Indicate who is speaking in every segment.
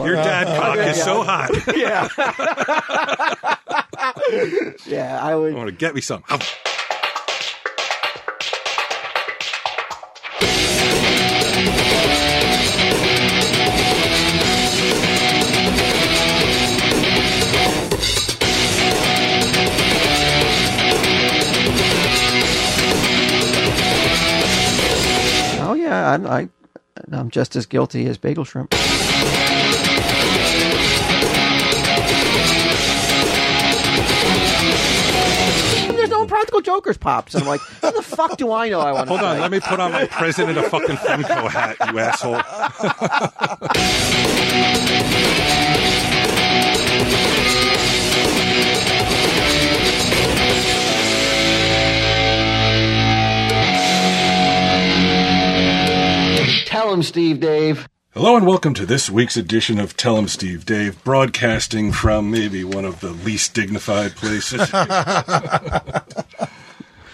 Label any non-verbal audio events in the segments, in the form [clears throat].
Speaker 1: dad cock
Speaker 2: Okay,
Speaker 1: is
Speaker 2: yeah.
Speaker 1: so [laughs] hot. I
Speaker 2: Yeah. yeah, I would.
Speaker 1: want to get me some. Oh,
Speaker 2: Oh yeah, I, I, I'm just as guilty as bagel shrimp. There's no practical jokers pops. I'm like, how the fuck do I know? I want.
Speaker 1: Hold on, let me put on my president of fucking Funko hat, you asshole.
Speaker 2: Tell him, Steve, Dave.
Speaker 1: Hello and welcome to this week's edition of Tell 'em Steve Dave, broadcasting from maybe one of the least dignified places. [laughs]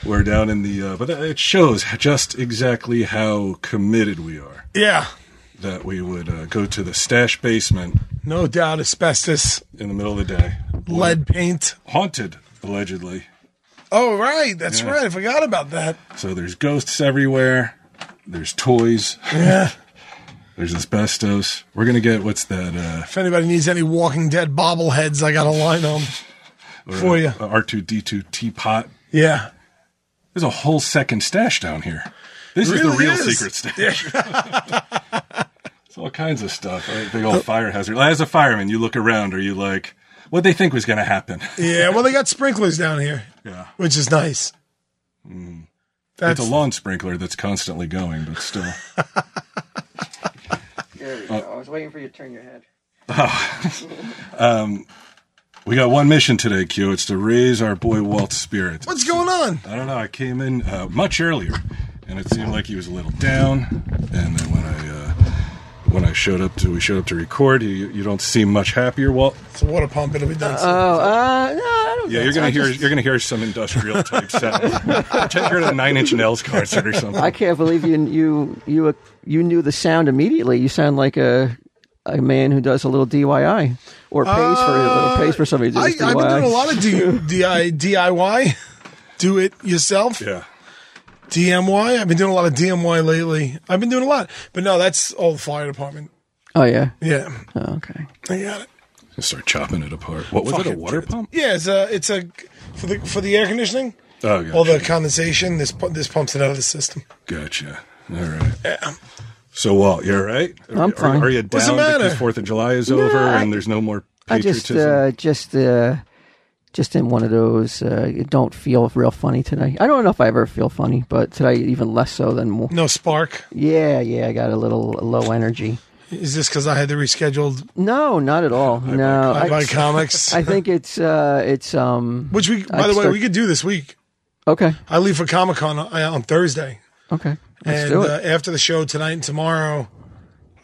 Speaker 1: We're down in the, uh, but it shows just exactly how committed we are
Speaker 3: Yeah,
Speaker 1: that we would uh, go to the stash basement
Speaker 3: no doubt. Asbestos,
Speaker 1: in the middle of the day,
Speaker 3: lead paint.
Speaker 1: haunted allegedly.
Speaker 3: Oh, right. That's
Speaker 1: Yeah.
Speaker 3: right. I forgot about that.
Speaker 1: So there's ghosts everywhere. There's toys.
Speaker 3: Yeah.
Speaker 1: [laughs] There's asbestos. We're gonna get what's that? Uh,
Speaker 3: If anybody needs any Walking Dead bobbleheads, I got a line on. For ya.
Speaker 1: uh, R two D two teapot.
Speaker 3: Yeah.
Speaker 1: There's a whole second stash down here. This is the
Speaker 3: Really
Speaker 1: real
Speaker 3: is.
Speaker 1: secret stash. [laughs] it's all kinds of stuff. Right? Big old fire hazard. As a fireman, you look around. Are you like, what they think was gonna happen?
Speaker 3: Yeah. Well, they got sprinklers down here,
Speaker 1: [laughs] Yeah.
Speaker 3: which is nice.
Speaker 1: It's
Speaker 3: That's
Speaker 1: Mm. a lawn sprinkler that's constantly going, but still.
Speaker 2: There you go. I was waiting for you to turn your head.
Speaker 1: We got one mission today, Q. It's to raise our boy Walt's spirit.
Speaker 3: what's going on.
Speaker 1: I don't know. I came in uh, much earlier, and it seemed like he was a little down. And then when I uh, when I showed up to we showed up to record, you you don't seem much happier, Walt.
Speaker 3: It's a water pump. It'll be done. soon.
Speaker 2: Oh, uh, no, I don't.
Speaker 1: Yeah,
Speaker 2: think
Speaker 1: you're
Speaker 2: so.
Speaker 1: gonna
Speaker 2: I
Speaker 1: hear
Speaker 2: just-
Speaker 1: you're gonna hear some industrial type sound. [laughs] Pretend you're at a Nine Inch Nails concert or something.
Speaker 2: I can't believe you you you you knew the sound immediately. You sound like a a man who does a little DIY or pays for or pays for somebody to do
Speaker 3: I,
Speaker 2: his
Speaker 3: I've been
Speaker 2: DIY.
Speaker 3: doing a lot of D, DI, DIY. Do it yourself.
Speaker 1: yeah,
Speaker 3: DMY. I've been doing a lot of DMY lately. I've been doing a lot, but no, that's all the fire department.
Speaker 2: Oh yeah.
Speaker 3: Yeah,
Speaker 2: Oh, okay.
Speaker 3: I got it.
Speaker 1: start chopping it apart. What was it? A
Speaker 3: Fucking
Speaker 1: water
Speaker 3: kids.
Speaker 1: pump?
Speaker 3: Yeah, it's a it's a for the for the air conditioning.
Speaker 1: Oh, gotcha.
Speaker 3: All the condensation. This pu- this pumps it out of the system.
Speaker 1: gotcha. All right. So Walt, you're right.
Speaker 2: I'm fine.
Speaker 1: Are, you down
Speaker 3: What's the matter?
Speaker 1: because Fourth of July is over
Speaker 2: I-
Speaker 1: and there's no more
Speaker 2: I just
Speaker 1: patriotism?
Speaker 2: uh, just uh, just in one of those. Uh, you don't feel real funny today. I don't know if I ever feel funny, but today even less so than more.
Speaker 3: No spark.
Speaker 2: Yeah, yeah. I got a little low energy.
Speaker 3: Is this because I had the rescheduled
Speaker 2: No, not at all. no,
Speaker 3: I,
Speaker 2: [laughs] I,
Speaker 3: by comics?
Speaker 2: I think it's uh, it's um.
Speaker 3: Which we, by
Speaker 2: I'd
Speaker 3: the way,
Speaker 2: start-
Speaker 3: we could do this week.
Speaker 2: Okay,
Speaker 3: I leave for Comic Con on, on Thursday,
Speaker 2: okay. Let's
Speaker 3: and
Speaker 2: do it.
Speaker 3: Uh, after the show tonight and tomorrow.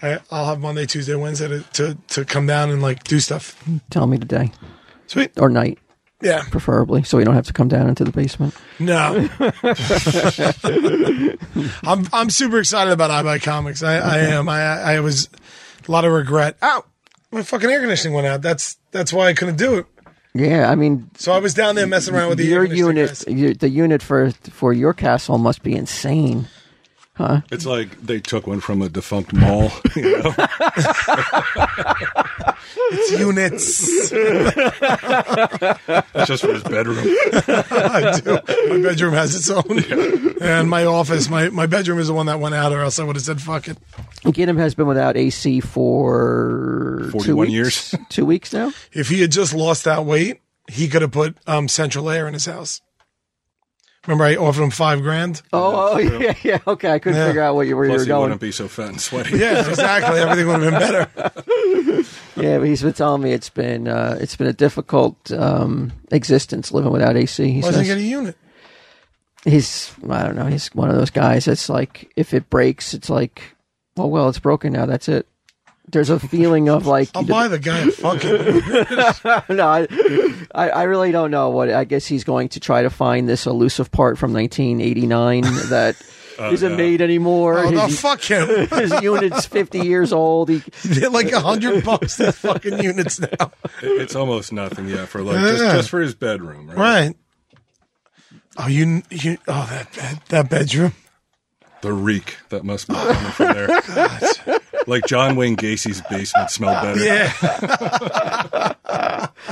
Speaker 3: I, I'll have Monday, Tuesday, Wednesday to, to, to come down and like do stuff.
Speaker 2: Tell me today
Speaker 3: Sweet.
Speaker 2: or night.
Speaker 3: Yeah.
Speaker 2: preferably, so we don't have to come down into the basement.
Speaker 3: No. [laughs] I'm I'm super excited about I Buy Comics. I, I am. I I was a lot of regret. Ow! My fucking air conditioning went out. That's that's why I couldn't do it.
Speaker 2: Yeah, I mean,
Speaker 3: So I was down there messing around with the
Speaker 2: your
Speaker 3: air conditioning
Speaker 2: unit,
Speaker 3: guys.
Speaker 2: your, the unit for for your castle must be insane. uh,
Speaker 1: It's like they took one from a defunct mall. [laughs] You know?
Speaker 2: [laughs]
Speaker 3: It's units. [laughs]
Speaker 1: It's just for his bedroom.
Speaker 3: I do. My bedroom has its own, and my office. My my bedroom is the one that went out, or else I would have said fuck it.
Speaker 2: Ginnam has been without AC for two
Speaker 1: 41
Speaker 2: weeks-
Speaker 1: years.
Speaker 2: [laughs] two weeks
Speaker 1: [laughs]
Speaker 2: now.
Speaker 3: If he had just lost that weight, he could have put um, central air in his house. Remember, I offered him
Speaker 2: [laughs]
Speaker 3: five grand.
Speaker 2: Oh, oh yeah, yeah. Okay, I couldn't
Speaker 3: Yeah.
Speaker 2: figure out what you, where
Speaker 1: Plus,
Speaker 2: you
Speaker 1: he
Speaker 2: were going.
Speaker 1: wouldn't be so fat and sweaty.
Speaker 3: Yeah, exactly. Everything would have been better.
Speaker 2: Yeah, but he's been telling me it's been uh, it's been a difficult um, existence living without AC. He
Speaker 3: Wasn't
Speaker 2: says
Speaker 3: get a unit.
Speaker 2: he's I don't know. He's one of those guys that's like if it breaks, it's like oh well, it's broken now. That's it. There's a feeling of like
Speaker 3: I'll buy the guy [laughs] a [laughs]
Speaker 2: [laughs]
Speaker 3: fucking.
Speaker 2: no, I, I, I really don't know what. I guess he's going to try to find this elusive part from 1989 that isn't made anymore.
Speaker 3: Oh, no,
Speaker 2: his,
Speaker 3: fuck him. [laughs]
Speaker 2: his unit's fifty years old. He,
Speaker 3: They're like a hundred bucks these fucking units now.
Speaker 1: It- it's almost nothing yeah for like just,
Speaker 3: Yeah.
Speaker 1: just for his bedroom right?
Speaker 3: [laughs] Right. Oh, you, you, oh, that, bed, that bedroom.
Speaker 1: the reek that must be coming from
Speaker 2: [laughs]
Speaker 1: there like john wayne gacy's basement smelled better
Speaker 3: Yeah.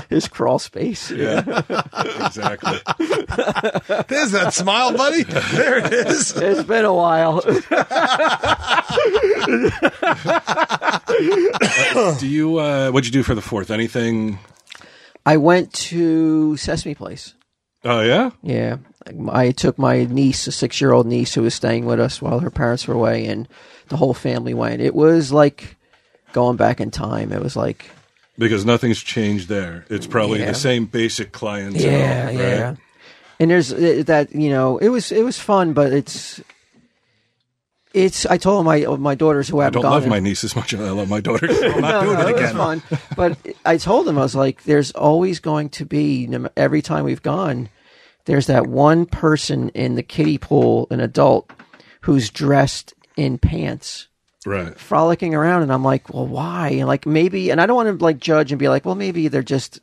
Speaker 2: his crawl space.
Speaker 1: Yeah. exactly
Speaker 3: [laughs] There's that smile, buddy. There it [laughs] is.
Speaker 2: It's been a while. [laughs]
Speaker 1: do you uh what'd you do for the fourth anything
Speaker 2: I went to Sesame Place.
Speaker 1: oh yeah
Speaker 2: Yeah. I took my niece, a six year old niece who was staying with us while her parents were away, and the whole family went. It was like going back in time. It was like,
Speaker 1: because nothing's changed there it's probably
Speaker 2: Yeah.
Speaker 1: the same basic clientele
Speaker 2: yeah,
Speaker 1: right?
Speaker 2: yeah. And there's uh, that, you know, it was it was fun, but it's. It's. I told my my daughters who
Speaker 1: i
Speaker 2: haven't
Speaker 1: don't
Speaker 2: gone.
Speaker 1: love
Speaker 2: in-
Speaker 1: my niece as much as i love my
Speaker 2: [laughs]
Speaker 1: daughter i'm not
Speaker 2: no,
Speaker 1: doing
Speaker 2: no,
Speaker 1: it
Speaker 2: it
Speaker 1: again
Speaker 2: was fun. But I told them I was like, "There's always going to be no ma- every time we've gone, there's that one person in the kiddie pool, an adult, who's dressed in pants,
Speaker 1: right
Speaker 2: frolicking around." And I'm like, "Well, why?" And like maybe, and I don't want to like judge and be like, "Well, maybe they're just."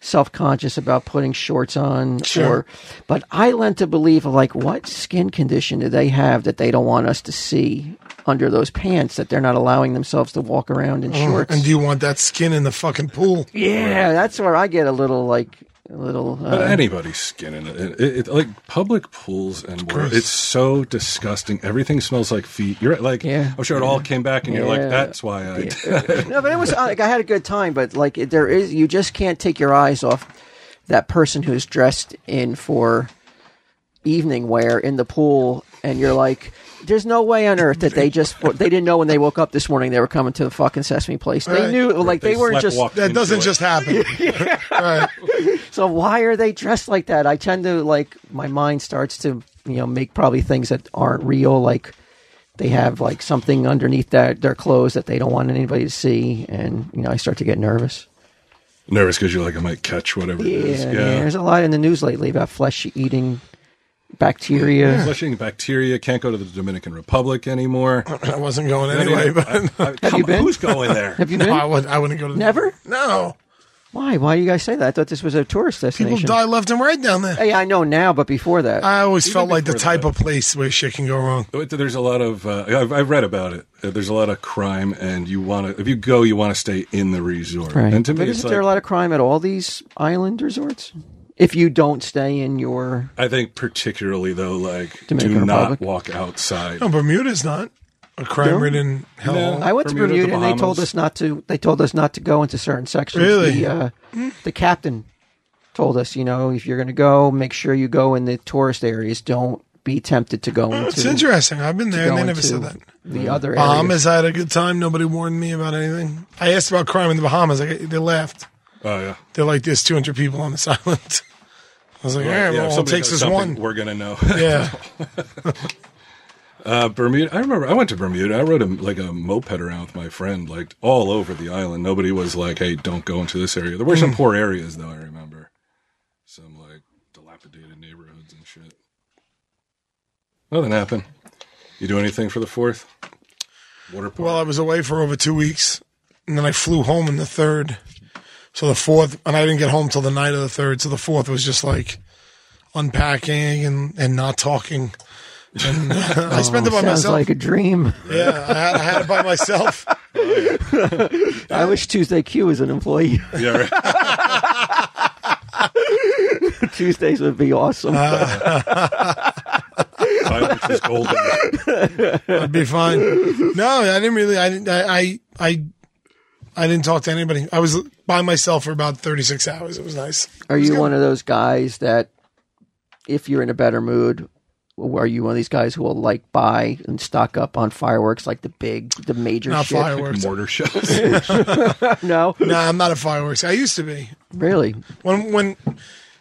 Speaker 2: self-conscious about putting shorts on or but i lent to believe of like what skin condition do they have that they don't want us to see under those pants that they're not allowing themselves to walk around in shorts
Speaker 3: Mm, And do you want that skin in the fucking pool?
Speaker 2: yeah, that's where I get a little like a little.
Speaker 1: But
Speaker 2: Uh,
Speaker 1: anybody's skin in it. It, it, like public pools and where
Speaker 3: Gross.
Speaker 1: it's so disgusting. Everything smells like feet. You're like,
Speaker 2: Yeah.
Speaker 1: I'm sure it all came back, and you're like,
Speaker 2: Yeah.
Speaker 1: that's why I. did [laughs] it."
Speaker 2: no, but it was uh, like I had a good time. But like it- there is, you just can't take your eyes off that person who's dressed in for evening wear in the pool, and you're like. There's no way on earth that they just [laughs] they didn't know when they woke up this morning they were coming to the fucking Sesame Place. They
Speaker 3: Right.
Speaker 2: knew like they, weren't
Speaker 1: slept
Speaker 2: just
Speaker 1: walked
Speaker 3: That
Speaker 1: into
Speaker 3: doesn't
Speaker 1: it.
Speaker 3: just
Speaker 1: [laughs]
Speaker 3: happen. right.
Speaker 2: so why are they dressed like that? I tend to like my mind starts to you know make probably things that aren't real like they have like something underneath their their clothes that they don't want anybody to see and you know I start to get nervous.
Speaker 1: nervous because you're like, I might catch whatever it is.
Speaker 2: Yeah, there's a lot in the news lately about flesh eating bacteria.
Speaker 1: Flushing bacteria can't go to the Dominican Republic
Speaker 3: [laughs]
Speaker 1: anymore.
Speaker 3: I wasn't going anyway, but
Speaker 1: I- I- come-
Speaker 2: been?
Speaker 1: Who's going there?
Speaker 2: [laughs] Have you
Speaker 3: [laughs] no,
Speaker 2: been?
Speaker 3: I wouldn't, I wouldn't go to
Speaker 2: Never?
Speaker 3: No.
Speaker 2: Why? Why do you guys say that? I thought this was a tourist
Speaker 3: People
Speaker 2: destination.
Speaker 3: die left and right down there.
Speaker 2: Hey, I know now, but before that,
Speaker 3: I always felt like the
Speaker 1: before
Speaker 3: type of place where shit can go wrong.
Speaker 1: There's a lot of uh, I've, I've read about it. Uh, There's a lot of crime, and you want to if you go, you want to stay in the resort.
Speaker 2: right?
Speaker 1: And to me,
Speaker 2: but
Speaker 1: it's
Speaker 2: isn't
Speaker 1: like,
Speaker 2: there a lot of crime at all these island resorts? If you don't stay in your
Speaker 1: I think particularly though, like
Speaker 2: Dominican
Speaker 1: do not
Speaker 2: Republic.
Speaker 1: walk outside.
Speaker 3: No, Bermuda's not a crime ridden hellhole.
Speaker 2: I went to
Speaker 1: Bermuda, the
Speaker 2: Bermuda, and they told
Speaker 1: Bahamas.
Speaker 2: us not to. They told us not to go into certain sections.
Speaker 3: Really?
Speaker 2: The, uh, the captain told us, you know, if you're going to go, make sure you go in the tourist areas. Don't be tempted to go into.
Speaker 3: It's interesting. I've been there
Speaker 2: go
Speaker 3: and they never
Speaker 2: into
Speaker 3: said that.
Speaker 2: The other areas.
Speaker 3: Bahamas, I had a good time. Nobody warned me about anything. I asked about crime in the Bahamas. I, they laughed.
Speaker 1: Oh yeah.
Speaker 3: They're like, there's 200 people on this [laughs] island. I was like, all right,
Speaker 1: yeah,
Speaker 3: well,
Speaker 1: if
Speaker 3: all it
Speaker 1: somebody
Speaker 3: takes
Speaker 1: knows
Speaker 3: is
Speaker 1: something,
Speaker 3: one.
Speaker 1: We're gonna know. [laughs]
Speaker 3: Yeah.
Speaker 1: Uh, Bermuda. I remember I went to Bermuda. I rode a, like a moped around with my friend, like all over the island. Nobody was like, "Hey, don't go into this area." There were
Speaker 3: Hmm.
Speaker 1: some poor areas, though. I remember some like dilapidated neighborhoods and shit. Nothing happened. You do anything for the fourth? Water park.
Speaker 3: Well, I was away for over two weeks, and then I flew home in the third. So the fourth, and I didn't get home till the night of the third. So the fourth was just like unpacking and, and not talking. And uh, [laughs] I spent it by
Speaker 2: Oh, Sounds
Speaker 3: myself.
Speaker 2: like a
Speaker 3: [laughs]
Speaker 2: dream.
Speaker 3: yeah, I had, I had it by myself.
Speaker 2: I wish Tuesday Q was an employee. [laughs]
Speaker 1: yeah, right.
Speaker 3: [laughs]
Speaker 2: Tuesdays would be awesome.
Speaker 3: Uh,
Speaker 1: Silence is golden.
Speaker 3: I'd be fine. No, I didn't really. I didn't. I, I I I didn't talk to anybody. I was by myself for about thirty six hours. It was nice.
Speaker 2: Are you one of those guys that, if you're in a better mood, are you one of these guys who will like buy and stock up on fireworks, like the big, the major
Speaker 3: Not
Speaker 2: shit?
Speaker 3: fireworks.
Speaker 1: Mortar shells.
Speaker 2: [laughs] No,
Speaker 3: Nah, I'm not a fireworks. I used to be.
Speaker 2: really.
Speaker 3: when when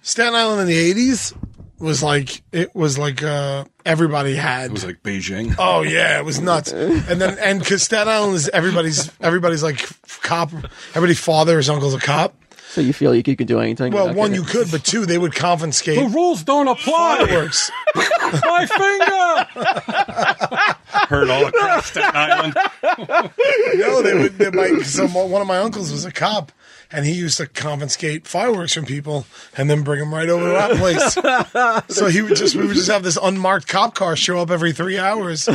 Speaker 3: Staten Island in the eighties was like it was like uh everybody
Speaker 1: It
Speaker 3: had
Speaker 1: was like Beijing.
Speaker 3: oh yeah it was nuts and then and because Staten Island is everybody's everybody's like cop everybody's father is uncle's a cop
Speaker 2: So you feel like you could do anything?
Speaker 3: well
Speaker 2: without
Speaker 3: one you
Speaker 2: getting-
Speaker 3: could but two they would confiscate
Speaker 1: rules don't apply.
Speaker 3: fireworks
Speaker 1: My finger. heard all across that island.
Speaker 3: [laughs] No, they would. They might, so mo- one of my uncles was a cop, and he used to confiscate fireworks from people and then bring them right over to our place. So he would just we would just have this unmarked cop car show up every three hours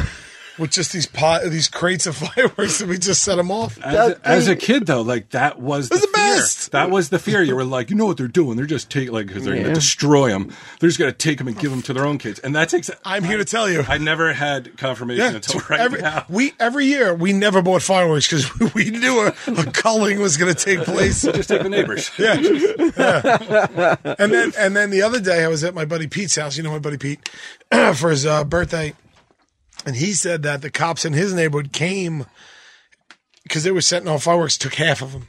Speaker 3: with just these pot, these crates of [laughs] fireworks, and we just set them off.
Speaker 1: As,
Speaker 2: That
Speaker 1: as a
Speaker 2: thing-
Speaker 1: kid, though, like that was the,
Speaker 3: was the
Speaker 1: fear.
Speaker 3: best.
Speaker 1: That was the fear. You were like, you know what they're doing? They're just taking like because they're going
Speaker 2: Yeah.
Speaker 1: to destroy them. They're just going to take them and give them to their own kids. And that's exactly.
Speaker 3: I'm here to tell you.
Speaker 1: I never had confirmation until
Speaker 3: [laughs] so
Speaker 1: right
Speaker 3: every,
Speaker 1: now.
Speaker 3: We every year we never bought fireworks because [laughs] we, we knew a, a culling was going to take place.
Speaker 1: just take the neighbors.
Speaker 3: Yeah. Yeah. And then and then the other day I was at my buddy Pete's house, you know my buddy Pete, [clears throat] for his uh, birthday. And he said that the cops in his neighborhood came because they were setting off fireworks, took half of them.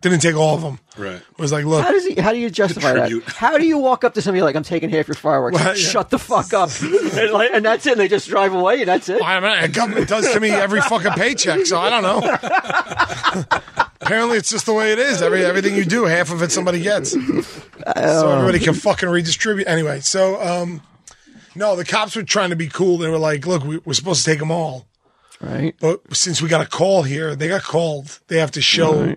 Speaker 3: Didn't take all of them.
Speaker 1: Right.
Speaker 3: Was like, look,
Speaker 2: How does he? How do you justify that?
Speaker 1: Tribute.
Speaker 2: How do you walk up to somebody like I'm taking half your fireworks?
Speaker 3: Well, yeah.
Speaker 2: Shut the fuck up, and, like, and that's it. And they just drive away, and that's it.
Speaker 3: I mean, the government does to me every fucking paycheck, so I don't know. [laughs] Apparently, it's just the way it is. Every everything you do, half of it somebody gets, so everybody can fucking redistribute. Anyway, so um, no, the cops were trying to be cool. They were like, "Look, we, we're supposed to take them all,
Speaker 2: Right?
Speaker 3: but since we got a call here, they got called. They have to show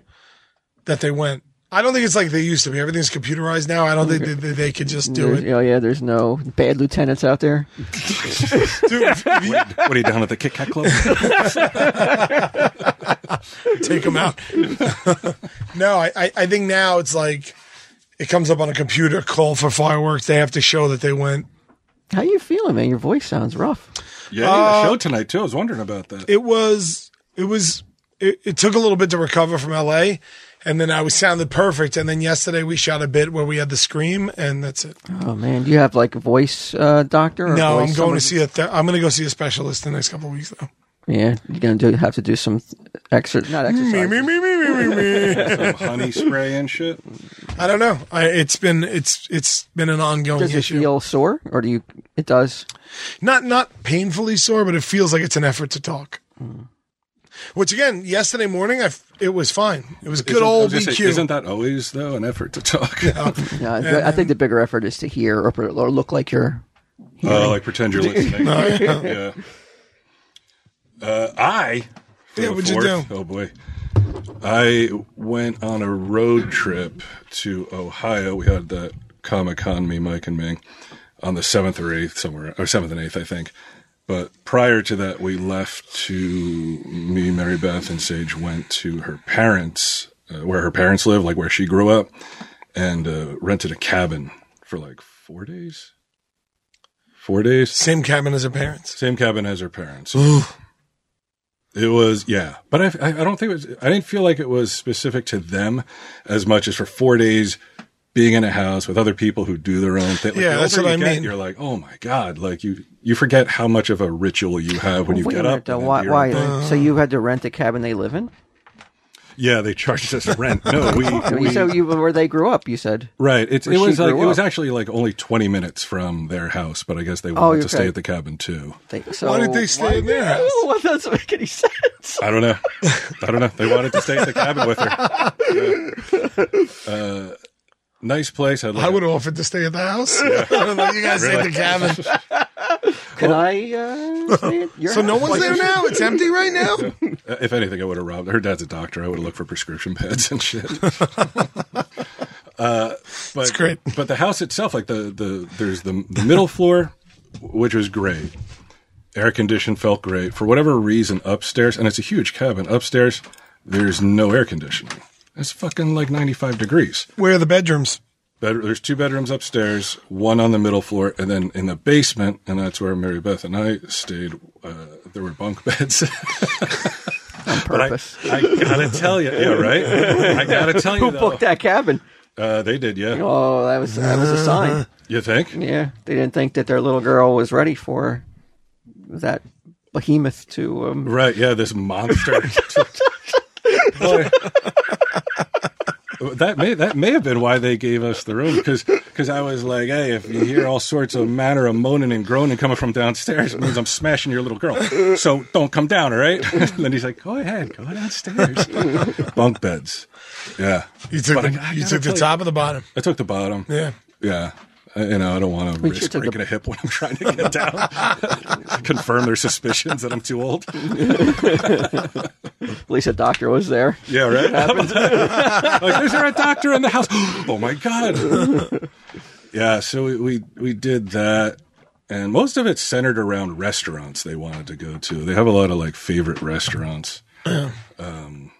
Speaker 3: that they went." I don't think it's like they used to be. Everything's computerized now. I don't think they, they, they could just do
Speaker 2: There's,
Speaker 3: it.
Speaker 2: oh yeah, there's no bad lieutenants out there.
Speaker 3: Dude, if- [laughs] if you-
Speaker 1: What are you down at the Kit Kat Club?
Speaker 3: take them out. [laughs] no, I, I, I think now it's like it comes up on a computer call for fireworks. They have to show that they went.
Speaker 2: How you feeling, man? Your voice sounds rough.
Speaker 1: yeah, the show tonight too. I was wondering about that.
Speaker 3: It was it was it, it took a little bit to recover from L.A. And then I was sounded perfect. And then yesterday we shot a bit where we had the scream, and that's it.
Speaker 2: Oh man, do you have like a voice uh, doctor? Or
Speaker 3: No,
Speaker 2: voice
Speaker 3: I'm going
Speaker 2: somebody?
Speaker 3: to see a. Th- I'm going to go see a specialist in the next couple of weeks, though.
Speaker 2: Yeah, you're gonna do have to do some exercise. Not exercise.
Speaker 3: Me, me, me, me, me, me, me.
Speaker 1: Some honey spray and shit.
Speaker 3: [laughs] I don't know. I, it's been it's it's been an ongoing
Speaker 2: Does it
Speaker 3: issue.
Speaker 2: feel sore, or do you? It does.
Speaker 3: not not painfully sore, but it feels like it's an effort to talk.
Speaker 2: Hmm.
Speaker 3: Which again, yesterday morning, I f- it was fine. It was good
Speaker 1: Isn't- I
Speaker 3: old
Speaker 1: was gonna say,
Speaker 3: BQ.
Speaker 1: isn't that always though an effort to talk?
Speaker 2: Yeah, I- I
Speaker 3: Um,
Speaker 2: think the bigger effort is to hear or, or look like you're.
Speaker 1: Oh, like pretend
Speaker 3: [laughs]
Speaker 1: you're listening. yeah. Uh, I. for
Speaker 3: Yeah,
Speaker 1: the
Speaker 3: what'd you
Speaker 1: fourth-
Speaker 3: do?
Speaker 1: Oh boy. I went on a road trip to Ohio. We had that Comic Con, me, Mike, and Ming, on the seventh or eighth somewhere, or seventh and eighth, I think. But prior to that, we left to me, Mary Beth, and Sage went to her parents, uh, where her parents live, like where she grew up, and uh, rented a cabin for like four days. Four days
Speaker 3: Same cabin as her parents.
Speaker 1: same cabin as her parents. It was yeah, but I, I I don't think it was. I didn't feel like it was specific to them as much as for four days being in a house with other people who do their own thing. Like,
Speaker 3: Yeah,
Speaker 1: the
Speaker 3: that's
Speaker 1: older
Speaker 3: what
Speaker 1: you
Speaker 3: I
Speaker 1: get,
Speaker 3: mean.
Speaker 1: You're like, oh my god, like you you forget how much of a ritual you have when you
Speaker 2: Wait
Speaker 1: get
Speaker 2: a minute,
Speaker 1: up.
Speaker 2: though.
Speaker 1: and then
Speaker 2: Why?
Speaker 1: do your
Speaker 2: why
Speaker 1: thing.
Speaker 2: so you had to rent a cabin they live in?
Speaker 1: Yeah, they charged us rent. No, we, we
Speaker 2: [laughs] so you where they grew up? You said.
Speaker 1: right. It's,
Speaker 2: Where
Speaker 1: it
Speaker 2: she
Speaker 1: was like
Speaker 2: grew
Speaker 1: it was
Speaker 2: up. Oh,
Speaker 1: actually like only twenty minutes from their house, but I guess they wanted to
Speaker 2: okay.
Speaker 1: stay at the cabin too.
Speaker 2: They, so
Speaker 3: Why did they stay in their house?
Speaker 2: [laughs] Well, that doesn't make any sense.
Speaker 1: I don't know. I don't know. They wanted to stay at the cabin with her.
Speaker 3: [laughs]
Speaker 1: Yeah. Uh, nice place. I'd like
Speaker 3: I would have offered to stay at the house. [laughs] I don't know. You guys stay at the cabin.
Speaker 2: Can I? Uh, stay
Speaker 3: [laughs]
Speaker 2: at your
Speaker 3: So no
Speaker 2: house?
Speaker 3: one's there now.
Speaker 1: [laughs]
Speaker 3: It's empty right now.
Speaker 1: Uh, if anything, I would have robbed her dad's a doctor. I would have looked for prescription pads and
Speaker 3: [laughs]
Speaker 1: shit. Uh, but, That's
Speaker 3: great.
Speaker 1: But the house itself, like the the there's the, the middle floor, which was great. Air conditioned felt great for whatever reason. Upstairs, and it's a huge cabin. Upstairs, there's no air conditioning. It's fucking like 95 degrees.
Speaker 3: Where are the bedrooms?
Speaker 1: Bed- there's two bedrooms upstairs, one on the middle floor, and then in the basement, and that's where Mary Beth and I stayed. Uh, there were bunk [laughs] beds. but I,
Speaker 2: Purpose.
Speaker 1: I gotta tell you, yeah, right. I gotta tell you,
Speaker 2: Who booked
Speaker 1: though.
Speaker 2: that cabin?
Speaker 1: Uh, they did, yeah.
Speaker 2: Oh, that was that was a
Speaker 3: Uh-huh.
Speaker 2: sign.
Speaker 1: You think?
Speaker 2: Yeah, they didn't think that their little girl was ready for that behemoth to. Um,
Speaker 1: Right, yeah, this
Speaker 3: [laughs]
Speaker 1: monster. Boy. that may that may have been why they gave us the room because I was like, hey, if you hear all sorts of manner of moaning and groaning coming from downstairs, it means I'm smashing your little girl. So don't come down, all right? [laughs] and then he's like, go ahead, go downstairs. Bunk beds. Yeah,
Speaker 3: You took
Speaker 1: But I-
Speaker 3: the,
Speaker 1: I
Speaker 3: you
Speaker 1: gotta
Speaker 3: took the
Speaker 1: tell you-
Speaker 3: top of the bottom.
Speaker 1: I took the bottom.
Speaker 3: Yeah.
Speaker 1: Yeah. I- you know, I don't want to
Speaker 2: We
Speaker 1: risk
Speaker 2: should've-
Speaker 1: breaking a hip when I'm trying to get down. [laughs] Confirm their suspicions that I'm too old.
Speaker 2: At least a doctor was there.
Speaker 1: Yeah, right. [laughs] like, is there a doctor in the house? [gasps] oh my god. yeah, so we, we we did that, and most of it centered around restaurants they wanted to go to. They have a lot of like favorite restaurants, um,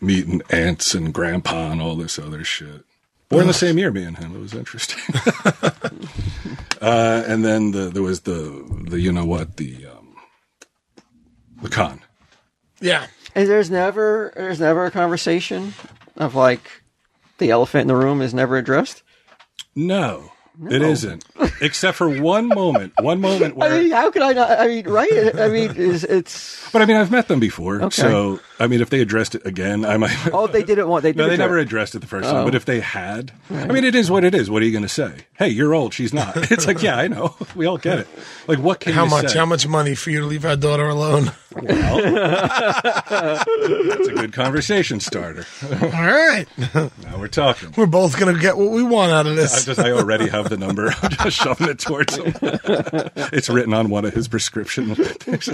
Speaker 1: meeting aunts and grandpa and all this other shit. Born the same year, me and him. It was interesting. [laughs] uh, and then the, there was the the you know what the um, the con.
Speaker 3: Yeah.
Speaker 2: And there's never there's never a conversation of like the elephant in the room is never addressed.
Speaker 1: No, it isn't. Except for one moment. One moment
Speaker 2: I
Speaker 1: where.
Speaker 2: mean, how could I not? I mean, right? I mean, it's, it's
Speaker 1: but I mean, I've met them before. So, I mean, if they addressed it again, I might. [laughs]
Speaker 2: oh, they did it once. They did Oh.
Speaker 1: no, they
Speaker 2: it to-
Speaker 1: never addressed it the first time. But if they had, I mean, it is what it is. What are you going to say? Hey, you're old. She's
Speaker 2: [laughs]
Speaker 1: not. It's like, yeah, I know. [laughs] We all get it. Like, what can
Speaker 3: How
Speaker 1: you
Speaker 3: much?
Speaker 1: say?
Speaker 3: How much money for you to leave our daughter alone?
Speaker 1: [laughs] That's a good conversation starter.
Speaker 3: All right,
Speaker 1: Now we're talking.
Speaker 3: we're both gonna get what we want out of
Speaker 1: I
Speaker 3: this.
Speaker 1: just, I already have the number. [laughs] I'm just shoving it towards
Speaker 2: [laughs]
Speaker 1: him. it's written on one of his prescription [laughs]
Speaker 3: Where'd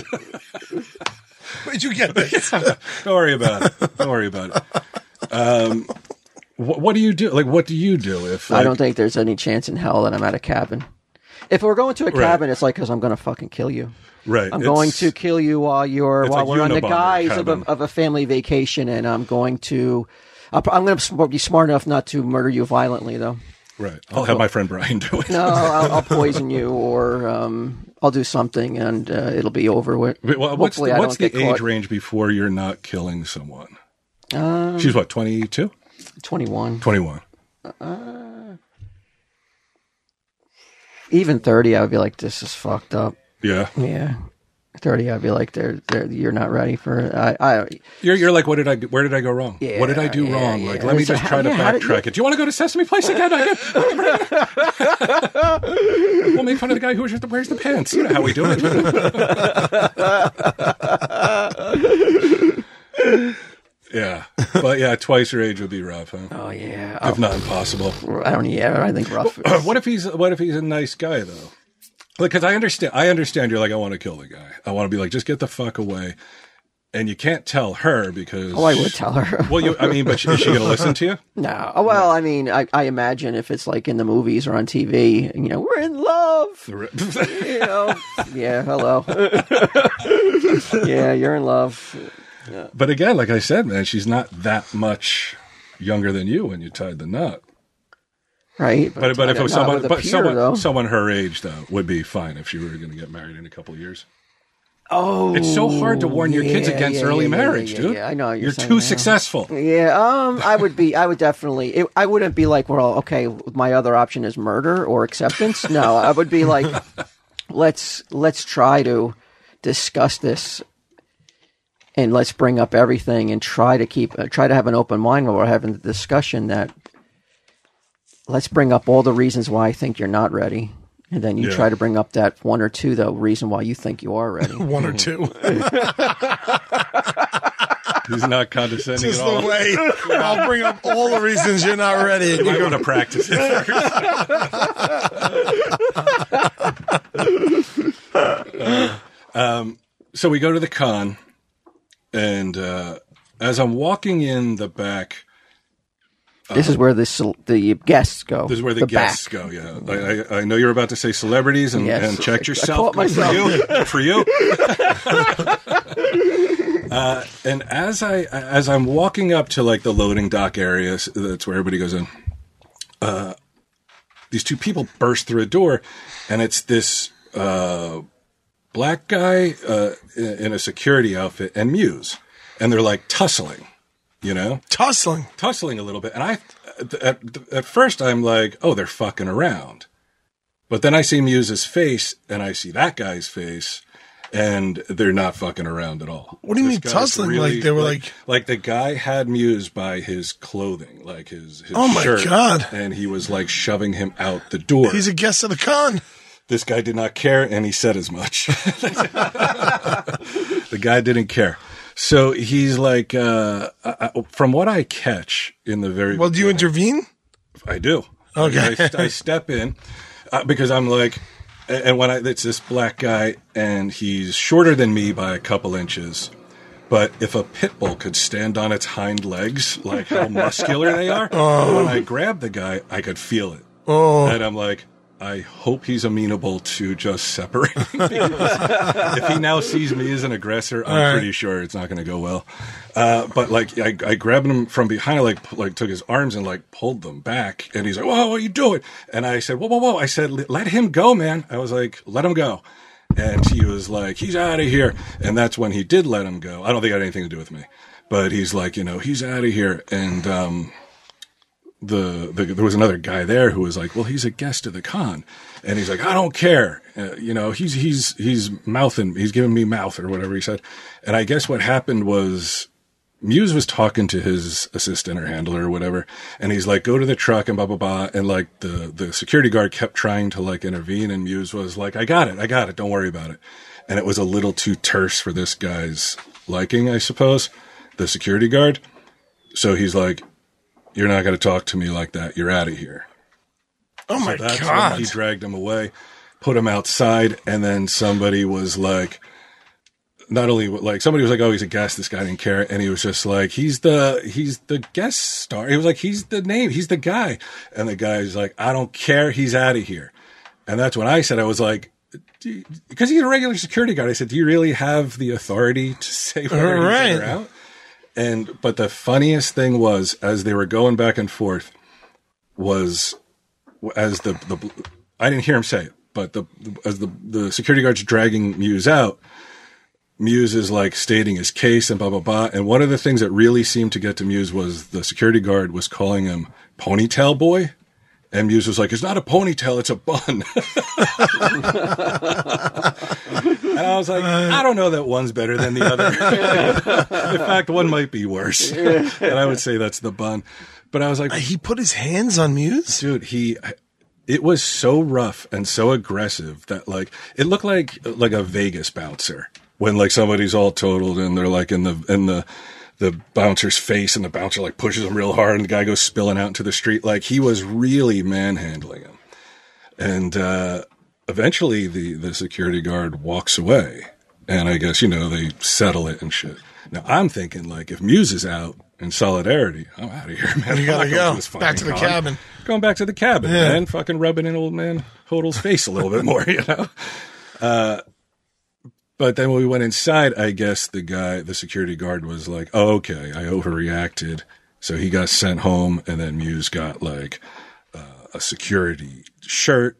Speaker 3: you get this?
Speaker 1: Don't worry about it. Don't worry about it. Um, what, what do you do? Like, what do you do if like,
Speaker 2: I don't think there's any chance in hell that I'm at a cabin. If we're going to a cabin, it's like because I'm going to fucking kill you.
Speaker 1: Right,
Speaker 2: I'm
Speaker 1: it's-
Speaker 2: going to kill you while you're
Speaker 1: It's
Speaker 2: while
Speaker 1: a
Speaker 2: we're on the
Speaker 1: Unabomber
Speaker 2: guise of a,
Speaker 1: cabin.
Speaker 2: of a family vacation, and I'm going to. I'll, pro- I'm going to be smart enough not to murder you violently, though.
Speaker 1: Right. I'll have my friend Brian do it. [laughs]
Speaker 2: No, I'll, I'll poison you, or um, I'll do something, and uh, it'll be over with.
Speaker 1: Wait, well, what's
Speaker 2: Hopefully,
Speaker 1: the,
Speaker 2: I
Speaker 1: what's
Speaker 2: don't
Speaker 1: the
Speaker 2: get caught.
Speaker 1: age range before you're not killing someone?
Speaker 2: Um,
Speaker 1: She's what, 22?
Speaker 2: Twenty-one,
Speaker 1: 21.
Speaker 2: even thirty, I'd be like, this is fucked up.
Speaker 1: Yeah.
Speaker 2: Yeah, thirty, I'd be like, they're, they're, you're not ready for it. I, I,
Speaker 1: You're, you're like, what did I, do- where did I go wrong? what did I do
Speaker 2: yeah,
Speaker 1: wrong?
Speaker 2: yeah.
Speaker 1: Like, let me
Speaker 2: So
Speaker 1: just
Speaker 2: how-
Speaker 1: try to
Speaker 2: yeah, how did you-
Speaker 1: backtrack it. Do you want to go to Sesame Place again? I
Speaker 2: [laughs]
Speaker 1: get- we'll make fun of the guy who just wears the pants. You know how we do it. [laughs] yeah. But yeah, twice your age would be rough, huh?
Speaker 2: oh yeah,
Speaker 1: If not impossible.
Speaker 2: I don't. Yeah, I think rough.
Speaker 1: But [coughs] what if he's what if he's a nice guy though? Because I understand, I understand. You're like, I want to kill the guy. I want to be like, just get the fuck away. And you can't tell her because.
Speaker 2: oh, I would tell her.
Speaker 1: Well, you, I mean, but is she going to listen to you?
Speaker 2: no. Oh, well, I mean, I, I imagine if it's like in the movies or on TV, you know, we're in love. You know, yeah. Hello. yeah, you're in love.
Speaker 1: [laughs] but again, like I said, man, she's not that much younger than you when you tied the knot.
Speaker 2: Right,
Speaker 1: But but if it
Speaker 2: not
Speaker 1: was someone,
Speaker 2: with a
Speaker 1: but
Speaker 2: peer,
Speaker 1: someone,
Speaker 2: though.
Speaker 1: someone her age though would be fine if she were going to get married in a couple of years.
Speaker 2: oh,
Speaker 1: It's so hard to warn your kids
Speaker 2: yeah,
Speaker 1: against
Speaker 2: yeah,
Speaker 1: early
Speaker 2: yeah, yeah,
Speaker 1: marriage,
Speaker 2: yeah,
Speaker 1: dude.
Speaker 2: yeah, I know what you're
Speaker 1: you're
Speaker 2: saying
Speaker 1: too
Speaker 2: now.
Speaker 1: successful.
Speaker 3: [laughs]
Speaker 2: Yeah, um, I would be. I would definitely. It, I wouldn't be like, well, okay, my other option is murder or acceptance. No, I would be like, let's let's try to discuss this, and let's bring up everything and try to keep uh, try to have an open mind while we're having the discussion. That let's bring up all the reasons why I think you're not ready, and then you
Speaker 1: Yeah.
Speaker 2: try to bring up that one or two though reason why you think you are ready.
Speaker 3: One or [laughs] two.
Speaker 1: He's not condescending
Speaker 3: Just
Speaker 1: at
Speaker 3: the
Speaker 1: all.
Speaker 3: way [laughs] I'll bring up all the reasons [laughs] you're not ready. And you
Speaker 1: I
Speaker 3: go,
Speaker 1: want to practice it first. [laughs] um, so we go to the con, and uh, as I'm walking in the back,
Speaker 2: this is where the cel- the guests go.
Speaker 1: Uh-huh. this is where the, guests go. Yeah, I, I, I know you're about to say celebrities and,
Speaker 2: Yes.
Speaker 1: and check
Speaker 2: I
Speaker 1: yourself.
Speaker 2: caught
Speaker 1: Good for
Speaker 2: myself.
Speaker 1: you, Good for
Speaker 2: [laughs]
Speaker 1: you. uh, and as I as I'm walking up to like the loading dock area, s- that's where everybody goes in. Uh, these two people burst through a door, and it's this uh, black guy uh, in in a security outfit and Muse, and they're like tussling, you know
Speaker 3: tussling.
Speaker 1: tussling a little bit, and I at, at first I'm like, oh, they're fucking around, but then I see Muse's face and I see that guy's face, and they're not fucking around at all.
Speaker 3: What do you
Speaker 1: This
Speaker 3: mean
Speaker 1: guy's
Speaker 3: tussling? Like, they were
Speaker 1: like
Speaker 3: like-
Speaker 1: the guy had Muse by his clothing, like his, his
Speaker 3: Oh my
Speaker 1: shirt,
Speaker 3: God.
Speaker 1: and he was like shoving him out the door.
Speaker 3: He's a guest of the con.
Speaker 1: this guy did not care, and he said as much. [laughs] the guy didn't care. So he's like, uh, I, I- from what I catch in the very
Speaker 3: Well, do you intervene?
Speaker 1: I do.
Speaker 3: Okay.
Speaker 1: I, I step in uh, because I'm like, and and when I, it's this black guy, and he's shorter than me by a couple inches. But if a pit bull could stand on its hind legs, like how muscular they
Speaker 3: [laughs]
Speaker 1: are, when I grabbed the guy, I could feel it.
Speaker 3: Oh,
Speaker 1: And I'm like, I hope he's amenable to just separating. because if he now sees me as an aggressor, I'm
Speaker 3: right.
Speaker 1: pretty sure it's not going to go well. Uh, but like, I, I grabbed him from behind, like, p- like took his arms and like pulled them back, and he's like, "Whoa, what are you doing?" And I said, "Whoa, whoa, whoa!" I said, "Let let him go, man." I was like, "Let him go." And he was like, he's out of here. And that's when he did let him go. I don't think it had anything to do with me, but he's like, you know, he's out of here. And, um, the, the there was another guy there who was like, "Well, he's a guest of the con," and he's like, "I don't care," uh, you know. He's he's he's mouthing, he's giving me mouth or whatever he said, and I guess what happened was Muse was talking to his assistant or handler or whatever, and he's like, "Go to the truck and blah blah blah," and like the the security guard kept trying to like intervene, and Muse was like, "I got it, I got it, don't worry about it," and it was a little too terse for this guy's liking, I suppose, the security guard. So he's like, you're not going to talk to me like that. You're out of here.
Speaker 3: oh my
Speaker 1: That's when
Speaker 3: god!
Speaker 1: he dragged him away, put him outside, and then somebody was like, not only like somebody was like, oh, he's a guest. This guy didn't care, and he was just like, he's the he's the guest star. He was like, he's the name, he's the guy, and the guy's like, I don't care. He's out of here, and that's when I said I was like. Because he's a regular security guard, I said, "Do you really have the authority to say whether he's in or
Speaker 3: Right.
Speaker 1: out?" And but the funniest thing was, as they were going back and forth, was as the the I didn't hear him say it, but the as the the security guard's dragging Muse out, Muse is like stating his case and blah blah blah. And one of the things that really seemed to get to Muse was the security guard was calling him ponytail boy, and Muse was like, "It's not a ponytail, it's a bun." [laughs] and I was like, "I don't know that one's better than the other." In fact, one might be worse, and I would say that's the bun. But I was like,
Speaker 3: He put his hands on Muse.
Speaker 1: dude he it was so rough and so aggressive that like it looked like like a vegas bouncer when like somebody's all totaled and they're like in the in the the bouncer's face and the bouncer like pushes him real hard and the guy goes spilling out into the street like he was really manhandling him and uh eventually the the security guard walks away and i guess you know they settle it and shit now i'm thinking like if muse is out in solidarity i'm out of here [laughs] man
Speaker 3: You gotta
Speaker 1: I'm not going
Speaker 3: go.
Speaker 1: to this
Speaker 3: Back to
Speaker 1: fucking
Speaker 3: the
Speaker 1: con
Speaker 3: cabin.
Speaker 1: going back to the cabin
Speaker 3: Yeah.
Speaker 1: man, fucking rubbing in old man Hodel's face a little bit more, [laughs] you know. Uh, but then when we went inside, I guess the guy, the security guard, was like, "Oh, okay, I overreacted." So he got sent home, and then Muse got like uh, a security shirt.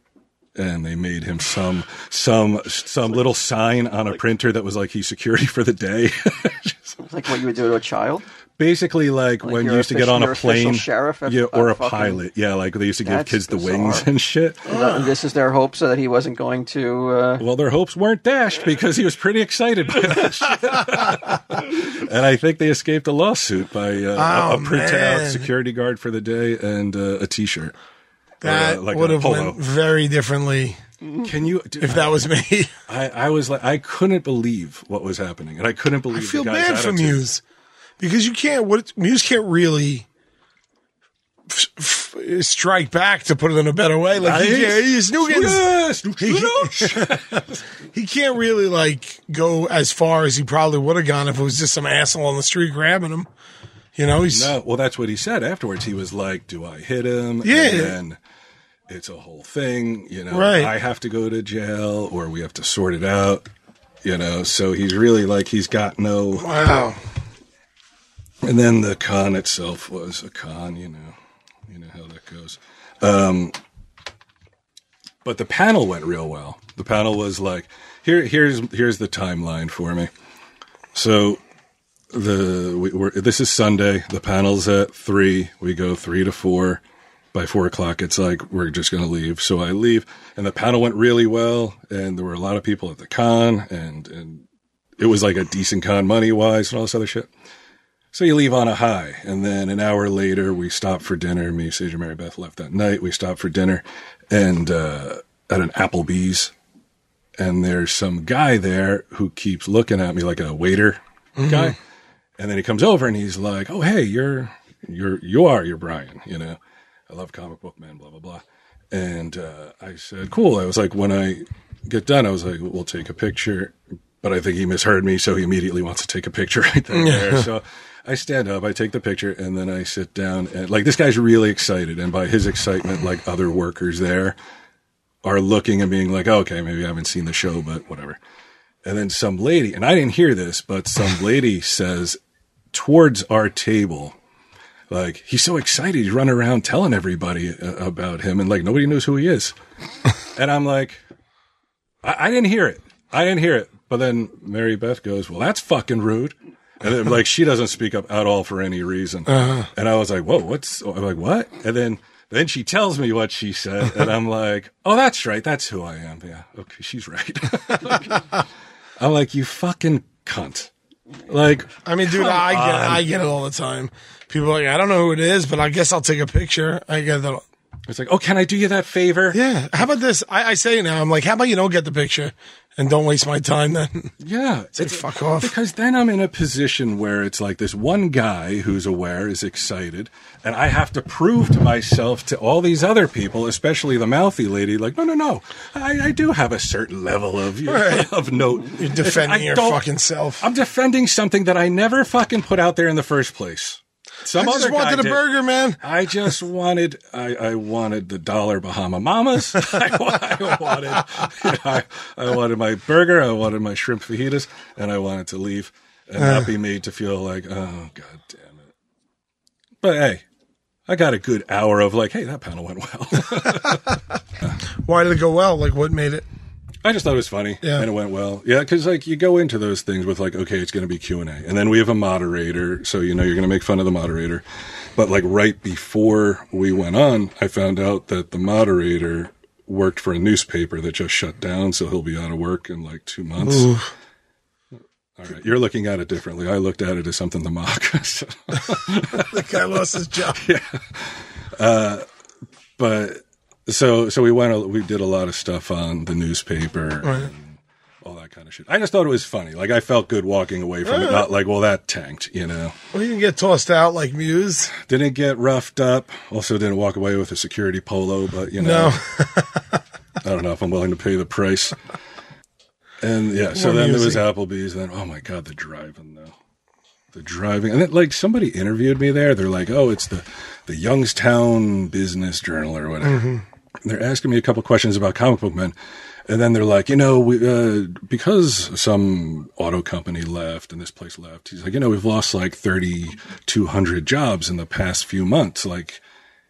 Speaker 1: And they made him some some some little sign on a printer that was like he's security for the day. [laughs]
Speaker 2: It's like what you would do to a child.
Speaker 1: basically like, when you
Speaker 2: you're
Speaker 1: used to get
Speaker 2: offici-
Speaker 1: on
Speaker 2: you're
Speaker 1: a
Speaker 2: official
Speaker 1: plane
Speaker 2: sheriff at-
Speaker 1: yeah, or
Speaker 2: at
Speaker 1: a
Speaker 2: fucking-
Speaker 1: pilot yeah like they used to give
Speaker 2: That's
Speaker 1: kids the
Speaker 2: bizarre.
Speaker 1: wings and shit
Speaker 2: And that- this is their hope, so that he wasn't going to. Uh,
Speaker 1: well their hopes weren't
Speaker 2: [laughs]
Speaker 1: dashed because he was pretty excited by that shit. and i think they escaped a lawsuit by uh, a-
Speaker 3: Oh,
Speaker 1: a printout
Speaker 3: man.
Speaker 1: security guard for the day and uh, a t-shirt
Speaker 3: That
Speaker 1: uh, like
Speaker 3: would
Speaker 1: a
Speaker 3: have
Speaker 1: polo.
Speaker 3: went very differently
Speaker 1: can you dude,
Speaker 3: if that [laughs] was me.
Speaker 1: I, I was like i couldn't believe what was happening and i couldn't believe
Speaker 3: I feel
Speaker 1: the guy's
Speaker 3: bad for
Speaker 1: attitude.
Speaker 3: Muse because you can't. What Muse can't really f- f- strike back to put it in a better way. Like he, can't, he's Nugent's-
Speaker 1: Yes!
Speaker 3: he [laughs] can't really like go as far as he probably would have gone if it was just some asshole on the street grabbing him. You know, he's
Speaker 1: No, well, that's what he said afterwards. He was like, "Do I hit him?"
Speaker 3: Yeah.
Speaker 1: and then it's a whole thing. You know,
Speaker 3: Right.
Speaker 1: I have to go to jail, or we have to sort it out. You know, so he's really like he's got no.
Speaker 3: wow.
Speaker 1: And then the con itself was a con. You know, you know how that goes. Um, but the panel went real well. The panel was like, here, here's here's the timeline for me. So the we, we're this is Sunday. The panel's at three. We go three to four. By four o'clock, it's like we're just going to leave. So I leave, and the panel went really well, and there were a lot of people at the con, and and it was like a decent con money wise and all this other shit. So you leave on a high, and then an hour later, we stop for dinner. Me, Sage, and Mary Beth left that night. We stopped for dinner, and uh, at an Applebee's, and there's some guy there who keeps looking at me like a waiter guy. And then he comes over and he's like, "Oh, hey, you're you're you are you're Brian, you know. I love comic book man, blah blah blah." And uh, I said, cool. I was like, when I get done, I was like, we'll take a picture. But I think he misheard me, so he immediately wants to take a picture [laughs] right then and there. so I stand up, I take the picture, and then I sit down. And like, this guy's really excited. And by his excitement, like other workers there are looking and being like, okay, maybe I haven't seen the show, but whatever. And then some lady, and I didn't hear this, but some lady says towards our table, like, he's so excited. He's running around telling everybody uh, about him, and like, nobody knows who he is. and I'm like, I, I didn't hear it. I didn't hear it. But then Mary Beth goes, well, that's fucking rude. And then, like, she doesn't speak up at all for any reason. And I was like, whoa, what's, I'm like, what? And then, then she tells me what she said. And I'm like, oh, that's right. That's who I am. Yeah. Okay. She's right. [laughs] I'm like, you fucking cunt. Like,
Speaker 3: I mean, dude, I get I get it all the time. People are like, I don't know who it is, but I guess I'll take a picture. I get that.
Speaker 1: it's like, oh, can I do you that favor?
Speaker 3: Yeah. How about this? I, I say it now. I'm like, how about you don't get the picture and don't waste my time then? [laughs]
Speaker 1: Yeah.
Speaker 3: Like, fuck off.
Speaker 1: Because then I'm in a position where it's like this one guy who's aware is excited, and I have to prove to myself to all these other people, especially the mouthy lady, like, no, no, no, I, I do have a certain level of
Speaker 3: Right.
Speaker 1: of note.
Speaker 3: You're defending
Speaker 1: I
Speaker 3: your
Speaker 1: don't-
Speaker 3: fucking self. i
Speaker 1: I'm defending something that I never fucking put out there in the first place. Some
Speaker 3: just
Speaker 1: other guy
Speaker 3: wanted a
Speaker 1: did.
Speaker 3: burger, man.
Speaker 1: I just wanted, I, I wanted the dollar Bahama Mamas. [laughs] I, wa- I wanted, I, I wanted my burger. I wanted my shrimp fajitas, and I wanted to leave and not be made to feel like, oh god damn it. But hey, I got a good hour of like, hey, that panel went well. [laughs]
Speaker 3: Why did it go well? Like, what made it?
Speaker 1: I just thought it was funny,
Speaker 3: Yeah.
Speaker 1: and it went well. Yeah, because like you go into those things with like, okay, it's going to be Q and A, and then we have a moderator, so you know you're going to make fun of the moderator. But like right before we went on, I found out that the moderator worked for a newspaper that just shut down, so he'll be out of work in like two months. All right, you're looking at it differently. I looked at it as something to mock. [laughs] So-
Speaker 3: The guy lost
Speaker 1: [laughs]
Speaker 3: his job.
Speaker 1: but so so we went a- we did a lot of stuff on the newspaper and all that kind of shit i just thought it was funny like i felt good walking away from it not like well that tanked you know
Speaker 3: Well, you can get tossed out like Muse.
Speaker 1: didn't get roughed up also didn't walk away with a security polo but you know
Speaker 3: No.
Speaker 1: i don't know if i'm willing to pay the price and yeah so
Speaker 3: More
Speaker 1: then
Speaker 3: music.
Speaker 1: there was applebee's and then oh my god the driving though the driving and then like somebody interviewed me there they're like oh it's the the youngstown business journal or whatever And they're asking me a couple questions about comic book men and then they're like you know we, uh, because some auto company left and this place left he's like you know we've lost like 3200 jobs in the past few months like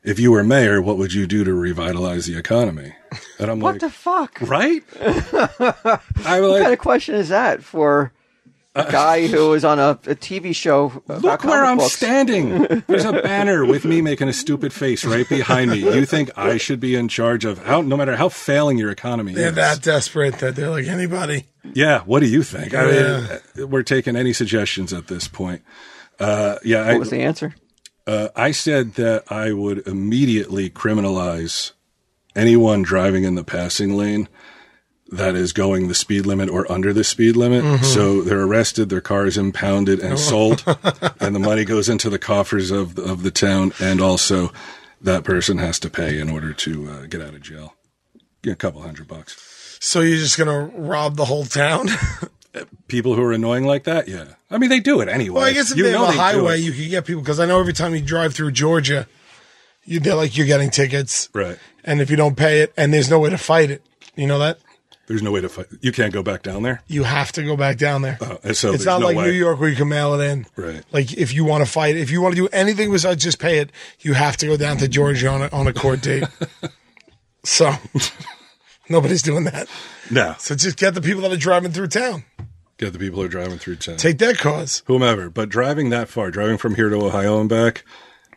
Speaker 1: if you were mayor what would you do to revitalize the economy and i'm
Speaker 2: What
Speaker 1: like
Speaker 2: the fuck? What
Speaker 1: right [laughs] i'm like
Speaker 2: kind of question is that for a guy who is on a, a TV show? uh, About
Speaker 1: Look where
Speaker 2: comic
Speaker 1: I'm
Speaker 2: books?
Speaker 1: standing. There's
Speaker 2: [laughs]
Speaker 1: a banner with me making a stupid face right behind me. You think I should be in charge of how, no matter how failing your economy
Speaker 3: They're
Speaker 1: is.
Speaker 3: that desperate that they're like anybody.
Speaker 1: Yeah. What do you think? I mean, uh, we're taking any suggestions at this point. Uh, yeah. I,
Speaker 2: What was the answer?
Speaker 1: uh, I said that I would immediately criminalize anyone driving in the passing lane that is going the speed limit or under the speed limit. So they're arrested, their car is impounded and sold, and the money goes into the coffers of the, of the town. And also, that person has to pay in order to uh, get out of jail. A couple hundred bucks.
Speaker 3: So you're just gonna rob the whole town? [laughs]
Speaker 1: People who are annoying like that, yeah. I mean, they do it anyway.
Speaker 3: Well, I guess if
Speaker 1: You
Speaker 3: they
Speaker 1: know
Speaker 3: have a
Speaker 1: do
Speaker 3: highway,
Speaker 1: it.
Speaker 3: you could get people because I know every time you drive through Georgia, you they're like you're getting tickets,
Speaker 1: right?
Speaker 3: and if you don't pay it, and there's no way to fight it, you know that
Speaker 1: There's no way to fight. You can't go back down there.
Speaker 3: you have to go back down there.
Speaker 1: Oh, and so
Speaker 3: it's
Speaker 1: there's
Speaker 3: not
Speaker 1: no
Speaker 3: like
Speaker 1: way.
Speaker 3: New York where you can mail it in.
Speaker 1: Right.
Speaker 3: Like if you want to fight, if you want to do anything besides just pay it, you have to go down to Georgia on a, on a
Speaker 1: [laughs]
Speaker 3: court date. so [laughs] nobody's doing that.
Speaker 1: No,
Speaker 3: So just get the people that are driving through town.
Speaker 1: get the people who are driving through town.
Speaker 3: Take their cause.
Speaker 1: whomever, but driving that far, driving from here to Ohio and back,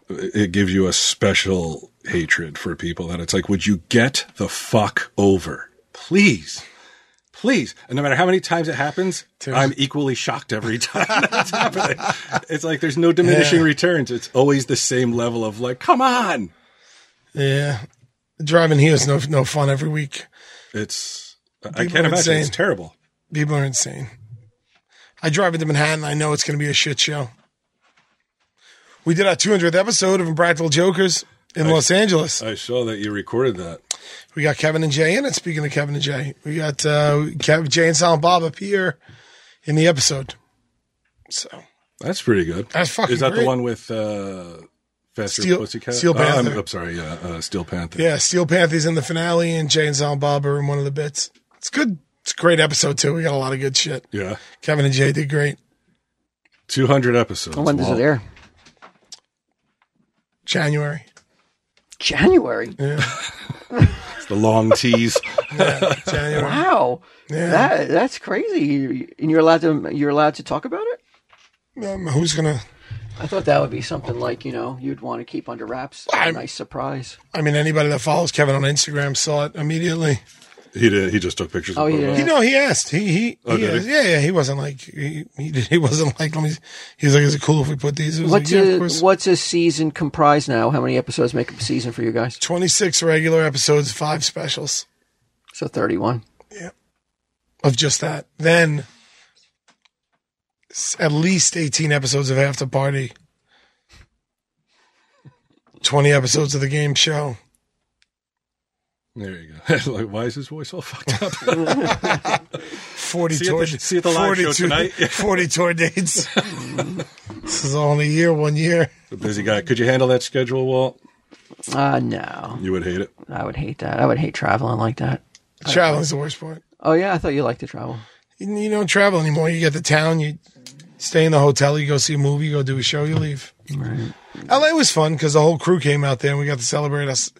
Speaker 1: it gives you a special hatred for people that it's like, would you get the fuck over? Please. Please. And no matter how many times it happens, I'm equally shocked every [laughs] time that's happening. It's like there's no diminishing
Speaker 3: Yeah.
Speaker 1: returns. It's always the same level of like, come on.
Speaker 3: Yeah. Driving here is no no fun every week.
Speaker 1: It's, I
Speaker 3: People are
Speaker 1: can't imagine. It's
Speaker 3: insane.
Speaker 1: terrible.
Speaker 3: People are insane. I drive into Manhattan. I know it's going to be a shit show. We did our 200th episode of Impractical Jokers. in Los Angeles.
Speaker 1: I saw that you recorded that.
Speaker 3: We got Kevin and Jay in it. Speaking of Kevin and Jay, we got uh, Kev, Jay and Silent Bob up here in the episode. So
Speaker 1: That's pretty good.
Speaker 3: That's fucking
Speaker 1: Is that
Speaker 3: great.
Speaker 1: the one with uh, Faster
Speaker 3: Steel-
Speaker 1: Pussycat?
Speaker 3: Steel
Speaker 1: Oh, I'm,
Speaker 3: Panther.
Speaker 1: I'm sorry, yeah, uh, Steel Panther.
Speaker 3: yeah, Steel Panthers in the finale, and Jay and Silent Bob are in one of the bits. It's good. It's a great episode too. We got a lot of good shit.
Speaker 1: Yeah.
Speaker 3: Kevin and Jay did great.
Speaker 1: 200 episodes.
Speaker 2: When is
Speaker 1: Wow.
Speaker 2: it air?
Speaker 3: January.
Speaker 2: January.
Speaker 1: It's the long tease. [laughs]
Speaker 3: Yeah, January.
Speaker 2: Wow.
Speaker 3: Yeah.
Speaker 2: That that's crazy. You- And you're allowed to you're allowed to talk about it.
Speaker 3: Um, who's gonna?
Speaker 2: I thought that would be something like you know you'd want to keep under wraps. A
Speaker 3: I'm-
Speaker 2: nice surprise.
Speaker 3: I mean, anybody that follows Kevin on Instagram saw it immediately.
Speaker 1: he did. He just took pictures.
Speaker 2: Oh,
Speaker 1: and put
Speaker 2: yeah.
Speaker 1: it up.
Speaker 3: You know, he asked. He he,
Speaker 1: Oh,
Speaker 3: he
Speaker 1: did he?
Speaker 3: asked. yeah yeah. He wasn't like he he, did, he wasn't [laughs] like. Let me. He was like, "Is it cool if we put these?" It was
Speaker 2: What's
Speaker 3: like, yeah, of
Speaker 2: a
Speaker 3: course.
Speaker 2: what's a season comprised now? How many episodes make up a season for you guys?
Speaker 3: Twenty six regular episodes, five specials
Speaker 2: So thirty one.
Speaker 3: of just that. Then s- at least eighteen episodes of After Party. Twenty episodes of the game show.
Speaker 1: There you go. [laughs] like, why is his voice all [laughs] fucked up?
Speaker 3: 40
Speaker 1: See you at
Speaker 3: tour,
Speaker 1: the- see you at the live show tonight.
Speaker 3: [laughs] 40 tour dates.
Speaker 1: [laughs]
Speaker 3: this is only a year, one year.
Speaker 1: a busy guy. Could you handle that schedule, Walt?
Speaker 2: Uh no,
Speaker 1: You would hate it.
Speaker 2: I would hate that. I would hate traveling like that.
Speaker 3: Traveling's the worst part.
Speaker 2: Oh yeah, I thought you liked to travel.
Speaker 3: You, you don't travel anymore. You get to town, you stay in the hotel, you go see a movie, you go do a show, you leave.
Speaker 2: Right.
Speaker 3: LA was fun because the whole crew came out there and we got to celebrate us.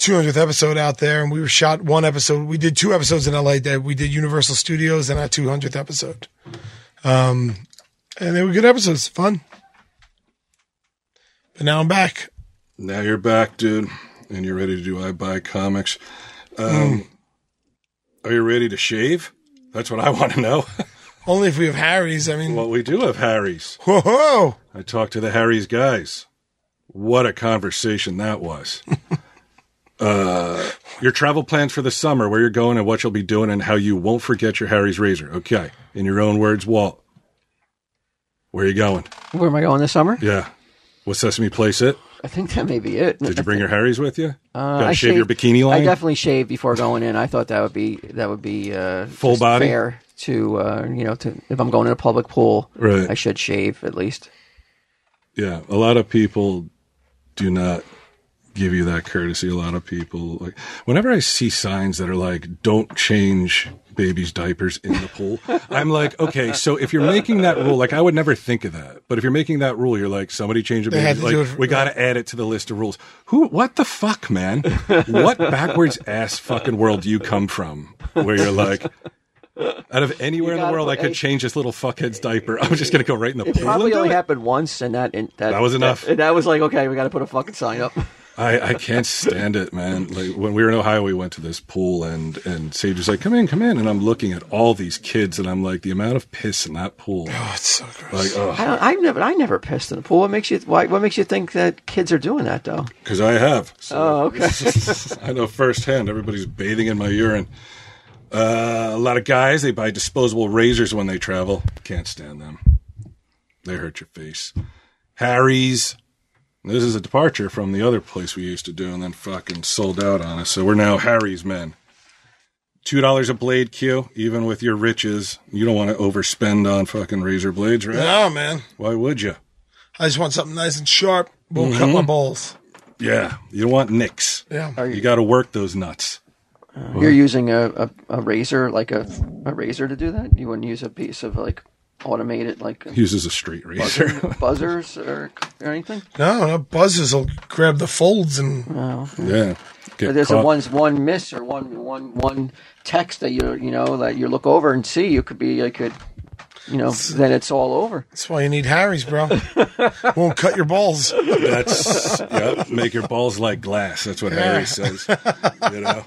Speaker 3: 200th episode out there, and we were shot one episode. We did two episodes in LA. That we did Universal Studios and our 200th episode, um, and they were good episodes, fun. But now I'm back.
Speaker 1: Now you're back, dude, and you're ready to do I Buy Comics. Um,
Speaker 3: Hmm.
Speaker 1: Are you ready to shave? That's what I want to know. [laughs]
Speaker 3: Only if we have Harry's. I mean,
Speaker 1: well, we do have Harry's.
Speaker 3: whoa, whoa.
Speaker 1: I talked to the Harry's guys. What a conversation that
Speaker 2: [laughs]
Speaker 1: was. uh, your travel plans for the summer, where you're going and what you'll be doing, and how you won't forget your Harry's razor. Okay. In your own words, Walt, where you going?
Speaker 2: Where am I going this summer?
Speaker 1: Yeah. What Sesame Place it?
Speaker 2: I think that may be it.
Speaker 1: Did you
Speaker 2: [laughs]
Speaker 1: bring your Harry's with you?
Speaker 2: Uh,
Speaker 1: Gotta
Speaker 2: I
Speaker 1: shave your
Speaker 2: shaved-
Speaker 1: bikini line?
Speaker 2: I definitely shaved before going in. I thought that would be that would be uh,
Speaker 1: Full
Speaker 2: just
Speaker 1: body?
Speaker 2: fair to uh, you know to if I'm going in a public pool,
Speaker 1: Right.
Speaker 2: I should shave at least.
Speaker 1: Yeah, a lot of people do not give you that courtesy. A lot of people like whenever I see signs that are like "Don't change babies' diapers in the pool," I'm like, okay, so if you're making that rule, like I would never think of that, but if you're making that rule, you're like, somebody change a
Speaker 3: had
Speaker 1: baby.
Speaker 3: to do
Speaker 1: Like
Speaker 3: it-
Speaker 1: we got to add it to the list of rules. Who? What the fuck, man?
Speaker 2: [laughs]
Speaker 1: What backwards ass fucking world do you come from where you're like? Out of anywhere in the
Speaker 2: gotta
Speaker 1: world, I
Speaker 2: put
Speaker 1: could
Speaker 2: egg-
Speaker 1: change this little fuckhead's diaper. I'm just gonna go right in the
Speaker 2: It
Speaker 1: pool. and
Speaker 2: probably
Speaker 1: do
Speaker 2: only
Speaker 1: it.
Speaker 2: happened once, and that and that,
Speaker 1: That was enough.
Speaker 2: That, that was like okay, we got to put a fucking sign up.
Speaker 1: I, I can't stand it, man. Like when we were in Ohio, we went to this pool and and Sage was like, "Come in, come in," and I'm looking at all these kids, and I'm like, the amount of piss in that pool.
Speaker 3: Oh, it's so gross.
Speaker 1: Like, oh,
Speaker 2: I don't. I've never. I never pissed in a pool. What makes you? Why? What makes you think that kids are doing that though?
Speaker 1: because I have. So
Speaker 2: Oh, okay.
Speaker 1: [laughs] I know firsthand. Everybody's bathing in my urine. Uh, a lot of guys they buy disposable razors when they travel. Can't stand them. They hurt your face. Harry's. This is a departure from the other place we used to do, and then fucking sold out on us. So we're now Harry's men. Two dollars a blade, Q. Even with your riches, you don't want to overspend on fucking razor blades, right?
Speaker 3: no, man.
Speaker 1: Why would you?
Speaker 3: I just want something nice and sharp. Won't cut my balls.
Speaker 1: Yeah, you want nicks.
Speaker 3: Yeah.
Speaker 1: You got to work those nuts.
Speaker 2: You're using a, a, a razor like a a razor to do that. You wouldn't use a piece of like automated like
Speaker 1: He uses a straight razor.
Speaker 2: buzzers or, or anything.
Speaker 3: No, no buzzers will grab the folds and
Speaker 1: Yeah. Get
Speaker 2: But there's a
Speaker 1: caught.
Speaker 2: one's one miss or one one one text that you you know that you look over and see you could be I could you know then it's all over.
Speaker 3: that's why you need Harry's, bro. Won't cut your balls.
Speaker 1: That's yep. Make your balls like glass. That's what Harry says. You know.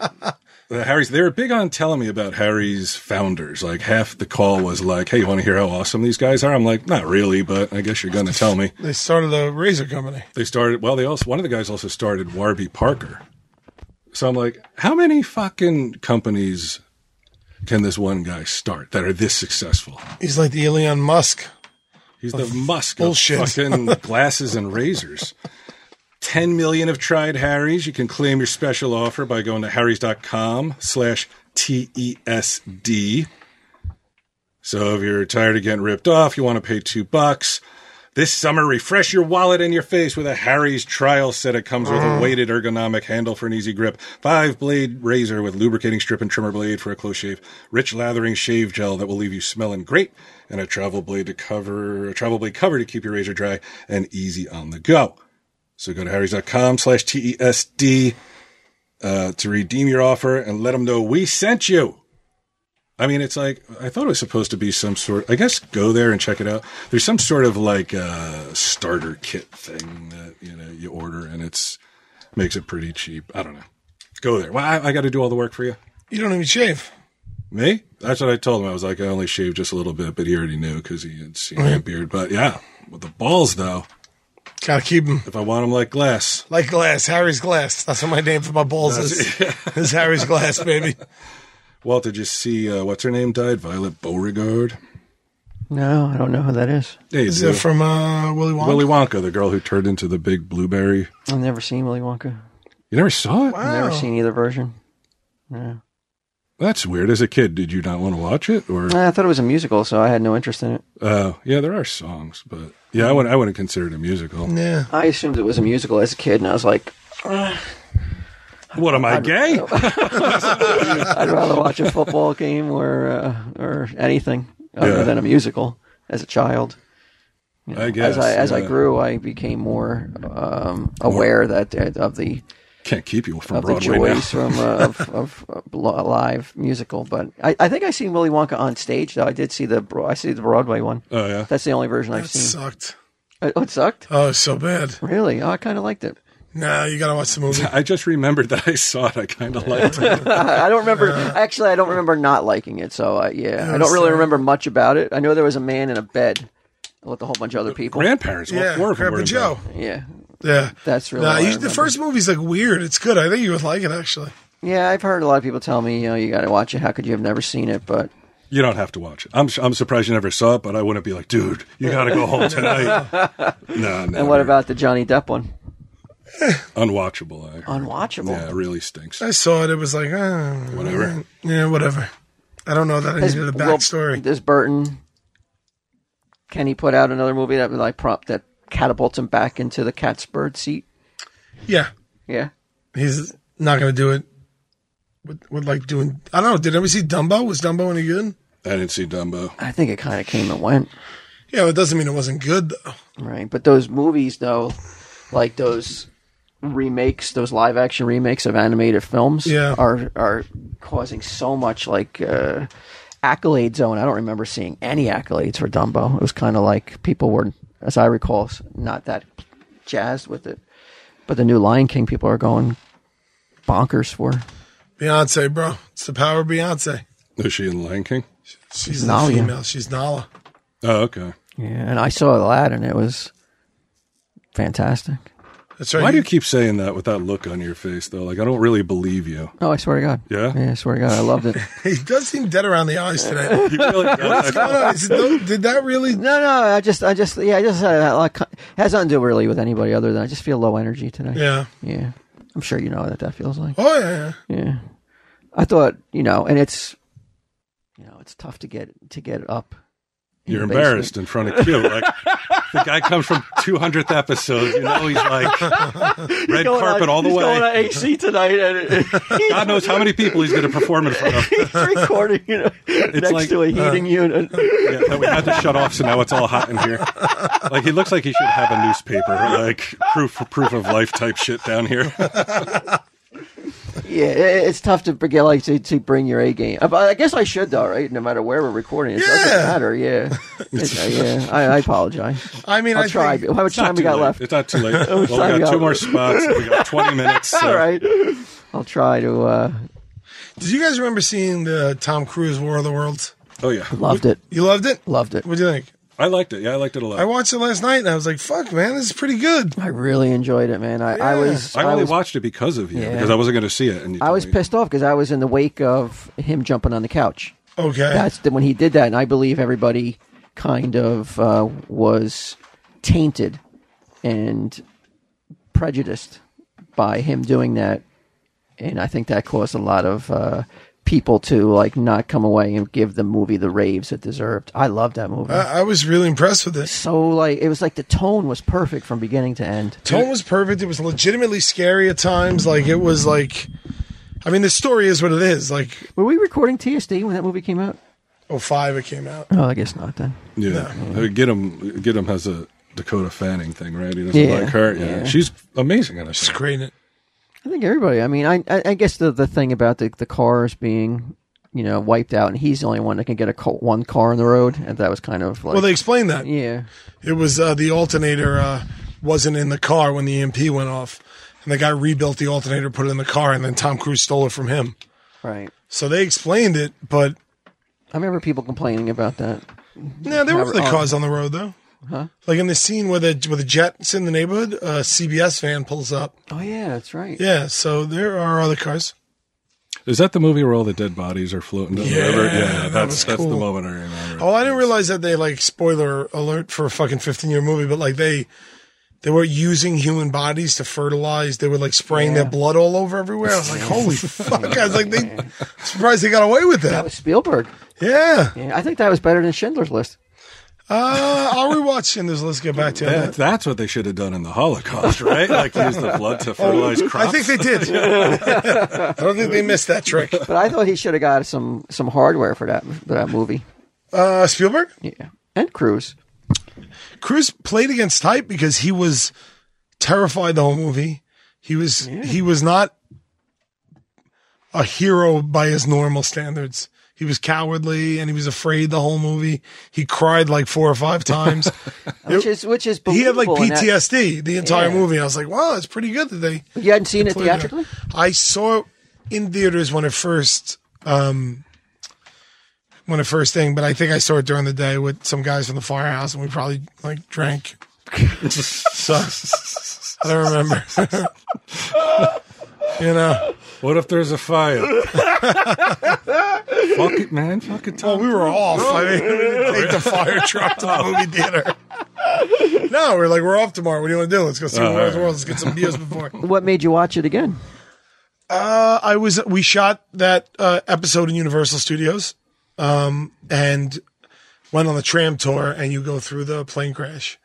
Speaker 1: The Harry's they were big on telling me about Harry's founders. Like half the call was like, Hey, you want to hear how awesome these guys are? I'm like, not really, but I guess you're gonna tell me.
Speaker 3: They started a razor company.
Speaker 1: They started well, they also one of the guys also started Warby Parker. So I'm like, how many fucking companies can this one guy start that are this successful?
Speaker 3: He's like the Elon Musk.
Speaker 1: He's the Musk
Speaker 3: bullshit.
Speaker 1: of fucking glasses and razors. 10 million have tried Harry's. You can claim your special offer by going to harrys.com slash TESD. So if you're tired of getting ripped off, you want to pay two bucks. This summer, refresh your wallet and your face with a Harry's trial set. It comes with a weighted ergonomic handle for an easy grip, five blade razor with lubricating strip and trimmer blade for a close shave, rich lathering shave gel that will leave you smelling great, and a travel blade to cover a travel blade cover to keep your razor dry and easy on the go. So go to harrys.com slash TESD uh, to redeem your offer and let them know we sent you. I mean, it's like, I thought it was supposed to be some sort, I guess go there and check it out. There's some sort of like uh, starter kit thing that, you know, you order and it's, makes it pretty cheap. I don't know. Go there. Well, I, I got to do all the work for you.
Speaker 3: You don't even shave.
Speaker 1: Me? That's what I told him. I was like, I only shaved just a little bit, but he already knew because he had seen my beard. But yeah, with the balls though,
Speaker 3: Gotta keep them
Speaker 1: if I want them like glass,
Speaker 3: like glass. Harry's glass. That's what my name for my balls is. [laughs] is Harry's glass, baby.
Speaker 1: Walt, did you see uh, what's her name died? Violet Beauregard.
Speaker 2: No, I don't know who that is.
Speaker 1: Yeah, you
Speaker 3: Is
Speaker 1: do.
Speaker 3: it from uh, Willy Wonka?
Speaker 1: Willy Wonka, the girl who turned into the big blueberry.
Speaker 2: I've never seen Willy Wonka.
Speaker 1: You never saw it?
Speaker 3: Wow.
Speaker 2: I've never seen either version.
Speaker 1: That's weird. As a kid, did you not want to watch it? Or
Speaker 2: I thought it was a musical, so I had no interest in it.
Speaker 1: uh, yeah, there are songs, but yeah, I wouldn't. I wouldn't consider it a musical.
Speaker 3: Yeah.
Speaker 2: I assumed it was a musical as a kid, and I was like,
Speaker 1: What am I gay?
Speaker 2: I'd rather watch a football [laughs] game or uh, or anything other
Speaker 1: Yeah.
Speaker 2: than a musical as a child.
Speaker 1: I guess.
Speaker 2: as I as I
Speaker 1: yeah.
Speaker 2: grew, I became more um, aware that uh, of the
Speaker 1: can't keep you from
Speaker 2: of the
Speaker 1: Broadway now.
Speaker 2: joys from uh, of, of, of li- live musical. But I, I think I seen Willy Wonka on stage though. I did see the Bro- I see the Broadway one.
Speaker 1: Oh yeah,
Speaker 2: That's the only version I've
Speaker 3: Uh, That
Speaker 2: seen.
Speaker 3: sucked.
Speaker 2: Uh, Oh, it sucked.
Speaker 3: Oh, it's so bad.
Speaker 2: Really? Oh, I kind of liked it.
Speaker 3: Nah, you gotta watch
Speaker 1: [laughs]
Speaker 3: the movie.
Speaker 1: I just remembered that I saw it. I kind of liked [laughs] it.
Speaker 2: I, I don't
Speaker 3: [laughs]
Speaker 2: remember. Actually, I don't remember not liking it. So uh, yeah, I don't really
Speaker 3: so-
Speaker 2: remember much about it. I know there was a man in a bed with a whole bunch of other people.
Speaker 1: Grandparents, all
Speaker 3: yeah,
Speaker 1: four of them were
Speaker 3: Grandpa
Speaker 1: in
Speaker 3: Joe.
Speaker 2: Yeah,
Speaker 3: Yeah,
Speaker 2: that's really.
Speaker 3: nah,
Speaker 2: all I
Speaker 3: you, the
Speaker 2: remember.
Speaker 3: first movie's like weird. It's good. I think you would like it actually.
Speaker 2: Yeah, I've heard a lot of people tell me, you know, you got to watch it. How could you have never seen it? But
Speaker 1: bed. You don't have to watch it. I'm I'm surprised you never saw it, but I wouldn't be like, dude, you got to go home
Speaker 2: [laughs]
Speaker 1: tonight. no, no.
Speaker 2: and what about the Johnny Depp one?
Speaker 1: unwatchable? I heard.
Speaker 2: Unwatchable.
Speaker 1: yeah, it really stinks.
Speaker 3: I saw it. It was like, uh,
Speaker 1: Whatever.
Speaker 3: yeah, whatever. I don't know that I
Speaker 2: Has-
Speaker 3: needed a
Speaker 2: well,
Speaker 3: backstory.
Speaker 2: Does Burton? Can he put out another movie that would like prompt that catapults him back into the cat's bird seat?
Speaker 3: yeah,
Speaker 2: Yeah.
Speaker 3: he's not gonna do it. With, with like doing, I don't know. Did ever see Dumbo? Was Dumbo any good?
Speaker 1: I didn't see Dumbo.
Speaker 2: I think it kind of came and went.
Speaker 3: Yeah, but it doesn't mean it wasn't good though.
Speaker 2: Right. But those movies, though, like those remakes, those live action remakes of animated films,
Speaker 3: Yeah.
Speaker 2: are are causing so much like uh, accolade zone. I don't remember seeing any accolades for Dumbo. It was kind of like people were, as I recall, s- not that jazzed with it. But the new Lion King, people are going bonkers for.
Speaker 3: Beyonce, bro, it's the power of Beyonce.
Speaker 1: Is she in Lion King?
Speaker 3: She's
Speaker 2: Nalia.
Speaker 3: the female. She's Nala.
Speaker 1: Oh, okay.
Speaker 2: Yeah, and I saw that, and it was fantastic.
Speaker 3: That's right.
Speaker 1: Why do you keep saying that with that look on your face, though? Like, I don't really believe you.
Speaker 2: Oh, I swear to God.
Speaker 1: Yeah?
Speaker 2: Yeah, I swear to God, I loved it.
Speaker 3: [laughs] he does seem dead around the eyes today.
Speaker 1: You [laughs] really don't.
Speaker 3: No, no, is it- no, did that really?
Speaker 2: No, no, I just, I just, yeah, I just had a lot. It has nothing to do really with anybody other than I just feel low energy today.
Speaker 3: Yeah.
Speaker 2: Yeah. I'm sure you know what that feels like.
Speaker 3: Oh yeah. yeah.
Speaker 2: Yeah. I thought, you know, and it's, you know, it's tough to get, to get up. in
Speaker 1: You're
Speaker 2: the basement.
Speaker 1: embarrassed in front of Q. Like, the guy comes from 200th episode. You know, he's like red
Speaker 2: Going
Speaker 1: carpet
Speaker 2: on-
Speaker 1: all the
Speaker 2: [laughs] he's Going
Speaker 1: way.
Speaker 2: on AC tonight, and [laughs] it,
Speaker 1: God knows how many people he's going to perform in front of.
Speaker 2: he's recording you know, next
Speaker 1: like, uh,
Speaker 2: to a heating unit.
Speaker 1: Yeah, that we had to shut off, so now it's all hot in here. Like, he looks like he should have a newspaper, like proof proof of life type shit down here.
Speaker 2: Yeah, it, it's tough to get like to, to bring your A game. Uh, But I guess I should though, right? No matter where we're recording, it doesn't
Speaker 3: Yeah.
Speaker 1: [laughs]
Speaker 2: matter. Yeah, It's, uh, yeah. I, I apologize.
Speaker 3: I mean,
Speaker 2: I'll
Speaker 3: I
Speaker 2: try.
Speaker 3: Think,
Speaker 2: How much time
Speaker 1: Too
Speaker 2: we got
Speaker 1: late.
Speaker 2: left?
Speaker 1: It's not too
Speaker 2: [laughs]
Speaker 1: late. Well, we
Speaker 2: time
Speaker 1: got
Speaker 2: we got
Speaker 1: two more
Speaker 2: left?
Speaker 1: spots. We got 20 minutes. So.
Speaker 2: All right. I'll try to. Uh,
Speaker 3: did you guys remember seeing the Tom Cruise War of the Worlds?
Speaker 1: Oh, yeah.
Speaker 2: loved it.
Speaker 3: You loved it.
Speaker 2: Loved it.
Speaker 3: What do you think?
Speaker 1: I liked it. Yeah, I liked it a lot.
Speaker 3: I watched it last night and I was like, "Fuck, man, this is pretty good."
Speaker 2: I really enjoyed it, man. I, I
Speaker 3: Yeah.
Speaker 2: was.
Speaker 1: I
Speaker 2: I,
Speaker 1: only
Speaker 2: was.
Speaker 1: watched it because of you,
Speaker 2: Yeah.
Speaker 1: because I wasn't going to see it. And you
Speaker 2: I
Speaker 1: told
Speaker 2: was
Speaker 1: me.
Speaker 2: pissed off because I was in the wake of him jumping on the couch.
Speaker 3: Okay.
Speaker 2: That's the, when he did that, and I believe everybody kind of uh, was tainted and prejudiced by him doing that, and I think that caused a lot of uh, people to like not come away and give the movie the raves it deserved. I loved that movie.
Speaker 3: I, I was really impressed with it.
Speaker 2: so like it was like the tone was perfect from beginning to end.
Speaker 3: Tone was perfect. It was legitimately scary at times. Like it was like, I mean, the story is what it is. Like
Speaker 2: Were we recording TSD when that movie came out?
Speaker 3: oh five, it came out.
Speaker 2: Oh, I guess not then.
Speaker 1: Yeah, I mean, get him. Get him has a Dakota Fanning thing, right? He doesn't
Speaker 2: Yeah.
Speaker 1: like her. Yeah.
Speaker 2: Yeah.
Speaker 1: she's amazing in it.
Speaker 3: It's great. in it.
Speaker 2: I think everybody. I mean, I I, I guess the the thing about the the cars being you know wiped out, and he's the only one that can get a co- one car on the road, and that was kind of like
Speaker 3: Well, they explained that.
Speaker 2: yeah.
Speaker 3: It was uh, the alternator uh, wasn't in the car when the EMP went off, and the guy rebuilt the alternator, put it in the car, and then Tom Cruise stole it from him.
Speaker 2: Right.
Speaker 3: So they explained it, but
Speaker 2: I remember people complaining about that.
Speaker 3: no, there were
Speaker 2: Never-
Speaker 3: other
Speaker 2: oh.
Speaker 3: cars on the road though. Like in the scene where the where the jet's in the neighborhood, uh, a CBS van pulls up.
Speaker 2: Oh yeah, that's right.
Speaker 3: Yeah, so there are other cars.
Speaker 1: Is that the movie where all the dead bodies are floating down
Speaker 3: Yeah,
Speaker 1: the river?
Speaker 3: that
Speaker 1: Yeah, that's
Speaker 3: was
Speaker 1: that's the
Speaker 3: cool.
Speaker 1: moment I remember.
Speaker 3: Oh, I didn't realize that they like spoiler alert for a fucking fifteen year movie, but like they they were using human bodies to fertilize. They were like spraying their blood all over everywhere. I was like, holy [laughs] fuck! I was like, they surprised they got away with
Speaker 2: That
Speaker 3: that.
Speaker 2: was Spielberg.
Speaker 3: Yeah,
Speaker 2: Yeah, I think that was better than Schindler's List.
Speaker 3: uh, I'll rewatch Schindler's Let's get back to
Speaker 1: That,
Speaker 3: that.
Speaker 1: that's what they should have done in the Holocaust, [laughs] right? Like use the blood to fertilize
Speaker 3: [laughs] I
Speaker 1: crops.
Speaker 3: think they did. [laughs] I don't think they missed that [laughs] trick.
Speaker 2: But I thought he should have got some some hardware for that for that movie.
Speaker 3: Uh, Spielberg
Speaker 2: Yeah, and Cruise.
Speaker 3: Cruz played against type because he was terrified the whole movie. He was he was not a hero by his normal standards. He was cowardly and he was afraid the whole movie. He cried like four or five times.
Speaker 2: Which is which is
Speaker 3: he had like
Speaker 2: believable in that-
Speaker 3: PTSD the entire
Speaker 2: Yeah.
Speaker 3: movie. I was like, wow, it's pretty good that they
Speaker 2: You hadn't seen it
Speaker 3: played that.
Speaker 2: theatrically.
Speaker 3: I saw it in theaters when it first um when it first thing, but I think I saw it during the day with some guys from the firehouse and we probably like drank. so I don't remember. [laughs] you know.
Speaker 1: what if there's a
Speaker 3: [laughs]
Speaker 1: fire? fuck it, man. Fuck it,
Speaker 3: Well,
Speaker 1: Tom.
Speaker 3: we were off. I mean, we didn't take the fire truck to the movie theater. No, we we're like, we're off tomorrow. What do you want to do? Let's go see
Speaker 1: Oh,
Speaker 3: War of
Speaker 1: all
Speaker 3: the
Speaker 1: right.
Speaker 3: Worlds. Let's get some beers before.
Speaker 2: What made you watch it again?
Speaker 3: Uh, I was we shot that uh, episode in Universal Studios, um, and went on the tram tour, and you go through the plane crash.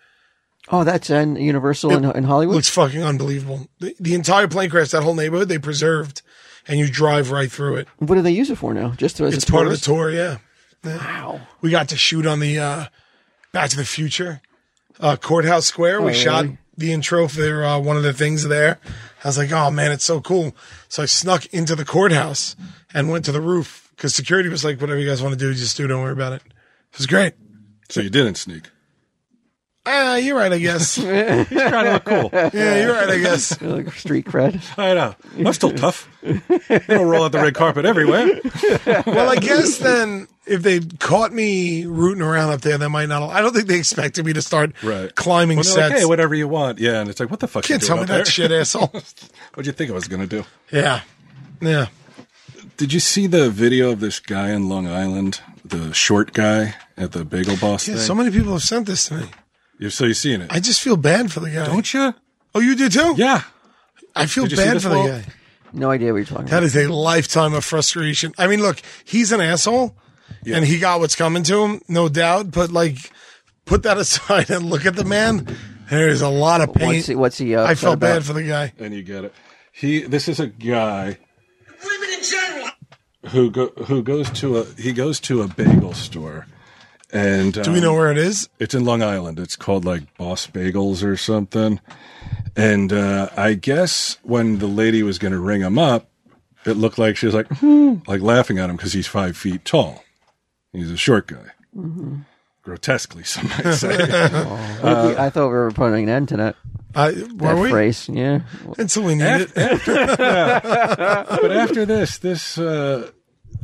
Speaker 2: Oh, that's in Universal in, in Hollywood.
Speaker 3: Looks fucking unbelievable. The, the entire plane crash, that whole neighborhood, they preserved, and you drive right through it.
Speaker 2: what do they use it for now? Just as
Speaker 3: It's
Speaker 2: a
Speaker 3: part of the
Speaker 2: tourist?
Speaker 3: tour. Yeah,
Speaker 2: Wow.
Speaker 3: we got to shoot on the uh, Back to the Future uh, courthouse square. we shot
Speaker 2: really?
Speaker 3: the intro for uh, one of the things there. I was like, oh man, it's so cool. So I snuck into the courthouse and went to the roof because security was like, whatever you guys want to do, just do. Don't worry about it. It was great.
Speaker 1: So you didn't sneak.
Speaker 3: Ah, you're right, I guess. yeah,
Speaker 1: Trying to look cool.
Speaker 3: you're right, I guess.
Speaker 2: Like street cred. [laughs]
Speaker 1: I know. I'm still tough. They don't roll out the red carpet everywhere.
Speaker 3: Well, I guess then if they caught me rooting around up there, they might not. I don't think they expected me to start
Speaker 1: Right.
Speaker 3: climbing
Speaker 1: Well, they're like,
Speaker 3: sets.
Speaker 1: hey, whatever you want. Yeah, and it's like, what the fuck? you
Speaker 3: Can't
Speaker 1: doing
Speaker 3: tell me
Speaker 1: up
Speaker 3: that
Speaker 1: there?
Speaker 3: shit, asshole.
Speaker 1: [laughs] What'd you think I was gonna do?
Speaker 3: yeah, yeah.
Speaker 1: Did you see the video of this guy in Long Island, the short guy at the Bagel Boss
Speaker 3: Yeah,
Speaker 1: thing?
Speaker 3: so many people have sent this to me.
Speaker 1: You- so you've seen it,
Speaker 3: I just feel bad for the guy.
Speaker 1: don't you?
Speaker 3: oh, you do too?
Speaker 1: Yeah.
Speaker 3: I feel
Speaker 1: Did you see
Speaker 3: bad
Speaker 1: this
Speaker 3: for the
Speaker 1: wall?
Speaker 3: guy.
Speaker 2: No idea what you're talking
Speaker 3: That
Speaker 2: about.
Speaker 3: is a lifetime of frustration. I mean, look, he's an asshole and he got what's coming to him, no doubt. But like, put that [laughs] aside and look at the man. There is a lot of pain.
Speaker 2: What's he? What's he? Uh,
Speaker 3: I felt
Speaker 2: about?
Speaker 3: bad for the guy.
Speaker 1: And you get it. He. This is a guy
Speaker 4: women in general.
Speaker 1: who go, who goes to a he goes to a bagel store, and
Speaker 3: Do we know where it is?
Speaker 1: It's in Long Island. It's called like Boss Bagels or something. And uh, I guess when the lady was going to ring him up, it looked like she was like, hmm, like laughing at him because he's five feet tall. He's a short guy. Grotesquely, [laughs] some might say.
Speaker 2: We- uh, I thought we were putting an end to that,
Speaker 3: I,
Speaker 2: that
Speaker 3: where we?
Speaker 2: phrase. Yeah.
Speaker 3: Until we need it.
Speaker 1: but after this, this, uh,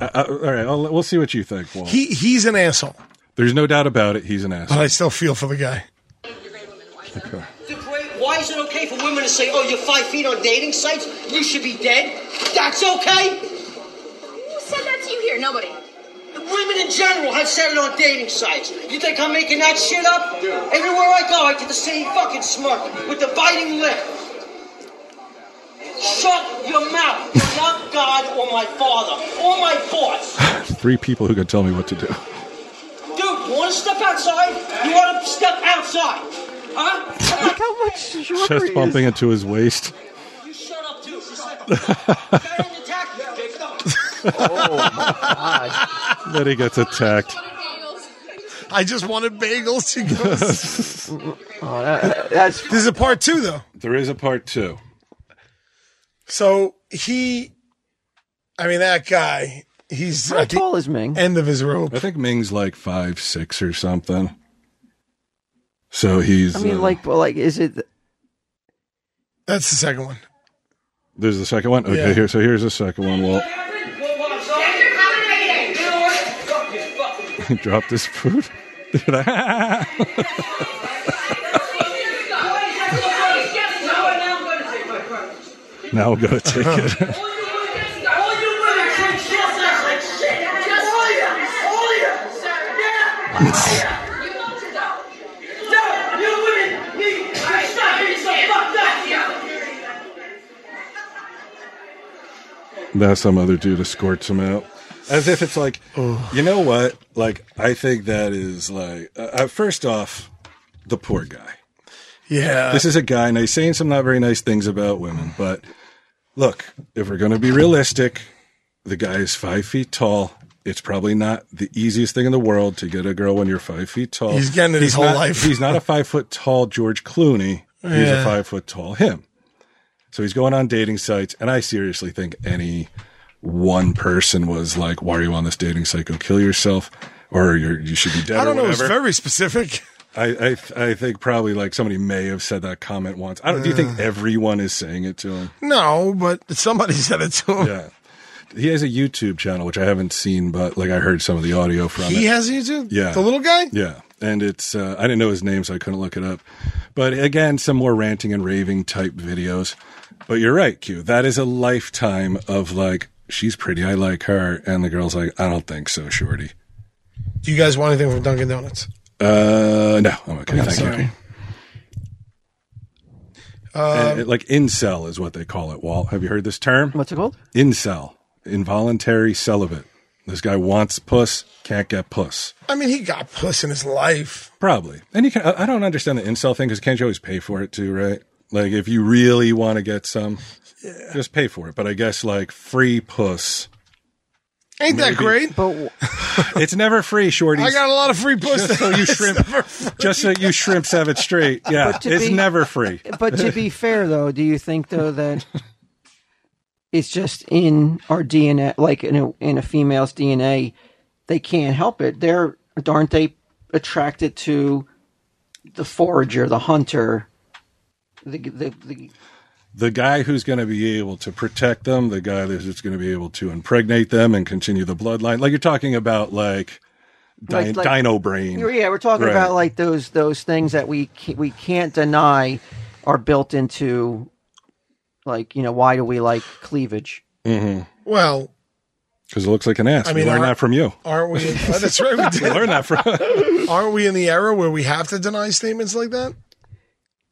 Speaker 1: uh, uh, all right, I'll, we'll see what you think, Walt.
Speaker 3: He, he's an asshole,
Speaker 1: There's no doubt about it. He's an
Speaker 3: but
Speaker 1: asshole.
Speaker 3: I still feel for the guy.
Speaker 4: Degrade- Why is it okay for women to say, oh, you're five feet on dating sites? You should be dead. That's okay?
Speaker 5: Who said that to you here? Nobody.
Speaker 4: Women in general have said it on dating sites. You think I'm making that shit up? Everywhere I go, I get the same fucking smirk with the biting lip. Shut your mouth. You're not God or my father or my boss.
Speaker 1: Three people who can tell me what to do.
Speaker 4: Dude, you want to step outside? You want to step outside? Huh? Come on.
Speaker 2: Look how much shrubbery
Speaker 1: Chest bumping
Speaker 2: Is.
Speaker 1: into his waist.
Speaker 4: You shut up too. Just like, I didn't attack you, dick.
Speaker 1: Then he gets
Speaker 3: [laughs]
Speaker 1: attacked.
Speaker 3: I just wanted bagels. He
Speaker 1: [laughs]
Speaker 3: goes, this
Speaker 2: Oh, that- that's
Speaker 3: is a part two, though.
Speaker 1: There is a part two.
Speaker 3: So he, I mean, that guy, he's
Speaker 2: how
Speaker 3: at the
Speaker 2: tall is Ming?
Speaker 3: end of his rope.
Speaker 1: I think Ming's like five six or something. So he's.
Speaker 2: I mean,
Speaker 1: uh,
Speaker 2: like, well, like, is it?
Speaker 3: That's the second one.
Speaker 1: There's the second one. Okay,
Speaker 3: Yeah.
Speaker 1: here. So here's the second one. Walt [laughs] he dropped his food. [laughs] now we're gonna take it. Now some other dude escorts him out. As if it's like, you know what? Like, I think that is like, uh, uh, first off, the poor guy.
Speaker 3: Yeah.
Speaker 1: this is a guy, and he's saying some not very nice things about women. But look, if we're going to be realistic, the guy is five feet tall. It's probably not the easiest thing in the world to get a girl when you're five feet tall.
Speaker 3: He's getting it his whole
Speaker 1: not-
Speaker 3: life.
Speaker 1: He's not a five foot tall George Clooney. He's a
Speaker 3: Yeah.
Speaker 1: five foot tall him. So he's going on dating sites, and I seriously think any one person was like, "Why are you on this dating site? Go kill yourself." Or you're, you should be dead.
Speaker 3: I don't
Speaker 1: or
Speaker 3: know. It's
Speaker 1: whatever.
Speaker 3: very specific. [laughs]
Speaker 1: I I, th- I think probably like somebody may have said that comment once. I don't. do you think everyone is saying it to him?
Speaker 3: No, but somebody [laughs] said it to him.
Speaker 1: Yeah. He has a YouTube channel which I haven't seen, but like I heard some of the audio from
Speaker 3: He
Speaker 1: it.
Speaker 3: has YouTube?
Speaker 1: Yeah.
Speaker 3: The little guy?
Speaker 1: Yeah, and it's uh, I didn't know his name, so I couldn't look it up. But again, some more ranting and raving type videos. But you're right, Q. That is a lifetime of like she's pretty, I like her, and the girl's like I don't think so, shorty.
Speaker 3: Do you guys want anything from Dunkin' Donuts?
Speaker 1: Uh, no, I'm okay. Thank you.
Speaker 3: sorry. Um,
Speaker 1: And it- Uh, like incel is what they call it. Walt, have you heard this term?
Speaker 2: What's it called?
Speaker 1: Incel, involuntary celibate. This guy wants puss, can't get puss.
Speaker 3: I mean, he got puss in his life.
Speaker 1: Probably. And you can. I I don't understand the incel thing because can't you always pay for it too, right? Like if you really want to get some, just pay for it. But I guess like free puss.
Speaker 3: Ain't that great?
Speaker 2: But w-
Speaker 1: It's never free, shorty.
Speaker 3: [laughs] I got a lot of free puss.
Speaker 1: just so you shrimp, just so you shrimps have it straight. Yeah,
Speaker 2: to
Speaker 1: it's
Speaker 2: be-
Speaker 1: never free.
Speaker 2: but to be fair, though, do you think though that it's just in our DNA, like in a, in a female's DNA, they can't help it. They're aren't they attracted to the forager, the hunter, the the, the
Speaker 1: the guy who's going to be able to protect them, the guy that's going to be able to impregnate them and continue the bloodline. Like you're talking about, like, di-
Speaker 2: Like- like-
Speaker 1: Dino Brain.
Speaker 2: You're- Yeah, we're talking
Speaker 1: Right.
Speaker 2: about like those those things that we ca- we can't deny are built into, like you know, why do we like cleavage?
Speaker 3: [laughs] Well,
Speaker 1: Because it looks like an ass.
Speaker 3: I mean,
Speaker 1: we learned
Speaker 3: our-
Speaker 1: that from you.
Speaker 3: aren't we? oh, that's right. [laughs] We
Speaker 1: We
Speaker 3: did.
Speaker 1: learned that from.
Speaker 3: Aren't we in the era where we have to deny statements like that?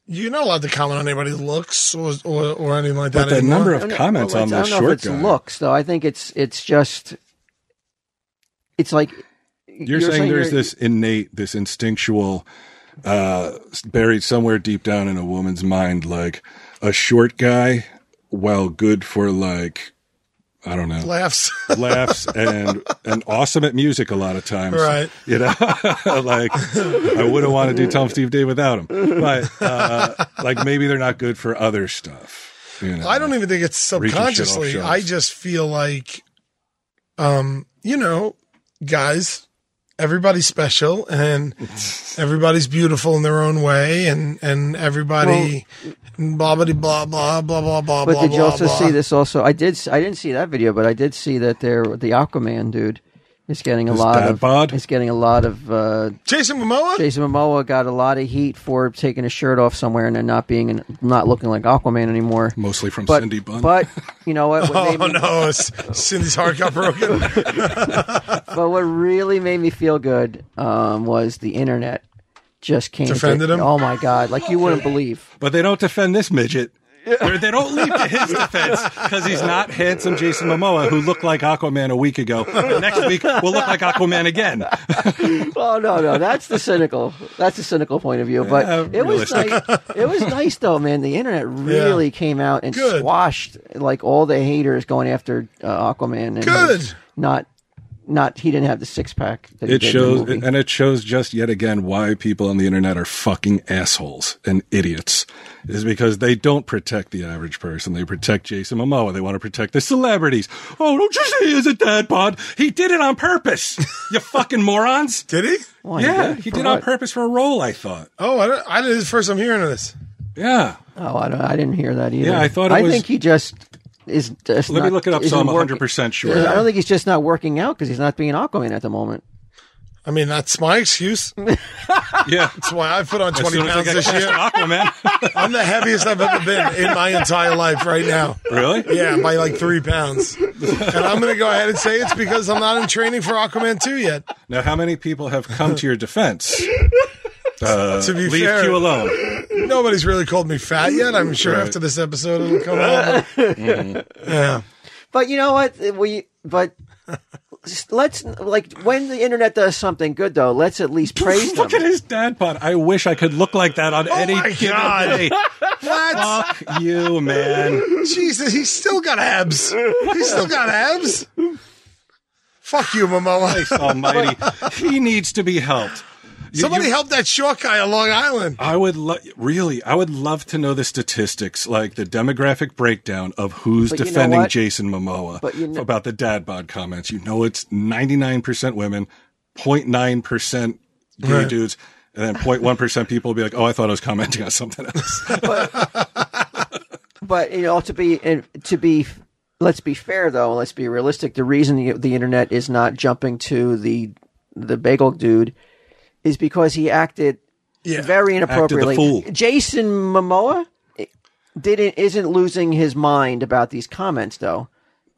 Speaker 3: You're not allowed to comment on anybody's looks or or, or anything like
Speaker 1: but [laughs]
Speaker 3: that.
Speaker 1: the
Speaker 3: anymore.
Speaker 1: number
Speaker 2: I
Speaker 1: of
Speaker 2: don't know-
Speaker 1: comments
Speaker 2: well,
Speaker 1: on
Speaker 2: it's-
Speaker 1: this
Speaker 2: I don't know if
Speaker 1: short
Speaker 2: it's
Speaker 1: guy.
Speaker 2: looks though. I think it's it's just it's like
Speaker 1: you're, saying, there's this innate, this instinctual, uh, buried somewhere deep down in a woman's mind, like a short guy, while good for like, I don't know,
Speaker 3: laughs. [laughs]
Speaker 1: laughs and and awesome at music a lot of times.
Speaker 3: Right.
Speaker 1: You know, [laughs] like I wouldn't want to do Tom Steve Day without him. But uh, like maybe they're not good for other stuff. You know?
Speaker 3: I don't even think it's
Speaker 1: Reaching shit off
Speaker 3: subconsciously.
Speaker 1: shelves.
Speaker 3: I just feel like, um, you know, guys, everybody's
Speaker 1: [laughs]
Speaker 3: special and everybody's beautiful in their own way, and and everybody, blah blah blah blah blah blah blah.
Speaker 2: But
Speaker 3: blah,
Speaker 2: did you
Speaker 3: blah,
Speaker 2: also
Speaker 3: blah.
Speaker 2: see this? Also, I did. s- I didn't see that video, but I did see that there the Aquaman dude is getting a
Speaker 1: His
Speaker 2: lot
Speaker 1: dad
Speaker 2: of
Speaker 1: bod?
Speaker 2: is getting a lot of uh,
Speaker 3: Jason Momoa?
Speaker 2: Jason Momoa got a lot of heat for taking his shirt off somewhere and then not being an, not looking like Aquaman anymore.
Speaker 1: Mostly from
Speaker 2: But
Speaker 1: Cindy Bunn.
Speaker 2: but you know
Speaker 1: [laughs]
Speaker 2: what? what
Speaker 3: Oh
Speaker 2: made me-
Speaker 3: no, it's- Cindy's heart got broken.
Speaker 2: [laughs] But what really made me feel good um, was the internet just came
Speaker 3: Defended
Speaker 2: to,
Speaker 3: him?
Speaker 2: Oh my god! Like you wouldn't believe.
Speaker 1: but they don't defend this midget. They're- They don't leap to his defense because he's not handsome Jason Momoa, who looked like Aquaman a week ago. And next week will look like Aquaman again.
Speaker 2: [laughs] Oh no, no, that's the cynical. That's the cynical point of view. But
Speaker 1: Yeah,
Speaker 2: it was
Speaker 1: realistic.
Speaker 2: nice. It was nice though, man.
Speaker 1: [laughs]
Speaker 2: The internet really came out and
Speaker 3: Good.
Speaker 2: squashed like all the haters going after uh, Aquaman. And
Speaker 3: Good.
Speaker 2: his Not, not he didn't have the six pack. That he
Speaker 1: It
Speaker 2: did in the
Speaker 1: shows, uh,
Speaker 2: movie.
Speaker 1: and it shows just yet again why people on the internet are fucking assholes and idiots, is because they don't protect the average person. They protect Jason Momoa. They want to protect the celebrities. Oh, don't you say he's a dad bod? He did it on
Speaker 2: [laughs]
Speaker 1: purpose. You fucking morons.
Speaker 3: Did he?
Speaker 2: Why,
Speaker 1: yeah, he
Speaker 2: Oh For
Speaker 1: did on
Speaker 2: what?
Speaker 1: purpose for a role. I thought.
Speaker 3: Oh, I, don't- I this is the first I'm hearing of this.
Speaker 1: Yeah.
Speaker 2: Oh, I don't. I didn't hear that either.
Speaker 1: Yeah, I thought it
Speaker 2: I
Speaker 1: was-
Speaker 2: think he just is. Just
Speaker 1: Let me
Speaker 2: not-
Speaker 1: look it up so
Speaker 2: isn't
Speaker 1: I'm
Speaker 2: working-
Speaker 1: 100% sure.
Speaker 2: I don't think he's just not working out because he's not being Aquaman at the moment.
Speaker 3: I mean, that's my excuse. That's
Speaker 2: [laughs]
Speaker 1: Yeah.
Speaker 3: why I put on
Speaker 1: As
Speaker 3: 20
Speaker 1: soon as I
Speaker 3: pounds
Speaker 1: got [laughs]
Speaker 3: this
Speaker 1: cast
Speaker 3: year.
Speaker 1: in Aquaman.
Speaker 3: I'm the heaviest I've ever been in my entire life right now.
Speaker 1: really?
Speaker 3: Yeah, by like three pounds. And I'm going to go ahead and say it's because I'm not in training for Aquaman 2 yet.
Speaker 1: Now, how many people have come to your
Speaker 2: [laughs]
Speaker 1: defense? Uh,
Speaker 3: To be
Speaker 1: leave
Speaker 3: fair-
Speaker 1: Q alone.
Speaker 3: Nobody's really called me fat yet. I'm sure
Speaker 1: Right.
Speaker 3: after this episode it'll come out. Yeah.
Speaker 2: But you know what? We
Speaker 1: [laughs]
Speaker 2: but just let's like when the internet does something good though, let's at least praise
Speaker 1: [laughs]
Speaker 2: them.
Speaker 1: Look at his dad bod. I wish I could look like that on any
Speaker 3: Oh my
Speaker 1: given
Speaker 3: God.
Speaker 1: day. [laughs]
Speaker 3: What?
Speaker 1: Fuck you, man.
Speaker 3: Jesus, he's still got abs. He's still got abs. Fuck you, Momoa.
Speaker 1: Christ Almighty, he needs to be helped. You-
Speaker 3: Somebody
Speaker 1: you-
Speaker 3: help that short guy on Long Island. [laughs]
Speaker 1: I would lo- really, I would love to know the statistics, like the demographic breakdown of who's
Speaker 2: But you know
Speaker 1: defending
Speaker 2: what?
Speaker 1: Jason Momoa
Speaker 2: But you kn-
Speaker 1: about the dad bod comments. You know, it's 99% women, 0.9% gay
Speaker 3: Right.
Speaker 1: dudes, and then 0.1% people will be like, oh, I thought I was commenting on something else. [laughs]
Speaker 2: But you know, to be and to be, let's be fair though. Let's be realistic. The reason the, the internet is not jumping to the the bagel dude is because he acted
Speaker 3: Yeah.
Speaker 2: very inappropriately.
Speaker 1: fool.
Speaker 2: Jason Momoa eh, didn't isn't losing his mind about these comments though.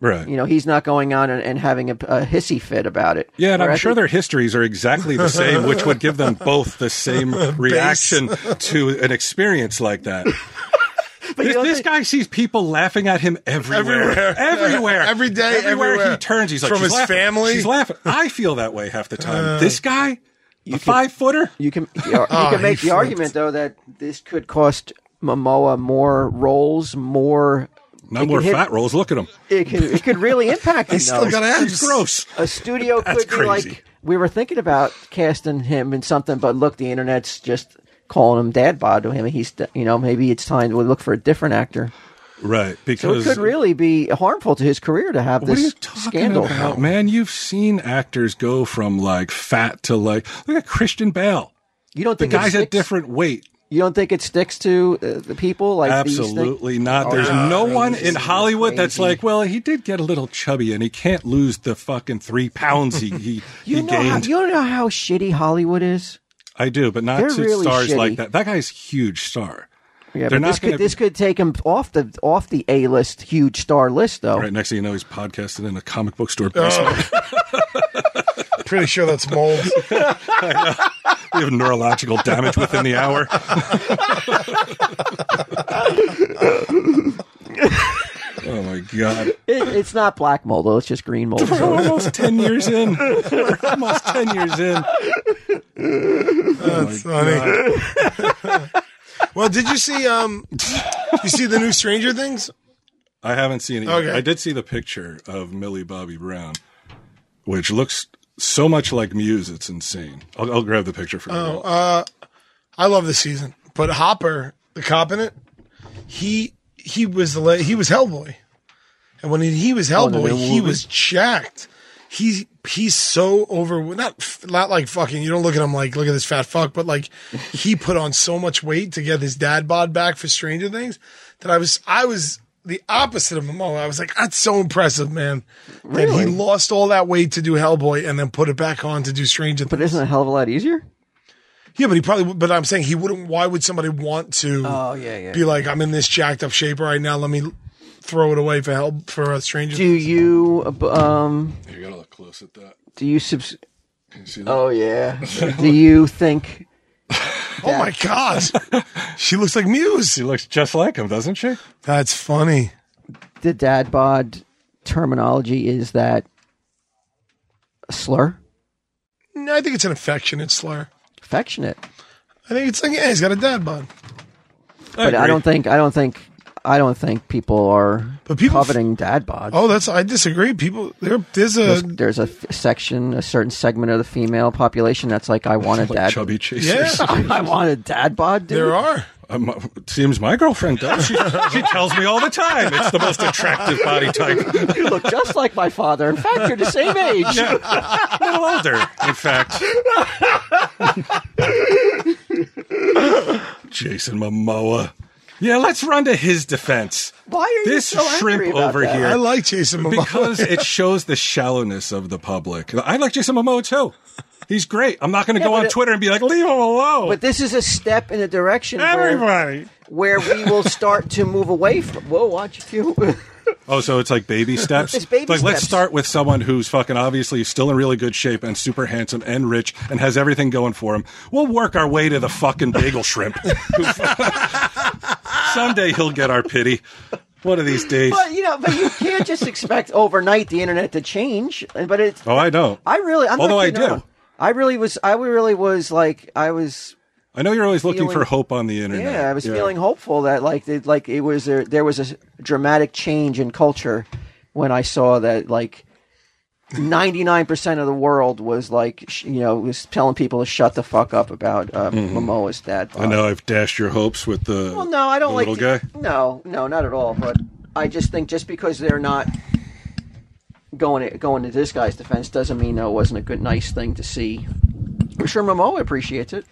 Speaker 1: right.
Speaker 2: You know, he's not going on and, and having a, a hissy fit about it.
Speaker 1: Yeah, and
Speaker 2: Where
Speaker 1: I'm
Speaker 2: I
Speaker 1: sure
Speaker 2: think-
Speaker 1: their histories are exactly the same, which would give them both the same reaction to an experience like that.
Speaker 2: you
Speaker 1: This,
Speaker 2: don't
Speaker 1: this
Speaker 2: think-
Speaker 1: guy sees people laughing at him everywhere,
Speaker 3: Everywhere.
Speaker 1: [laughs] everywhere,
Speaker 3: Every day,
Speaker 1: everywhere,
Speaker 3: everywhere.
Speaker 1: he turns. He's like
Speaker 3: From
Speaker 1: "She's
Speaker 3: his
Speaker 1: laughing.
Speaker 3: family?"
Speaker 1: She's laughing. I feel that way half the time. this guy, a five footer.
Speaker 2: You
Speaker 3: [laughs]
Speaker 2: can you, you can make
Speaker 3: Oh, he
Speaker 2: the
Speaker 3: flipped.
Speaker 2: argument though that this could cost Momoa more roles, more.
Speaker 1: Not more
Speaker 2: could hit-
Speaker 1: fat rolls. Look at him.
Speaker 2: It could it could really
Speaker 3: [laughs]
Speaker 2: impact him.
Speaker 3: He's
Speaker 2: though.
Speaker 3: still got abs.
Speaker 1: He's gross.
Speaker 2: a
Speaker 3: [laughs]
Speaker 2: studio
Speaker 1: That's
Speaker 2: could be
Speaker 1: crazy.
Speaker 2: like we were thinking about casting him in something, but look, the internet's just calling him dad bod to him. and He's you know maybe it's time we look for a different actor.
Speaker 1: Right.
Speaker 2: So it
Speaker 1: Because
Speaker 2: could really be harmful to his career to have
Speaker 1: What are you
Speaker 2: this
Speaker 1: talking
Speaker 2: scandal.
Speaker 1: about, man? You've seen actors go from like fat to like look at Christian Bale.
Speaker 2: You don't
Speaker 1: The
Speaker 2: think it
Speaker 1: guy's at
Speaker 2: sticks?
Speaker 1: different weight.
Speaker 2: You don't think it sticks to uh, the people like These things? Oh,
Speaker 1: Absolutely not. There's no one in Hollywood that's
Speaker 2: crazy.
Speaker 1: like, well, he did get a little chubby and he can't lose the fucking
Speaker 2: [laughs]
Speaker 1: three pounds he, he,
Speaker 2: You
Speaker 1: he
Speaker 2: know, how,
Speaker 1: gained.
Speaker 2: you know how shitty Hollywood is.
Speaker 1: I do, but not
Speaker 2: They're
Speaker 1: to
Speaker 2: really
Speaker 1: stars
Speaker 2: shitty.
Speaker 1: like that. That guy's a huge star.
Speaker 2: Yeah,
Speaker 1: They're
Speaker 2: but this
Speaker 1: not gonna
Speaker 2: could this
Speaker 1: be-
Speaker 2: could take him off the off the A list huge star list though.
Speaker 1: Right next thing you know, he's podcasting in a comic book store.
Speaker 3: Oh. Pretty sure that's mold.
Speaker 1: [laughs] we have neurological damage within the hour. oh my god!
Speaker 2: It, it's not black mold though; it's just
Speaker 1: [laughs]
Speaker 2: green mold.
Speaker 1: We're
Speaker 2: So
Speaker 1: almost ten years in. We're almost ten years in.
Speaker 3: That's funny. well, did you see um you see the new Stranger Things?
Speaker 1: I haven't seen it. Yet.
Speaker 3: Okay.
Speaker 1: I did see the picture of Millie Bobby Brown, which looks so much like Muse. It's insane. I'll, I'll grab the picture for you.
Speaker 3: Oh. I love this season. But Hopper, the cop in it, he he was the la- he was Hellboy, and when he, he was
Speaker 2: the
Speaker 3: Hellboy,
Speaker 2: new
Speaker 3: he
Speaker 2: movie.
Speaker 3: was jacked. He's he's so over not f- not like fucking. You don't look at him like look at this fat fuck, but like he put on so much weight to get his dad bod back for Stranger Things that I was I was the opposite of Momoa. I was like that's so impressive, man. That he
Speaker 2: Really?
Speaker 3: lost all that weight to do Hellboy and then put it back on to do Stranger Things.
Speaker 2: but isn't it a hell of a lot easier?
Speaker 3: Yeah, but he probably. would- But I'm saying he wouldn't. Why would somebody want to?
Speaker 2: yeah, Oh, yeah.
Speaker 3: Be like, I'm in this jacked up shape right now. Let me throw it away for help for a stranger.
Speaker 2: Do you um
Speaker 1: you gotta look close at that.
Speaker 2: do you subs?
Speaker 1: [laughs] Can you see that?
Speaker 2: Oh yeah. do you think
Speaker 3: Oh my God.
Speaker 2: [laughs]
Speaker 3: she looks like Muse.
Speaker 1: She looks just like him, doesn't she?
Speaker 3: That's funny.
Speaker 2: The dad bod terminology is that a slur?
Speaker 3: No, I think it's an affectionate slur.
Speaker 2: Affectionate.
Speaker 3: I think it's like, yeah, he's got a dad bod.
Speaker 2: but I don't think I don't think I don't think people are
Speaker 3: But people-
Speaker 2: coveting dad bods.
Speaker 3: Oh, that's, I disagree. People, there, there's
Speaker 2: there's,
Speaker 1: uh,
Speaker 3: a,
Speaker 2: there's a f- section, a certain segment of the female population that's like, I want a
Speaker 1: [laughs] like
Speaker 2: dad.
Speaker 1: chubby
Speaker 3: yeah,
Speaker 1: chasers.
Speaker 2: [laughs] I want a dad bod, dude.
Speaker 3: there are.
Speaker 1: Um, it seems my girlfriend does. She, she tells me all the time it's the most attractive body type.
Speaker 2: [laughs] You look just like my father. In fact, you're
Speaker 1: [laughs]
Speaker 2: the same age.
Speaker 1: Yeah, a little older, in fact. Jason Momoa. Yeah, let's run to his defense.
Speaker 2: Why are
Speaker 1: this
Speaker 2: you so angry
Speaker 1: shrimp
Speaker 2: about
Speaker 1: over
Speaker 2: that?
Speaker 1: here?
Speaker 3: I like Jason Momoa.
Speaker 1: because it shows the shallowness of the public. I like Jason Momoa too. He's great. I'm not going to go
Speaker 2: but
Speaker 1: on
Speaker 2: it-
Speaker 1: Twitter and be like, leave him alone.
Speaker 2: But this is a step in a direction where,
Speaker 1: Everybody.
Speaker 2: where we
Speaker 1: [laughs]
Speaker 2: will start to move away from. Whoa, watch you. [laughs]
Speaker 1: Oh, so it's like baby steps.
Speaker 2: It's baby
Speaker 1: like let's
Speaker 2: steps.
Speaker 1: start with someone who's fucking obviously still in really good shape and super handsome and rich and has everything going for him. We'll work our way to the fucking bagel shrimp. [laughs] who- Someday he'll get our pity. One of these days.
Speaker 2: but you know, but you can't just expect overnight the internet to change. But it's
Speaker 1: Oh, I know.
Speaker 2: I really, I'm
Speaker 1: Although
Speaker 2: not
Speaker 1: I
Speaker 2: kidding
Speaker 1: do.
Speaker 2: around. I really was. I really was like, I was.
Speaker 1: I know you're always looking
Speaker 2: Feeling-
Speaker 1: for hope on the internet.
Speaker 2: Yeah, I was feeling hopeful that like it, like it was a, there was a dramatic change in culture when I saw that like. 99% of the world was like, sh- you know, was telling people to shut the fuck up about uh, Momoa's dad. bod.
Speaker 1: Mm-hmm. I know I've dashed your hopes with the
Speaker 2: Well, no, I don't
Speaker 1: the
Speaker 2: like
Speaker 1: little
Speaker 2: to-
Speaker 1: guy.
Speaker 2: [laughs] No, no, not at all. But I just think just because they're not going going to this guy's defense doesn't mean that it wasn't a good, nice thing to see. I'm sure Momoa appreciates it.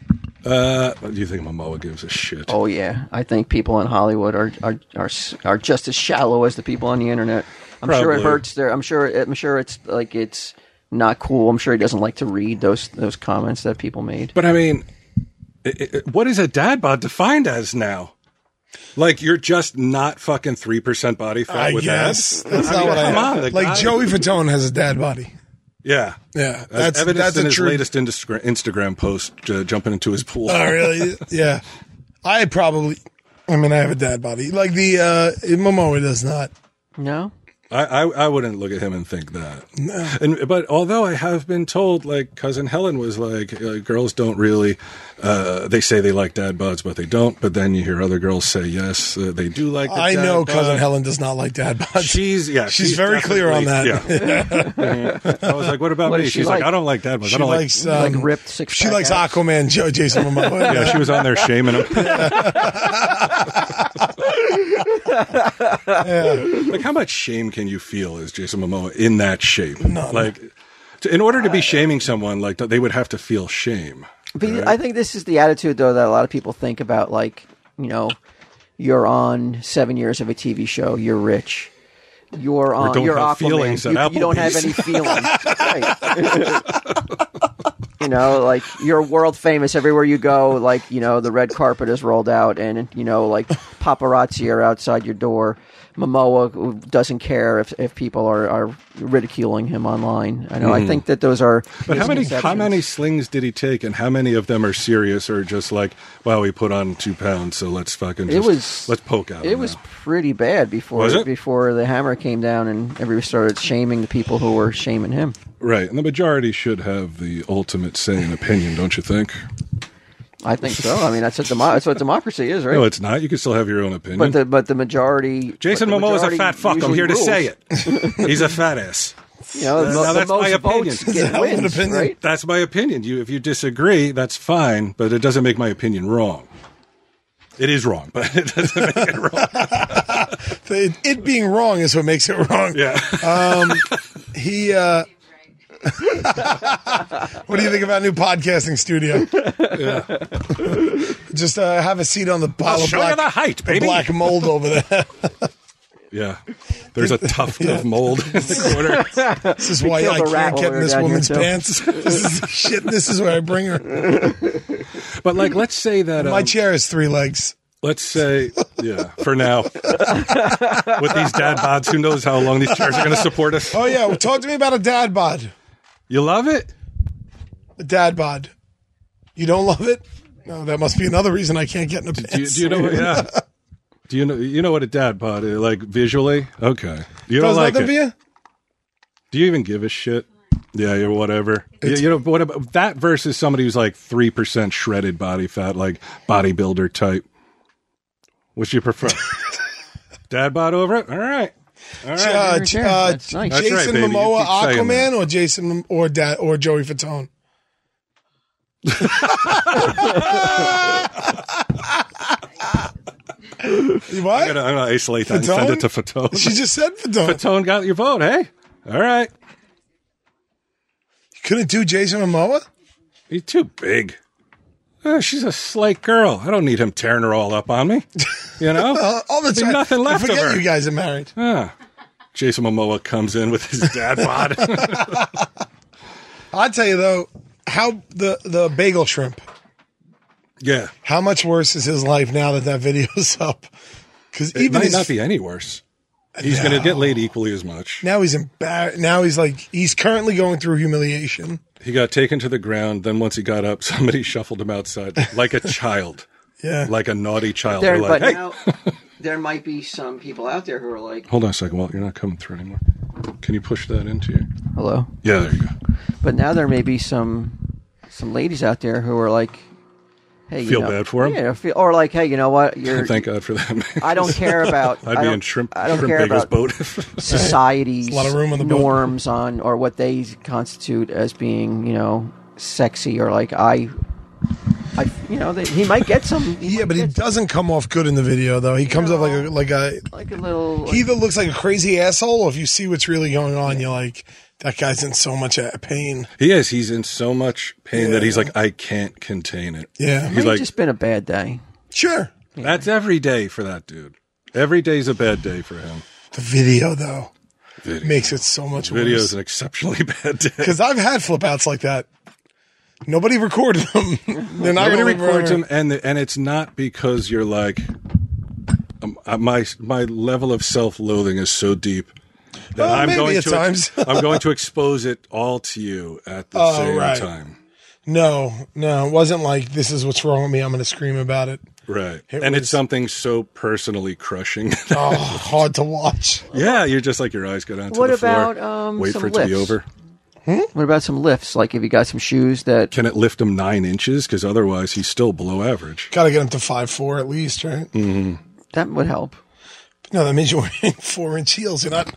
Speaker 1: Uh, do you think Momoa gives a shit?
Speaker 2: Oh yeah, I think people in Hollywood are are are, are just as shallow as the people on the internet. I'm sure it
Speaker 1: Probably.
Speaker 2: hurts. There, I'm sure. I'm sure it's like it's not cool. I'm sure he doesn't like to read those those comments that people made.
Speaker 1: But I mean, i i what is a dad bod defined as now? Like you're just not fucking three percent body fat
Speaker 3: [laughs] I
Speaker 1: with
Speaker 3: guess.
Speaker 1: abs?
Speaker 3: That's
Speaker 1: I
Speaker 3: not
Speaker 1: mean,
Speaker 3: what I
Speaker 1: come on, the
Speaker 3: Like
Speaker 1: guy-
Speaker 3: Joey Fatone has a dad body.
Speaker 1: Yeah,
Speaker 3: Yeah,
Speaker 1: That's,
Speaker 3: that's-
Speaker 1: evidenced
Speaker 3: that's a
Speaker 1: in his
Speaker 3: true-
Speaker 1: latest Insta- Instagram post, uh, jumping into his pool.
Speaker 3: Oh, really? yeah. I probably, I mean, I have a dad body. Like the, uh, Momoa does not.
Speaker 2: No,
Speaker 1: I, I I wouldn't look at him and think that. And but although I have been told, like cousin Helen was like, uh, girls don't really. Uh, they say they like dad bods, but they don't. But then you hear other girls say yes, uh, they do like. The
Speaker 3: I
Speaker 1: dad
Speaker 3: know cousin
Speaker 1: bod.
Speaker 3: Helen does not like dad bods.
Speaker 1: She's yeah.
Speaker 3: She's very clear on
Speaker 1: definitely- Yeah.
Speaker 3: [laughs]
Speaker 1: I was like, "What about
Speaker 2: What
Speaker 1: me?"
Speaker 2: does
Speaker 1: She's
Speaker 2: she
Speaker 1: like,
Speaker 2: like?
Speaker 1: "I don't like dad bods. I
Speaker 3: she
Speaker 1: don't like."
Speaker 3: likes,
Speaker 2: like
Speaker 3: um,
Speaker 2: ripped six.
Speaker 3: she likes Aquaman, Joe, Jason
Speaker 1: [laughs]
Speaker 3: Momoa.
Speaker 1: Yeah, she was on there shaming
Speaker 2: [laughs]
Speaker 1: him.
Speaker 3: yeah.
Speaker 1: like, how much shame can you feel as Jason Momoa in that shape?
Speaker 3: None.
Speaker 1: Like, to, in order to be shaming someone, like they would have to feel shame.
Speaker 2: But I think this is the attitude though that a lot of people think about like, you know, you're on 7 years of a TV show, you're rich. You're on
Speaker 1: don't
Speaker 2: you're
Speaker 1: have
Speaker 2: Aquaman.
Speaker 1: feelings
Speaker 2: you,
Speaker 1: at
Speaker 2: you don't have
Speaker 1: Applebee's.
Speaker 2: any feelings. Right. [laughs] you know, like you're world famous everywhere you go, like, you know, the red carpet is rolled out and you know, like paparazzi are outside your door. Momoa doesn't care if, if people are, are ridiculing him online. I know.
Speaker 1: Hmm.
Speaker 2: I think that those are
Speaker 1: But how many how
Speaker 2: misconceptions.
Speaker 1: many slings did he take, and how many of them are serious or just like, "Wow, he put on two pounds, so let's fucking just,
Speaker 2: it was
Speaker 1: let's poke out."
Speaker 2: It was pretty bad before
Speaker 1: Was it?
Speaker 2: before the hammer came down and everybody started shaming the people who were shaming him.
Speaker 1: right, and the majority should have the ultimate say and opinion, don't you think?
Speaker 2: I think so. I mean, that's what, demo- that's what democracy is, right?
Speaker 1: No, it's not. You can still have your own opinion.
Speaker 2: but the but the majority.
Speaker 1: Jason
Speaker 2: but the
Speaker 1: Momoa is a
Speaker 2: majority
Speaker 1: fat fuck. I'm
Speaker 2: usually
Speaker 1: here to
Speaker 2: rules.
Speaker 1: say it. He's a fat ass.
Speaker 2: You know, the,
Speaker 1: Now
Speaker 2: the
Speaker 1: that's
Speaker 2: most
Speaker 1: my opinion.
Speaker 2: votes
Speaker 1: It's
Speaker 2: get
Speaker 3: hell of an
Speaker 2: wins,
Speaker 3: opinion.
Speaker 2: right?
Speaker 1: That's my opinion. You, if you disagree, that's fine, but it doesn't make my opinion wrong. It is wrong, but it doesn't make it wrong.
Speaker 3: It, it being wrong is what makes it wrong.
Speaker 1: Yeah.
Speaker 3: He, uh, what do you think about new
Speaker 1: [laughs]
Speaker 3: podcasting studio? Just uh, have a seat on the pile
Speaker 1: I'll
Speaker 3: of
Speaker 1: show you
Speaker 3: black,
Speaker 1: the height, baby.
Speaker 3: black mold over there.
Speaker 1: [laughs] Yeah. There's a tuft of mold in the corner.
Speaker 3: This is why
Speaker 2: killed
Speaker 3: I
Speaker 2: a rat
Speaker 3: can't
Speaker 2: while
Speaker 3: get
Speaker 2: we
Speaker 3: in
Speaker 2: were
Speaker 3: this
Speaker 2: down here,
Speaker 3: woman's
Speaker 2: too.
Speaker 3: pants. [laughs] This is the shit. This is where I bring her.
Speaker 1: But like, let's say that. Um,
Speaker 3: My chair has three legs.
Speaker 1: Let's say, yeah, for now. With these dad bods, who knows how long these chairs are going to support us?
Speaker 3: Oh yeah, well, talk to me about a dad bod.
Speaker 1: You love it?
Speaker 3: A dad bod. You don't love it? No, that must be another reason I can't get in a
Speaker 1: Do you,
Speaker 3: pants.
Speaker 1: do you know? What, yeah. Do you know? You know what a dad bod is like visually? Okay. You don't
Speaker 3: Does
Speaker 1: like
Speaker 3: nothing
Speaker 1: it.
Speaker 3: for you?
Speaker 1: Do you even give a shit? Yeah, you're whatever. You, you know what about that versus somebody who's like three percent shredded body fat, like bodybuilder type. Which you
Speaker 3: [laughs]
Speaker 1: prefer? Dad bod over it. All right.
Speaker 3: Uh, J- uh,
Speaker 2: That's nice.
Speaker 1: That's right,
Speaker 3: Jason
Speaker 1: baby. You
Speaker 3: Momoa,
Speaker 1: keep saying that.
Speaker 3: Aquaman, or Jason or Dad or Joey Fatone. [laughs] You what?
Speaker 1: I'm gonna, I'm gonna isolate that and send it to Fatone.
Speaker 3: She just said Fatone.
Speaker 1: Fatone got your vote. Hey. All right.
Speaker 3: You couldn't do Jason Momoa.
Speaker 1: He's too big. Uh, she's a slight girl. I don't need him tearing her all up on me. You
Speaker 3: [laughs]
Speaker 1: know?
Speaker 3: Uh, all the
Speaker 1: There'd be
Speaker 3: time.
Speaker 1: nothing left
Speaker 3: I
Speaker 1: of
Speaker 3: forget
Speaker 1: her.
Speaker 3: you guys are married.
Speaker 1: Ah. Jason Momoa comes in with his dad bod. [laughs]
Speaker 3: I'll tell you though, how the the bagel shrimp.
Speaker 1: yeah.
Speaker 3: How much worse is his life now that that video's [laughs] up? Because
Speaker 1: It
Speaker 3: even
Speaker 1: might
Speaker 3: his,
Speaker 1: not be any worse. He's going to get laid equally as much.
Speaker 3: now he's embarrassed. Now he's like he's currently going through humiliation.
Speaker 1: He got taken to the ground. Then once he got up, [laughs] somebody shuffled him outside like a child,
Speaker 3: Yeah,
Speaker 1: like a naughty child.
Speaker 2: there,
Speaker 1: They're
Speaker 2: but
Speaker 1: like, hey,
Speaker 2: now there might be some people out there who are like,
Speaker 1: hold on a second, Walt. You're not coming through anymore. Can you push that into you?
Speaker 2: "Hello,"
Speaker 1: Yeah, there you go.
Speaker 2: but now there may be some some ladies out there who are like, "Hey, you
Speaker 1: Feel
Speaker 2: know-
Speaker 1: bad for 'em?
Speaker 2: Yeah, feel, or like, "Hey, you
Speaker 1: [laughs]
Speaker 2: know what? You're
Speaker 1: Thank God for that. Man.
Speaker 2: I don't care about.
Speaker 1: [laughs] I'd
Speaker 2: I
Speaker 1: be
Speaker 2: don't-
Speaker 1: in shrimp,
Speaker 2: I don't
Speaker 1: shrimp
Speaker 2: care
Speaker 1: bagel's
Speaker 2: about
Speaker 1: boat. [laughs]
Speaker 2: society's
Speaker 3: There's a lot of room on the boat.
Speaker 2: norms on or what they constitute as being, you know, sexy or like I, I, you know, they, he might get some.
Speaker 3: yeah, but he doesn't come off good in the video though. He comes off like a like a.
Speaker 2: like a little.
Speaker 3: He either looks like a crazy asshole, or if you see what's really going on, you're like, that guy's in so much uh, pain.
Speaker 1: he is. He's in so much pain that he's like, I can't contain it.
Speaker 3: Yeah,
Speaker 1: He's
Speaker 2: Might
Speaker 1: like,
Speaker 2: just been a bad day.
Speaker 3: sure.
Speaker 1: that's every day for that dude. Every day's a bad day for him.
Speaker 3: The video though
Speaker 1: Video.
Speaker 3: makes it so much
Speaker 1: Video
Speaker 3: worse.
Speaker 1: is an exceptionally [laughs] bad day.
Speaker 3: Because I've had flip outs like that. Nobody recorded them. [laughs] They're not
Speaker 1: Nobody
Speaker 3: going to
Speaker 1: records
Speaker 3: record
Speaker 1: them,
Speaker 3: them.
Speaker 1: and the, and it's not because you're like, um, uh, my my level of self loathing is so deep that
Speaker 3: Well,
Speaker 1: I'm
Speaker 3: maybe
Speaker 1: going
Speaker 3: at
Speaker 1: to
Speaker 3: times.
Speaker 1: I'm going to expose it all to you at the
Speaker 3: Oh,
Speaker 1: same
Speaker 3: right.
Speaker 1: time,
Speaker 3: No, no, it wasn't like this is what's wrong with me. I'm going to scream
Speaker 1: [laughs]
Speaker 3: about it.
Speaker 1: right?
Speaker 3: It
Speaker 1: and it's
Speaker 3: was-
Speaker 1: something so personally crushing. [laughs]
Speaker 3: Oh, hard to watch.
Speaker 1: yeah, you're just like your eyes go down to
Speaker 2: What
Speaker 1: the floor.
Speaker 2: about, um,
Speaker 1: Wait
Speaker 2: some
Speaker 1: for it to be
Speaker 2: lifts?
Speaker 1: over.
Speaker 2: What about some lifts? Like if you got some shoes that
Speaker 1: Can it lift him nine inches? Because otherwise, he's still below average.
Speaker 3: Got to get him to five four at least, right?
Speaker 1: Mm.
Speaker 2: that would help.
Speaker 3: No, that means you're wearing four inch heels. You're not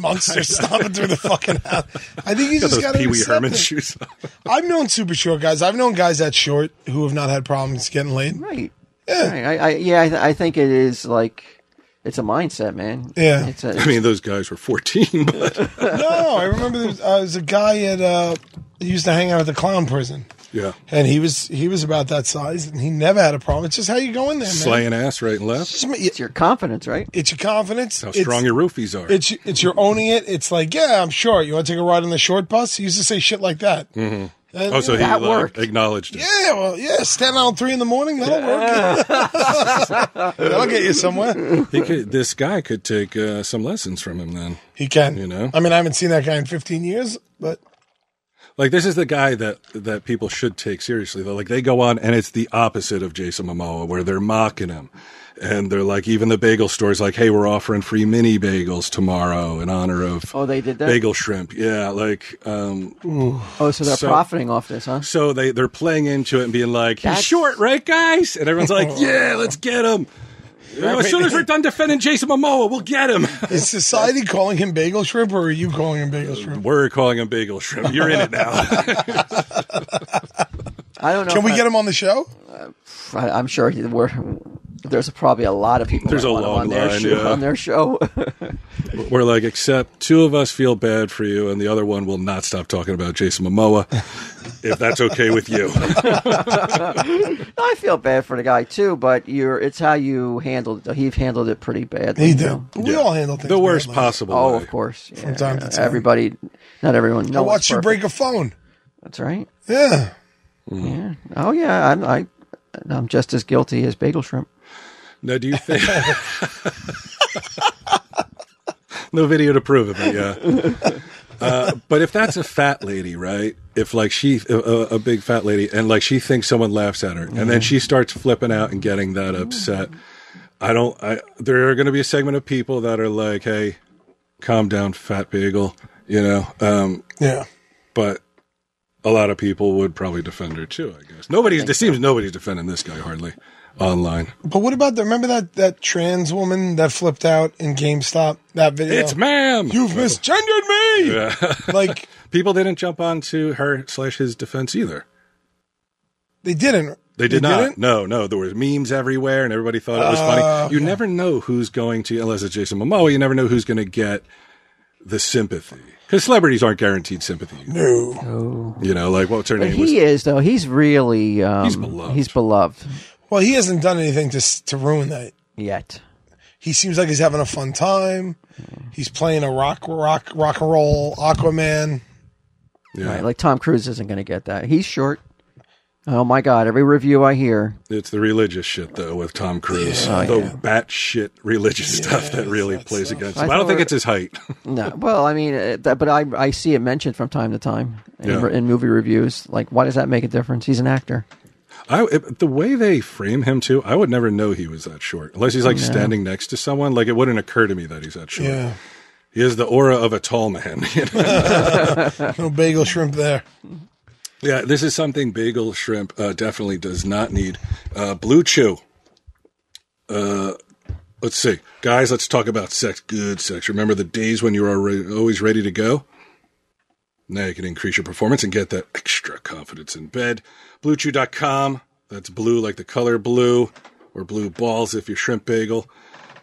Speaker 1: [laughs]
Speaker 3: Munster stomping through the fucking house. I think you
Speaker 1: Got
Speaker 3: just
Speaker 1: those
Speaker 3: got
Speaker 1: Pee
Speaker 3: to
Speaker 1: Wee Herman
Speaker 3: accept it.
Speaker 1: shoes. on.
Speaker 3: I've known super short guys. I've known guys that short who have not had problems getting
Speaker 1: [laughs]
Speaker 3: laid.
Speaker 2: Right. Yeah. Right. I, I yeah. I, th- I think it is like it's a mindset, man.
Speaker 3: Yeah.
Speaker 2: It's a,
Speaker 1: I mean, those guys were 14, [laughs] but
Speaker 3: No, I remember there was, uh, there was a guy at uh, he used to hang out at the clown prison,
Speaker 1: yeah,
Speaker 3: and he was he was about that size, and he never had a problem. It's just how you go in there, man.
Speaker 1: slaying ass right and left.
Speaker 3: It's, it's
Speaker 2: it's
Speaker 3: your
Speaker 2: your confidence, right?
Speaker 3: confidence.
Speaker 1: How
Speaker 3: It's-
Speaker 1: strong your roofies are.
Speaker 3: It's it's you're owning it. It's like yeah, I'm short. You want to take a ride on the short bus? He used to say shit like that. Mm-hmm.
Speaker 1: Oh, so he
Speaker 2: That
Speaker 1: like,
Speaker 2: worked.
Speaker 1: acknowledged it.
Speaker 3: Yeah, well, yeah, stand out three in the morning. That'll work.
Speaker 1: [laughs]
Speaker 3: [laughs] That'll get you somewhere.
Speaker 1: He could, this guy could take uh, some lessons from him then.
Speaker 3: He can.
Speaker 1: You know?
Speaker 3: I mean, I haven't seen that guy in 15 years, but
Speaker 1: Like this is the guy that that people should take seriously. Though, like they go on and it's the opposite of Jason Momoa, where they're mocking him, and they're like, even the bagel store's like, hey, we're offering free mini bagels tomorrow in honor of
Speaker 2: Oh, they did that.
Speaker 1: bagel shrimp. Yeah, like um,
Speaker 2: Oh, so they're
Speaker 1: So-
Speaker 2: profiting off this, huh?
Speaker 1: so they they're playing into it and being like, he's
Speaker 2: That's-
Speaker 1: short, right, guys? And everyone's
Speaker 2: [laughs]
Speaker 1: like, yeah, let's get him. You know, as soon as we're done defending Jason Momoa, we'll get him.
Speaker 3: is society calling him bagel shrimp, or are you calling him bagel shrimp?
Speaker 1: We're calling him bagel shrimp. You're in it [laughs] now.
Speaker 2: I don't know.
Speaker 3: Can
Speaker 2: if
Speaker 3: we
Speaker 2: I-
Speaker 3: get him on the show?
Speaker 2: I, I'm sure he- we're, there's probably a lot of people
Speaker 1: There's
Speaker 2: that
Speaker 1: a
Speaker 2: want him
Speaker 1: long
Speaker 2: on, their
Speaker 1: line,
Speaker 2: show,
Speaker 1: yeah.
Speaker 2: on their show. [laughs]
Speaker 1: We're like, except two of us feel bad for you, and the other one will not stop talking about Jason Momoa, if that's okay with you.
Speaker 2: I feel bad for the guy too, but you're it's how you handled it. though. He handled it pretty badly.
Speaker 3: He
Speaker 2: you
Speaker 3: did.
Speaker 2: know?
Speaker 3: But [laughs] We all handle things.
Speaker 1: the worst
Speaker 3: badly.
Speaker 1: possible.
Speaker 2: Oh,
Speaker 1: way.
Speaker 2: of course. Yeah,
Speaker 3: From time to
Speaker 2: yeah.
Speaker 3: time.
Speaker 2: Everybody, not everyone.
Speaker 3: I
Speaker 2: No one's
Speaker 3: watched you
Speaker 2: perfect.
Speaker 3: break a phone.
Speaker 2: That's right.
Speaker 3: Yeah.
Speaker 2: Yeah. Oh yeah. I'm, I, I'm just as guilty as bagel shrimp.
Speaker 1: Now, do you think? [laughs] no video to prove it, but yeah. Uh, but if that's a fat lady, right? If like she, a, a a big fat lady, and like she thinks someone laughs at her, and then she starts flipping out and getting that upset. I don't. I there are going to be a segment of people that are like, "Hey, calm down, fat bagel," you know. Um,
Speaker 3: Yeah.
Speaker 1: but a lot of people would probably defend her too. I guess nobody's. It seems nobody's defending this guy hardly online.
Speaker 3: But what about the remember that that trans woman that flipped out in GameStop that video?
Speaker 1: It's ma'am.
Speaker 3: You've misgendered me.
Speaker 1: [laughs]
Speaker 3: like
Speaker 1: people didn't jump onto her slash his defense either.
Speaker 3: they didn't.
Speaker 1: They did not
Speaker 3: didn't? Oh,
Speaker 1: No, no. There was memes everywhere, and everybody thought it was funny. You never know who's going to, unless it's Jason Momoa. You never know who's going to get the sympathy because celebrities aren't guaranteed sympathy.
Speaker 3: No.
Speaker 1: You know, like what's her
Speaker 2: But
Speaker 1: name?
Speaker 2: he is though. He's really um,
Speaker 1: He's beloved.
Speaker 2: He's beloved
Speaker 3: Well, he hasn't done anything to s- to ruin that.
Speaker 2: yet.
Speaker 3: He seems like he's having a fun time. He's playing a rock rock rock and roll Aquaman.
Speaker 1: yeah,
Speaker 2: Right? Like Tom Cruise isn't going to get that. He's short. Oh my God! Every review I hear,
Speaker 1: it's the religious shit though with Tom Cruise,
Speaker 2: Oh,
Speaker 1: the batshit religious stuff that really plays against him.
Speaker 2: I
Speaker 1: I don't think
Speaker 2: thought-
Speaker 1: it's his height. [laughs]
Speaker 2: no. Well, I mean, uh, that, but I I see it mentioned from time to time in,
Speaker 1: Yeah.
Speaker 2: in movie reviews. Like, why does that make a difference? He's an actor.
Speaker 1: I it- the way they frame him too, I would never know he was that short unless he's like standing next to someone. Like it wouldn't occur to me that he's that short.
Speaker 3: Yeah.
Speaker 1: He has the aura of a tall man. [laughs] you know?
Speaker 3: No bagel shrimp there.
Speaker 1: yeah, this is something Bagel Shrimp uh, definitely does not need. Uh, Blue Chew. Uh, let's see, guys. Let's talk about sex. Good sex. Remember the days when you were alre- always ready to go. Now you can increase your performance and get that extra confidence in bed. BlueChew.com. That's blue like the color blue, or blue balls if you're shrimp bagel.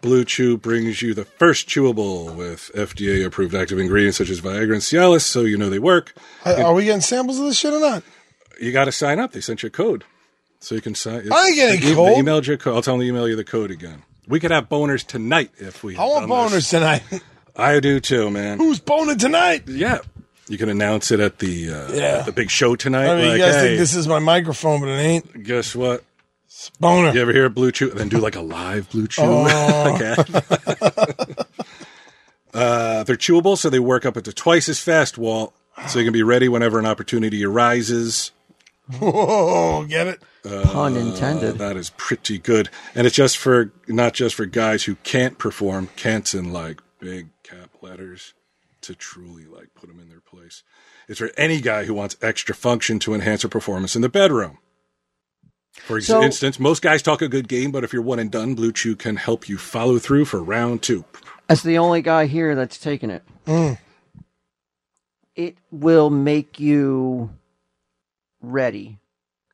Speaker 1: Blue Chew brings you the first chewable with FDA approved active ingredients such as Viagra and Cialis, so you know they work
Speaker 3: Are, are we getting samples of this shit or not?
Speaker 1: you got to sign up. They sent you a code, so you can sign.
Speaker 3: I ain't getting
Speaker 1: they,
Speaker 3: a code.
Speaker 1: They emailed you a code. I'll tell them to email you the code again. We could have boners tonight if we.
Speaker 3: I
Speaker 1: done
Speaker 3: want boners
Speaker 1: this.
Speaker 3: tonight. [laughs]
Speaker 1: I do too, man.
Speaker 3: Who's boning tonight?
Speaker 1: Yeah, you can announce it at the uh,
Speaker 3: Yeah.
Speaker 1: at the big show tonight.
Speaker 3: I mean,
Speaker 1: like,
Speaker 3: you guys
Speaker 1: hey,
Speaker 3: think this is my microphone, but it ain't.
Speaker 1: guess what?
Speaker 3: It's boner.
Speaker 1: You ever hear of Blue Chew? Then do like a live Blue Chew.
Speaker 3: Oh.
Speaker 1: [laughs] Okay. uh, they're chewable, so they work up at the twice as fast, Walt. So you can be ready whenever an opportunity arises.
Speaker 3: [laughs] Whoa, get it?
Speaker 2: Pun intended.
Speaker 1: Uh, That is pretty good, and it's just for not just for guys who can't perform. Can'ts in like big cap letters to truly like put them in their place. It's for any guy who wants extra function to enhance their performance in the bedroom. For ex-
Speaker 2: So-
Speaker 1: instance, most guys talk a good game, but if you're one and done, Blue Chew can help you follow through for round two.
Speaker 2: As the only guy here that's taken it,
Speaker 1: Mm.
Speaker 2: it will make you ready.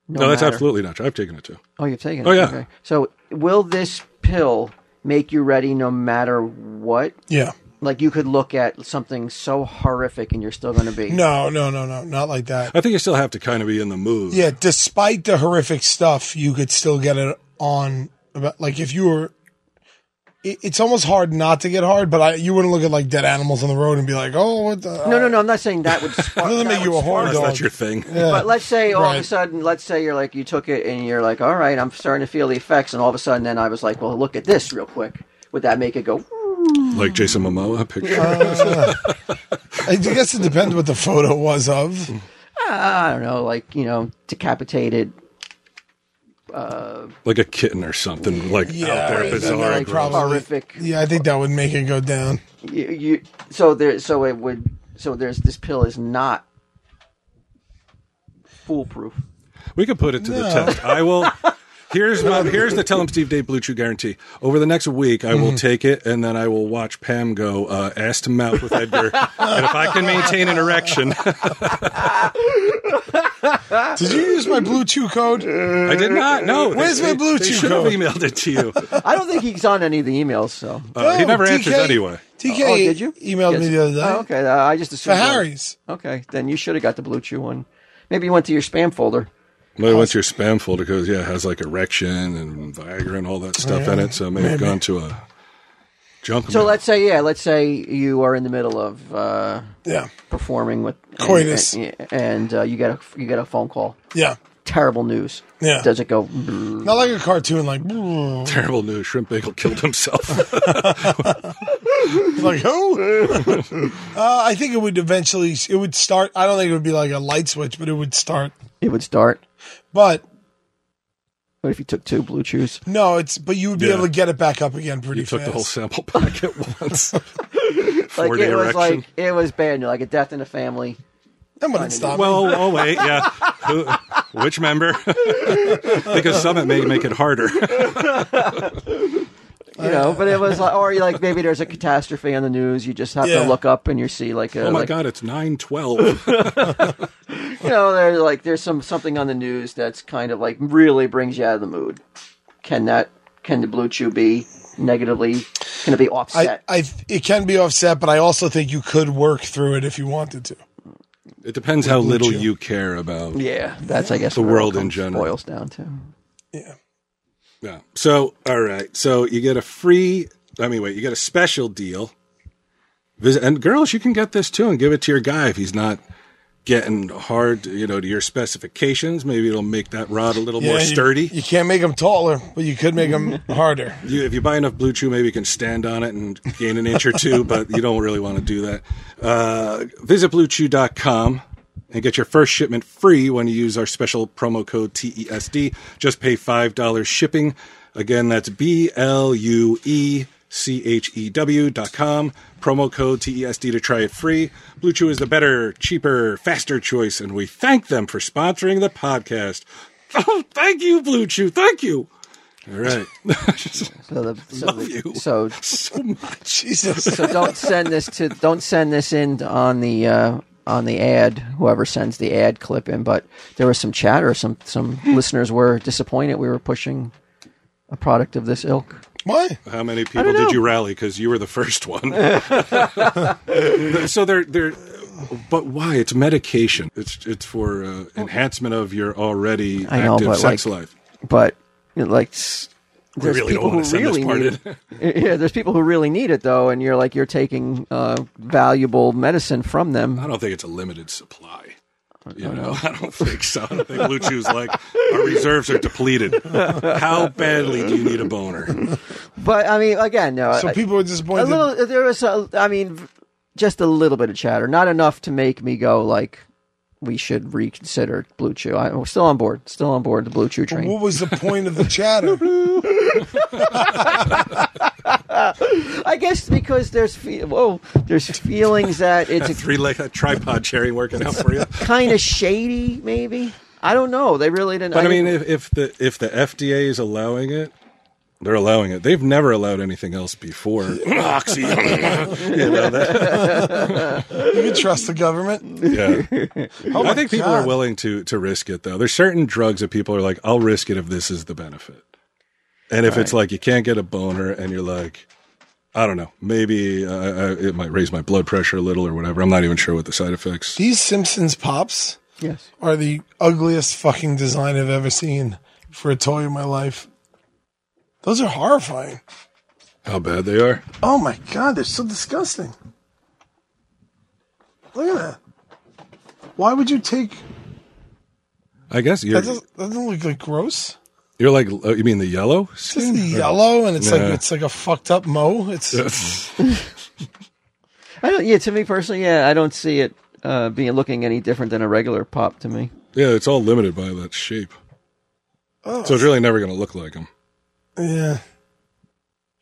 Speaker 1: No, that's
Speaker 2: matter-
Speaker 1: absolutely not true. I've taken it too.
Speaker 2: Oh, you've taken it.
Speaker 1: Oh, yeah.
Speaker 2: Okay. So, will this pill make you ready no matter what?
Speaker 3: Yeah.
Speaker 2: Like, you could look at something so horrific and you're still going to be.
Speaker 3: No, no, no, no. Not like that.
Speaker 1: I think you still have to kind of be in the mood.
Speaker 3: Yeah, despite the horrific stuff, you could still get it on. About like if you were, it, it's almost hard not to get hard. But I, you wouldn't look at like dead animals on the road and be like, "Oh, what the?"
Speaker 2: No, no, no. I'm not saying
Speaker 1: [laughs]
Speaker 2: that would spark.
Speaker 3: doesn't make
Speaker 2: that
Speaker 3: you
Speaker 2: would
Speaker 3: a
Speaker 2: spark-
Speaker 3: horror
Speaker 1: Unless
Speaker 3: dog.
Speaker 1: that's your thing.
Speaker 2: But let's say all of a
Speaker 3: Right.
Speaker 2: sudden, let's say you're like, you took it and you're like, all right, I'm starting to feel the effects. And all of a sudden, then I was like, well, look at this real quick. Would that make it go?
Speaker 1: Like Jason Momoa picture.
Speaker 3: I guess it depends what the photo was of.
Speaker 2: I don't know, like, you know, decapitated.
Speaker 1: like a kitten or something. Like out there
Speaker 3: right,
Speaker 1: bizarre.
Speaker 3: that
Speaker 2: like,
Speaker 3: would probably-
Speaker 2: horrific.
Speaker 3: Yeah, I think that would make it go down.
Speaker 2: You, you, so there, so it would, so there's this pill is not foolproof.
Speaker 1: We could put it to the test. I will. Here's my, here's the Tell 'em Steve Dave Blue Chew guarantee. Over the next week, I
Speaker 3: Mm-hmm.
Speaker 1: will take it and then I will watch Pam go uh, ass to mouth with Edgar. and if I can maintain an erection, [laughs]
Speaker 3: Did you use my Blue Chew code?
Speaker 1: I did not. No, they-
Speaker 3: Where's my
Speaker 1: they-
Speaker 3: Blue
Speaker 1: they
Speaker 3: Chew
Speaker 1: should have
Speaker 3: code?
Speaker 1: emailed it to
Speaker 3: [laughs]
Speaker 1: you.
Speaker 2: I don't think he's on any of the emails, so.
Speaker 1: Uh, he
Speaker 3: No,
Speaker 1: never answers
Speaker 3: TK
Speaker 1: anyway.
Speaker 3: TK
Speaker 2: oh, did you?
Speaker 3: emailed
Speaker 2: Yes.
Speaker 3: me the other day.
Speaker 2: Oh, okay. Uh, I just
Speaker 3: For
Speaker 2: assumed. that-
Speaker 3: Harry's.
Speaker 2: Okay, then you should have got the Blue Chew one. Maybe you went to your spam folder.
Speaker 1: But once your spam folder goes, yeah, it has like erection and Viagra and all that stuff in it. So maybe, gone to a junk.
Speaker 2: So
Speaker 1: mail. [laughs]
Speaker 2: let's say, yeah, let's say you are in the middle of uh,
Speaker 3: Yeah.
Speaker 2: performing with
Speaker 3: Coitus.
Speaker 2: and, and, uh, you get a you get a phone call.
Speaker 3: Yeah.
Speaker 2: Terrible news.
Speaker 3: Yeah.
Speaker 2: Does it go?
Speaker 3: Not like a cartoon, like, [laughs]
Speaker 1: terrible news. Shrimp Bagel killed himself.
Speaker 3: like who? [laughs] uh, I think it would eventually. It would start. I don't think it would be like a light switch, but it would start.
Speaker 2: It would start.
Speaker 3: But
Speaker 2: What if you took two blue chews?
Speaker 3: no, it's. But you would be
Speaker 1: Yeah.
Speaker 3: able to get it back up again pretty
Speaker 1: You took the whole
Speaker 3: fast.
Speaker 1: sample pack at [laughs] once.
Speaker 2: Like
Speaker 1: Four-day
Speaker 2: it was
Speaker 1: erection.
Speaker 2: like it was banned. You're like a death in the family.
Speaker 3: That wouldn't stop. Well,
Speaker 1: Well, oh wait, yeah. Who, which member?
Speaker 3: [laughs]
Speaker 1: because Summit may make it
Speaker 2: [laughs]
Speaker 1: harder.
Speaker 2: You know, but it was like, or you like maybe there's a catastrophe on the news. You just have
Speaker 3: Yeah.
Speaker 2: to look up and you see like a,
Speaker 1: oh my
Speaker 2: like,
Speaker 1: God, it's nine twelve.
Speaker 2: you know, there's like there's some something on the news that's kind of like really brings you out of the mood. Can that can the blue chew be negatively? Can it be
Speaker 3: I,
Speaker 2: offset?
Speaker 3: I, it can be offset, but I also think you could work through it if you wanted to.
Speaker 1: It depends how little
Speaker 3: you.
Speaker 1: you care about.
Speaker 2: yeah, that's I guess
Speaker 1: The
Speaker 2: where it all
Speaker 1: world in
Speaker 2: comes-
Speaker 1: general.
Speaker 2: boils down to.
Speaker 3: Yeah.
Speaker 1: Yeah. So, all right. So you get a free. I mean, wait. You get a special deal. Visit and girls, you can get this too, and give it to your guy if he's not getting hard. You know, to your specifications. Maybe it'll make that rod a little more
Speaker 3: you-
Speaker 1: sturdy.
Speaker 3: You, can't make them taller, but you could make them harder.
Speaker 1: You, if you buy enough blue chew, maybe you can stand on it and gain an inch or [laughs] two, but you don't really want to do that. Uh, visit bluechew.com and get your first shipment free when you use our special promo code TESD. Just pay $5 shipping. Again, that's B L U E C H E W dot com. Promo code TESD to try it free. Blue Chew is the better, cheaper, faster choice, and we thank them for sponsoring the podcast. [laughs] Oh, thank you, Blue Chew. Thank you. All right. [laughs]
Speaker 2: So the, so,
Speaker 1: Love
Speaker 2: the-
Speaker 1: you. [laughs]
Speaker 2: so
Speaker 1: so much.
Speaker 3: Jesus.
Speaker 2: so don't send this to don't send this in on the uh, on the ad. Whoever sends the ad clip in, but there was some chatter. Some some listeners were disappointed we were pushing a product of this ilk.
Speaker 3: Why?
Speaker 1: How many people
Speaker 2: know.
Speaker 1: did you rally? Because you were the first
Speaker 2: [laughs]
Speaker 1: one. so they're they're, but why? It's medication. It's it's for uh, enhancement of your already
Speaker 2: I know,
Speaker 1: active
Speaker 2: but,
Speaker 1: sex
Speaker 2: like-
Speaker 1: life.
Speaker 2: But you know, like, s- there's
Speaker 1: really don't
Speaker 2: people who
Speaker 1: wanna send this
Speaker 2: really
Speaker 1: part
Speaker 2: need it. [laughs] yeah, there's people who really need it though, and you're like you're taking uh, valuable medicine from
Speaker 1: I
Speaker 2: them.
Speaker 1: don't think it's a limited supply.
Speaker 2: Uh, oh,
Speaker 1: You know, [laughs] I don't think so. I don't think Blue Chew's like our reserves are
Speaker 2: [laughs]
Speaker 1: depleted. How badly do you need a boner?
Speaker 2: But I mean, again, no.
Speaker 3: So
Speaker 2: I-
Speaker 3: people were disappointed.
Speaker 2: a little there was a, i mean v- just a little bit of chatter not enough to make me go like we should reconsider blue chew I, am still on board still on board the blue chew train
Speaker 3: what was the point of the chatter?
Speaker 2: i guess because there's fe- whoa there's feelings
Speaker 1: [laughs]
Speaker 2: that it's
Speaker 1: Three like a tripod cherry working out for you.
Speaker 2: kind of shady maybe i don't know they really didn't
Speaker 1: But I mean,
Speaker 2: didn't-
Speaker 1: if, if the if the FDA is allowing it, they're allowing it. They've never allowed anything else before. Oxy, [laughs] you know that.
Speaker 3: You can trust the government.
Speaker 1: Yeah,
Speaker 3: Oh
Speaker 1: I
Speaker 3: my
Speaker 1: think people
Speaker 3: God.
Speaker 1: are willing to to risk it though. There's certain drugs that people are like, I'll risk it if this is the benefit. And if it's like you can't get a boner, and you're like, I don't know, maybe uh, I, it might raise my blood pressure a little or whatever. I'm not even sure what the side effects.
Speaker 3: These Simpsons pops
Speaker 2: yes
Speaker 3: are the ugliest fucking design I've ever seen for a toy in my life. Those are horrifying.
Speaker 1: How bad they are.
Speaker 3: Oh my god, they're so disgusting. Look at that. Why would you take
Speaker 1: I guess
Speaker 3: that
Speaker 1: you're
Speaker 3: doesn't, that doesn't look like gross?
Speaker 1: you're like uh, you mean the yellow [laughs]
Speaker 3: It's
Speaker 1: skin?
Speaker 3: just yellow and it's like
Speaker 1: Yeah.
Speaker 3: it's like a fucked up mo. It's
Speaker 2: i don't yeah to me personally yeah i don't see it uh, being looking any different than a regular pop to me
Speaker 1: Yeah, it's all limited by that shape.
Speaker 3: Oh.
Speaker 1: So it's really never going to look like him.
Speaker 3: yeah.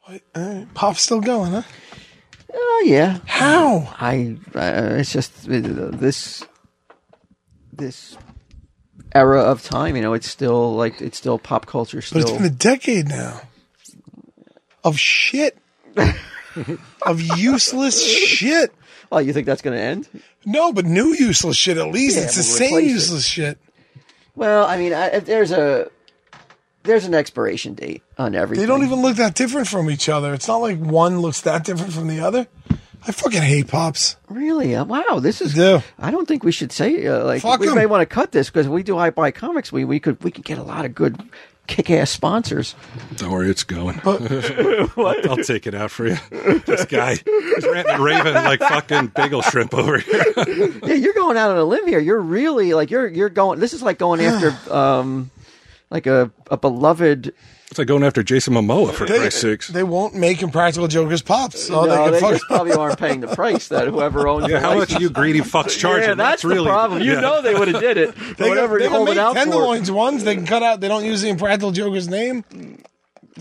Speaker 3: Wait, all right. Pop's still going, huh?
Speaker 2: oh yeah
Speaker 3: How?
Speaker 2: I uh, it's just uh, this this era of time. You know, it's still like it's still pop culture.
Speaker 3: But it's
Speaker 2: Still,
Speaker 3: been a decade now of shit. of useless shit.
Speaker 2: oh, you think that's going to end?
Speaker 3: No, but new useless shit at least.
Speaker 2: Yeah,
Speaker 3: it's the
Speaker 2: we'll
Speaker 3: same
Speaker 2: replace it.
Speaker 3: useless shit.
Speaker 2: Well, I mean, I, if there's a there's an expiration date on everything.
Speaker 3: They don't even look that different from each other. It's not like one looks that different from the other. I fucking hate pops.
Speaker 2: really. Uh, wow, this is.
Speaker 3: Yeah.
Speaker 2: I don't think we should say uh, like
Speaker 3: Fuck
Speaker 2: we
Speaker 3: 'em.
Speaker 2: may want to cut this because we do I buy comics. We we could we could get a lot of good kick ass sponsors.
Speaker 1: Don't worry, it's going. [laughs] I'll, I'll take it out for you. This guy is ranting raving like fucking bagel shrimp over here. [laughs] [sighs]
Speaker 2: yeah, you're going out on a limb here. You're really like you're you're going. This is like going after um, like a, a beloved.
Speaker 1: It's like going after Jason Momoa for
Speaker 3: They,
Speaker 1: Christ's sakes.
Speaker 3: they won't make Impractical Jokers pop,
Speaker 1: Oh,
Speaker 3: so
Speaker 2: no,
Speaker 3: they
Speaker 2: they
Speaker 3: can fuck.
Speaker 2: just probably aren't paying the price
Speaker 1: [laughs]
Speaker 2: that whoever owns.
Speaker 1: yeah,
Speaker 2: the
Speaker 1: how much
Speaker 2: license-
Speaker 1: you greedy fucks charging?
Speaker 2: Yeah, that's,
Speaker 1: really
Speaker 2: the problem. You
Speaker 1: yeah.
Speaker 2: know they would have
Speaker 1: [laughs]
Speaker 2: did it. But
Speaker 3: They,
Speaker 2: whatever
Speaker 3: they
Speaker 2: you
Speaker 3: can
Speaker 2: hold
Speaker 3: make
Speaker 2: it out for.
Speaker 3: tenderloins ones. They can cut out. They don't use the Impractical Joker's name.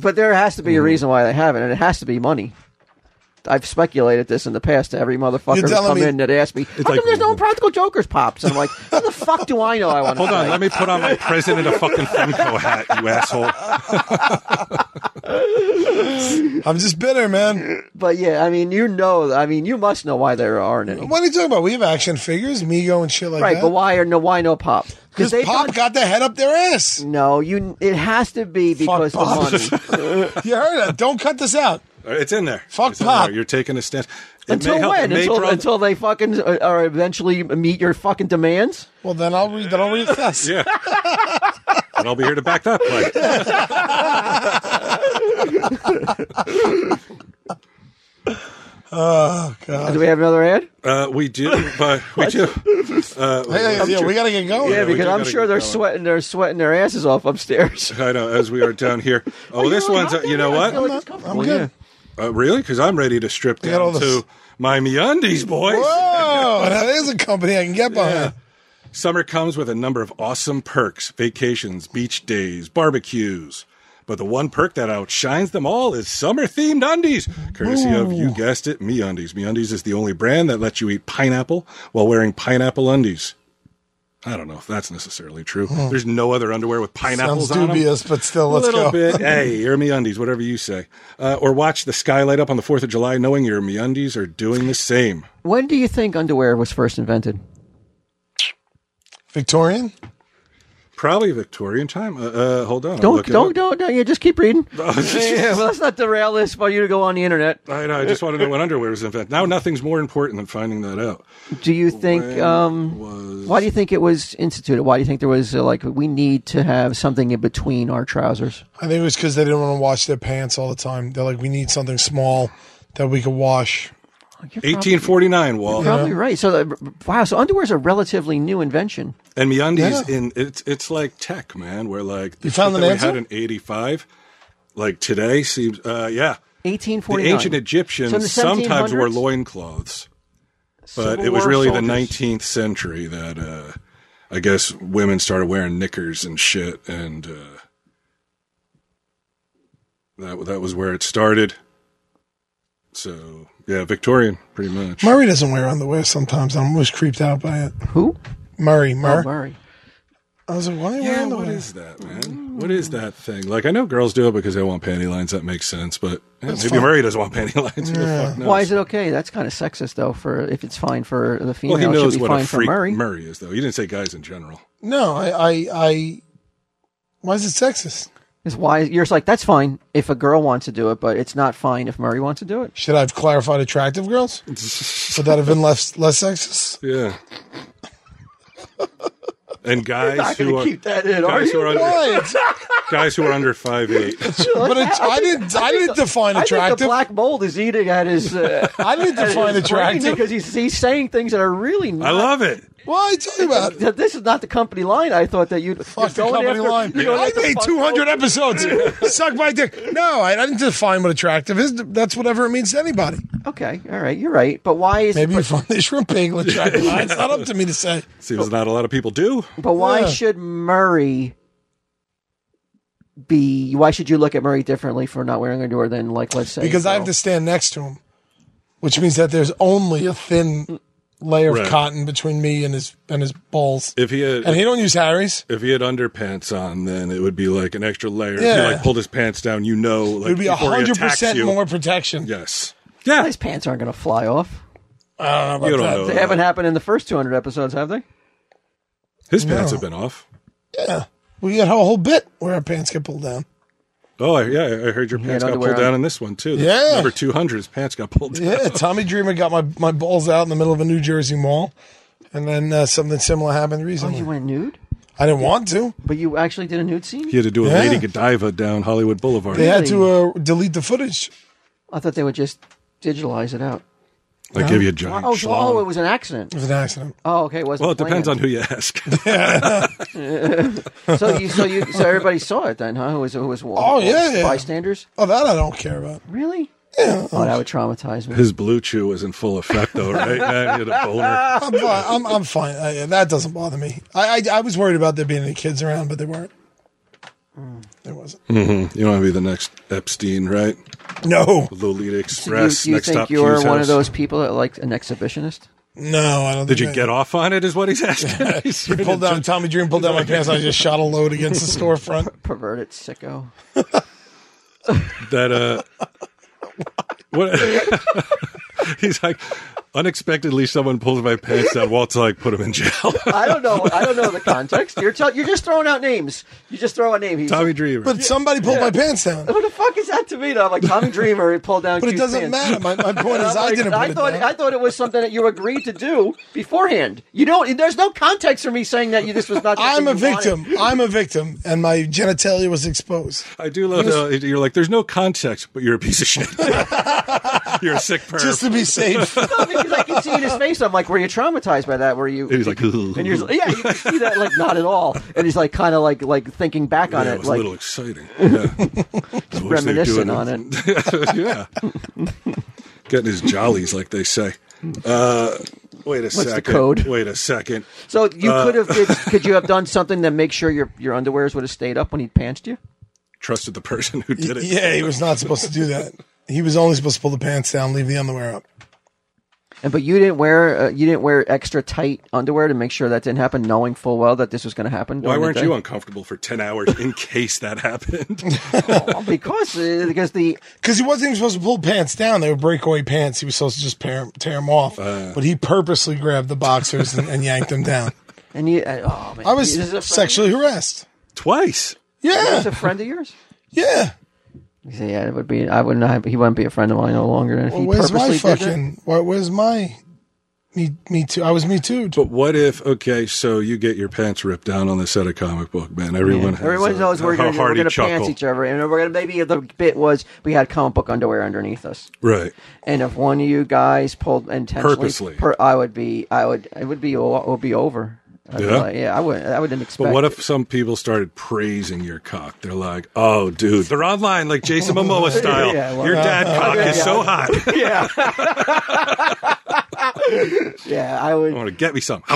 Speaker 2: But there has to be
Speaker 1: Mm.
Speaker 2: a reason why they haven't, and it has to be money. I've speculated this in the past to every motherfucker
Speaker 3: You're
Speaker 2: who's
Speaker 3: telling
Speaker 2: come
Speaker 3: me-
Speaker 2: in that asked me, "How
Speaker 1: like-
Speaker 2: come there's no practical jokers pops?" And I'm like, "How the fuck do I know I want to?"
Speaker 1: [laughs] Hold on, let me put on my president of fucking Funko hat, you asshole.
Speaker 3: I'm just bitter, man.
Speaker 2: But yeah, I mean, you know, I mean, you must know why there aren't any,
Speaker 3: What are you talking about? We have action figures, Mego, and shit like
Speaker 2: right?
Speaker 3: that.
Speaker 2: But why are no? Why no pop? Because
Speaker 3: Because
Speaker 2: they
Speaker 3: Pop
Speaker 2: don't.
Speaker 3: got the head up their ass.
Speaker 2: no, you. It has to be because of
Speaker 3: Pop.
Speaker 1: [laughs]
Speaker 2: money.
Speaker 3: You heard it. Don't cut this out.
Speaker 1: It's in there.
Speaker 3: Fuck
Speaker 1: It's in
Speaker 3: Pop.
Speaker 1: there. You're taking a stance. It
Speaker 2: until
Speaker 1: may help. It
Speaker 2: when?
Speaker 1: may
Speaker 2: Until
Speaker 1: draw-
Speaker 2: until they fucking uh, are eventually meet your fucking demands.
Speaker 3: Well, then I'll read.
Speaker 2: [laughs]
Speaker 3: Then I'll read this.
Speaker 1: Yeah. and I'll be here to back that play.
Speaker 3: Oh God.
Speaker 2: Do we have another ad?
Speaker 1: Uh, we do, but we do. Uh,
Speaker 3: Hey, yeah, we gotta get going.
Speaker 2: Yeah,
Speaker 1: we
Speaker 2: because
Speaker 1: do
Speaker 2: I'm
Speaker 1: gotta
Speaker 2: sure
Speaker 1: get
Speaker 2: they're
Speaker 1: going.
Speaker 2: sweating. They're sweating their asses off upstairs.
Speaker 1: I know, as we are down
Speaker 3: [laughs]
Speaker 1: here. Oh, [laughs] this
Speaker 2: really
Speaker 1: one's,
Speaker 2: hot
Speaker 1: you know
Speaker 2: down
Speaker 1: what?
Speaker 2: there? I feel like it's
Speaker 3: I'm
Speaker 2: comfortable,
Speaker 3: good.
Speaker 1: Uh, really? Because I'm ready to strip
Speaker 3: got all
Speaker 1: down
Speaker 3: this.
Speaker 1: to my meundies, boys. [laughs]
Speaker 3: Whoa, that is a company I can get behind.
Speaker 1: Summer comes with a number of awesome perks vacations, beach days, barbecues. But the one perk that outshines them all is summer themed undies, courtesy of, you guessed it, Me Undies. Me Undies is the only brand that lets you eat pineapple while wearing pineapple undies. I don't know if that's necessarily true. There's no other underwear with
Speaker 3: Sounds
Speaker 1: pineapples on them.
Speaker 3: dubious, but still, [laughs] let's
Speaker 1: a little
Speaker 3: go.
Speaker 1: bit. Hey, you're MeUndies, whatever you say. Uh, or watch the sky light up on the 4th of July knowing your MeUndies are doing the same.
Speaker 2: When do you think underwear was first invented?
Speaker 3: Victorian.
Speaker 1: Probably Victorian time. Uh, uh, hold on. I'll
Speaker 2: Don't
Speaker 1: look it
Speaker 2: don't
Speaker 1: up.
Speaker 2: don't, don't yeah, just keep reading.
Speaker 1: [laughs]
Speaker 2: yeah, well, let's not derail this for you to go on the internet.
Speaker 1: I know. I just want to know when underwear was invented. Now nothing's more important than finding that out.
Speaker 2: Do you think? Um, why do you think it was instituted? Why do you think there was uh, like we need to have something in between our trousers?
Speaker 3: I think it was because they didn't want to wash their pants all the time. They're like, we need something small that we could wash.
Speaker 1: 1849, Wall.
Speaker 2: Oh, Probably right. So the, wow, so underwear is a relatively new invention.
Speaker 1: And MeUndies,
Speaker 3: Yeah.
Speaker 1: in it's it's like tech, man. Where like the
Speaker 3: You found
Speaker 1: shit
Speaker 3: an
Speaker 1: that
Speaker 3: answer?
Speaker 1: we had in 85, like today seems. Uh, yeah, the
Speaker 2: 1849.
Speaker 1: ancient Egyptians
Speaker 2: So in the
Speaker 1: sometimes wore
Speaker 2: 1700s?
Speaker 1: loincloths. but
Speaker 2: Civil
Speaker 1: it was
Speaker 2: War
Speaker 1: really
Speaker 2: soldiers.
Speaker 1: the 19th century that uh, I guess women started wearing knickers and shit, and uh, that that was where it started. So yeah, Victorian, pretty much.
Speaker 3: Murray doesn't wear underwear sometimes. I'm always creeped out by it.
Speaker 2: Who?
Speaker 3: Murray, Murray.
Speaker 2: Oh, Murray.
Speaker 3: I was like, why are you
Speaker 1: yeah,
Speaker 3: wearing
Speaker 1: what
Speaker 3: underwear?
Speaker 1: is that, man? What is that thing? Like I know girls do it because they want panty lines. That makes sense, but yeah, maybe
Speaker 3: fine.
Speaker 1: Murray doesn't want panty [laughs] lines. Who the fuck knows?
Speaker 2: Why is it okay? That's kind of sexist, though. For if it's fine for the female,
Speaker 1: Well, he
Speaker 2: it
Speaker 1: knows
Speaker 2: should be
Speaker 1: what a
Speaker 2: fine for
Speaker 1: freak
Speaker 2: Murray.
Speaker 1: Murray. is, though. He didn't say guys in general.
Speaker 3: no, I, I, I. Why is it sexist?
Speaker 2: Is why you're just like that's fine if a girl wants to do it, but it's not fine if Murray wants to do it.
Speaker 3: Should I have clarified
Speaker 1: [laughs]
Speaker 3: attractive girls? Would that have been less less sexist?
Speaker 1: Yeah. And
Speaker 2: [laughs]
Speaker 1: guys
Speaker 2: gonna
Speaker 1: who are
Speaker 2: that in,
Speaker 1: guys who are under
Speaker 3: Why? It's-
Speaker 1: guys who are under five eight.
Speaker 2: [laughs]
Speaker 3: but it's, I, didn't. I didn't define
Speaker 2: I think the
Speaker 3: attractive.
Speaker 2: black mold is eating at his. Uh,
Speaker 3: [laughs] I didn't
Speaker 2: at his
Speaker 3: define
Speaker 2: brain
Speaker 3: attractive.
Speaker 2: because he's he's saying things that are really. Not,
Speaker 1: I love it.
Speaker 3: What are you talking about?
Speaker 2: that this is not the company line. I thought that you'd
Speaker 3: Fuck the
Speaker 2: you're going
Speaker 3: company
Speaker 2: after-
Speaker 3: line.
Speaker 2: you're going
Speaker 3: I
Speaker 2: after
Speaker 3: made
Speaker 2: fuck-
Speaker 3: 200 episodes.
Speaker 1: [laughs]
Speaker 3: Suck my dick. No, I didn't define what attractive is. That's whatever it means to anybody.
Speaker 2: Okay, all right, you're right. But why is
Speaker 3: Maybe you find the shrimp
Speaker 1: [laughs]
Speaker 3: bagel attractive. It's not up to me to say.
Speaker 1: Seems not a lot of people do.
Speaker 2: But why
Speaker 3: Yeah.
Speaker 2: should Murray be? Why should you look at Murray differently for not wearing underwear than, like, let's say,
Speaker 3: Because I have to stand next to him, which means that there's only a thin layer of
Speaker 1: Right.
Speaker 3: cotton between me and his and his balls.
Speaker 1: If he
Speaker 3: And he
Speaker 1: had
Speaker 3: don't use Harry's.
Speaker 1: if he had underpants on, then it would be like an extra layer. If
Speaker 3: Yeah.
Speaker 1: he like pulled his pants down, you know, like
Speaker 3: It would be
Speaker 1: before he attacks
Speaker 3: 100%
Speaker 1: you.
Speaker 3: more protection.
Speaker 1: Yes.
Speaker 2: Well,
Speaker 1: Yeah.
Speaker 2: his pants aren't going to fly off.
Speaker 3: I don't know about
Speaker 1: You don't
Speaker 3: that.
Speaker 1: know.
Speaker 2: They haven't happened in the first 200 episodes, have they?
Speaker 1: His pants have been off.
Speaker 3: Yeah. We got a whole bit where our pants get pulled down.
Speaker 1: Oh I, yeah, I heard your pants got
Speaker 2: underwear
Speaker 1: pulled
Speaker 2: on.
Speaker 1: down in this one too.
Speaker 3: Yeah.
Speaker 1: number two hundred. His pants got pulled down.
Speaker 3: Yeah, Tommy Dreamer got my, my balls out in the middle of a New Jersey mall. And then uh, something similar happened
Speaker 2: Oh,
Speaker 3: recently.
Speaker 2: you went nude,
Speaker 3: I didn't want to.
Speaker 2: but you actually did a nude scene.
Speaker 1: [laughs] He had to do a
Speaker 3: Yeah.
Speaker 1: Lady Godiva down Hollywood Boulevard.
Speaker 3: They had to
Speaker 2: Really?
Speaker 3: uh, delete the footage.
Speaker 2: I thought they would just digitalize it out.
Speaker 1: They give you a giant
Speaker 2: Oh, so-
Speaker 1: schlong.
Speaker 2: oh, it was an accident.
Speaker 3: It was an accident.
Speaker 2: Oh, okay. It wasn't
Speaker 1: well, it depends on
Speaker 2: planned.
Speaker 1: who you ask. [laughs]
Speaker 2: So you, so you, so everybody saw it then, huh? Who was, who was?
Speaker 3: Oh, yeah, yeah.
Speaker 2: Bystanders.
Speaker 3: Oh, that I don't care about.
Speaker 2: Really? Yeah. Oh, that would traumatize me.
Speaker 1: His blue chew was in full effect, though, right? [laughs] yeah, he had a boner.
Speaker 3: I'm fine. I'm, I'm fine. I, that doesn't bother me. I, I I was worried about there being any kids around, but they weren't.
Speaker 2: Hmm.
Speaker 3: There wasn't.
Speaker 1: You don't want to be the next Epstein, right?
Speaker 3: No,
Speaker 1: Lolita
Speaker 2: Do you,
Speaker 1: Express,
Speaker 2: do you
Speaker 1: next
Speaker 2: think
Speaker 1: stop
Speaker 2: you're
Speaker 1: Q's
Speaker 2: one
Speaker 1: house.
Speaker 2: of those people that like an exhibitionist?
Speaker 3: no, I don't.
Speaker 1: Did
Speaker 3: think
Speaker 1: you
Speaker 3: I-
Speaker 1: get off on it? Is what he's asking. [laughs] He's
Speaker 3: He pulled down Tommy Dream pulled down my pants. and I just shot a load against
Speaker 2: [laughs]
Speaker 3: the storefront.
Speaker 2: Perverted sicko.
Speaker 1: that uh [laughs] what [laughs] he's like unexpectedly someone pulls my pants down walt's like put him in jail [laughs]
Speaker 2: I don't know. I don't know the context. You're tell, you're just throwing out names. You just throw a name. He's,
Speaker 1: tommy dreamer
Speaker 3: But somebody pulled my pants down.
Speaker 2: who the fuck is that to me? Though? I'm like Tommy Dreamer. He pulled down.
Speaker 3: But it
Speaker 2: Q's
Speaker 3: doesn't
Speaker 2: pants.
Speaker 3: matter. My, my point
Speaker 2: And
Speaker 3: is,
Speaker 2: I'm
Speaker 3: I
Speaker 2: like,
Speaker 3: didn't.
Speaker 2: [laughs]
Speaker 3: Put
Speaker 2: I
Speaker 3: it
Speaker 2: thought
Speaker 3: down.
Speaker 2: I thought it was something that you agreed to do beforehand. You don't. There's no context for me saying that you. This was
Speaker 3: [laughs]
Speaker 2: not.
Speaker 3: I'm a
Speaker 2: something you wanted.
Speaker 3: victim. I'm a victim, and my genitalia was exposed.
Speaker 1: i do love how you're like there's no context but you're a piece of [laughs] shit you're a sick person
Speaker 3: Just
Speaker 1: [laughs]
Speaker 3: to be safe,
Speaker 2: No, because I can see in his face. I'm like, were you traumatized by that? Were you?
Speaker 1: and he's like "Ooh."
Speaker 2: [laughs] And you're just- yeah, you can see that like not at all. And he's like kind of like like thinking back on
Speaker 1: yeah, it
Speaker 2: it,
Speaker 1: was
Speaker 2: like
Speaker 1: a little exciting yeah. [laughs]
Speaker 2: [laughs] reminiscing on it.
Speaker 1: it [laughs] yeah getting his jollies like they say uh wait a
Speaker 2: the
Speaker 1: second
Speaker 2: code?
Speaker 1: wait a second
Speaker 2: So you
Speaker 1: Uh,
Speaker 2: could
Speaker 1: [laughs]
Speaker 2: have did, could you have done something to make sure your your underwears would have stayed up when he pantsed you?
Speaker 1: trusted the person who did it
Speaker 3: [laughs] yeah, he was not supposed to do that. He was only supposed to pull the pants down, leave the underwear up.
Speaker 2: And but you didn't wear uh, you didn't wear extra tight underwear to make sure that didn't happen, knowing full well that this was going to happen.
Speaker 1: why
Speaker 2: during the
Speaker 1: weren't
Speaker 2: day?
Speaker 1: you uncomfortable for 10 hours in case that happened [laughs]
Speaker 2: [laughs] Because uh, because the
Speaker 3: Because he wasn't even supposed to pull pants down. They were breakaway pants. He was supposed to just pair, tear them off.
Speaker 1: Uh.
Speaker 3: but he purposely grabbed the boxers and, and yanked them down.
Speaker 2: and you uh, oh man,
Speaker 3: I
Speaker 2: Is this a friend-
Speaker 3: was sexually harassed.
Speaker 1: twice
Speaker 2: Is this
Speaker 3: Yeah.
Speaker 2: a friend of yours?
Speaker 3: Yeah.
Speaker 2: You say, yeah, it would be. I wouldn't. Have, he wouldn't be a friend of mine no longer. And if
Speaker 3: Well,
Speaker 2: he
Speaker 3: where's
Speaker 2: purposely
Speaker 3: my
Speaker 2: did that-
Speaker 3: fucking. Why, where's my. Me, me too. I was me too.
Speaker 1: But what if? Okay, so you get your pants ripped down on the set of comic book, man. Everyone, has
Speaker 2: Everyone
Speaker 1: a-
Speaker 2: knows we're
Speaker 1: a
Speaker 2: going
Speaker 1: hearty
Speaker 2: to
Speaker 1: chuckle.
Speaker 2: pants each other, and we're going to maybe the bit was we had comic book underwear underneath us,
Speaker 1: right?
Speaker 2: and if one of you guys pulled intentionally,
Speaker 1: Purposely.
Speaker 2: I would be, I would, it would be, o- it would be over. I'd be
Speaker 1: Yeah.
Speaker 2: like, yeah, I would, I wouldn't expect.
Speaker 1: But what
Speaker 2: it.
Speaker 1: if some people started praising your cock? They're like, "Oh, dude, they're online like Jason Momoa style.
Speaker 2: Yeah, well,
Speaker 1: your dad cock
Speaker 2: yeah,
Speaker 1: is
Speaker 2: yeah.
Speaker 1: so hot. [laughs] I
Speaker 2: [laughs] Yeah, [laughs] yeah, I would.
Speaker 1: want to get me some." [laughs]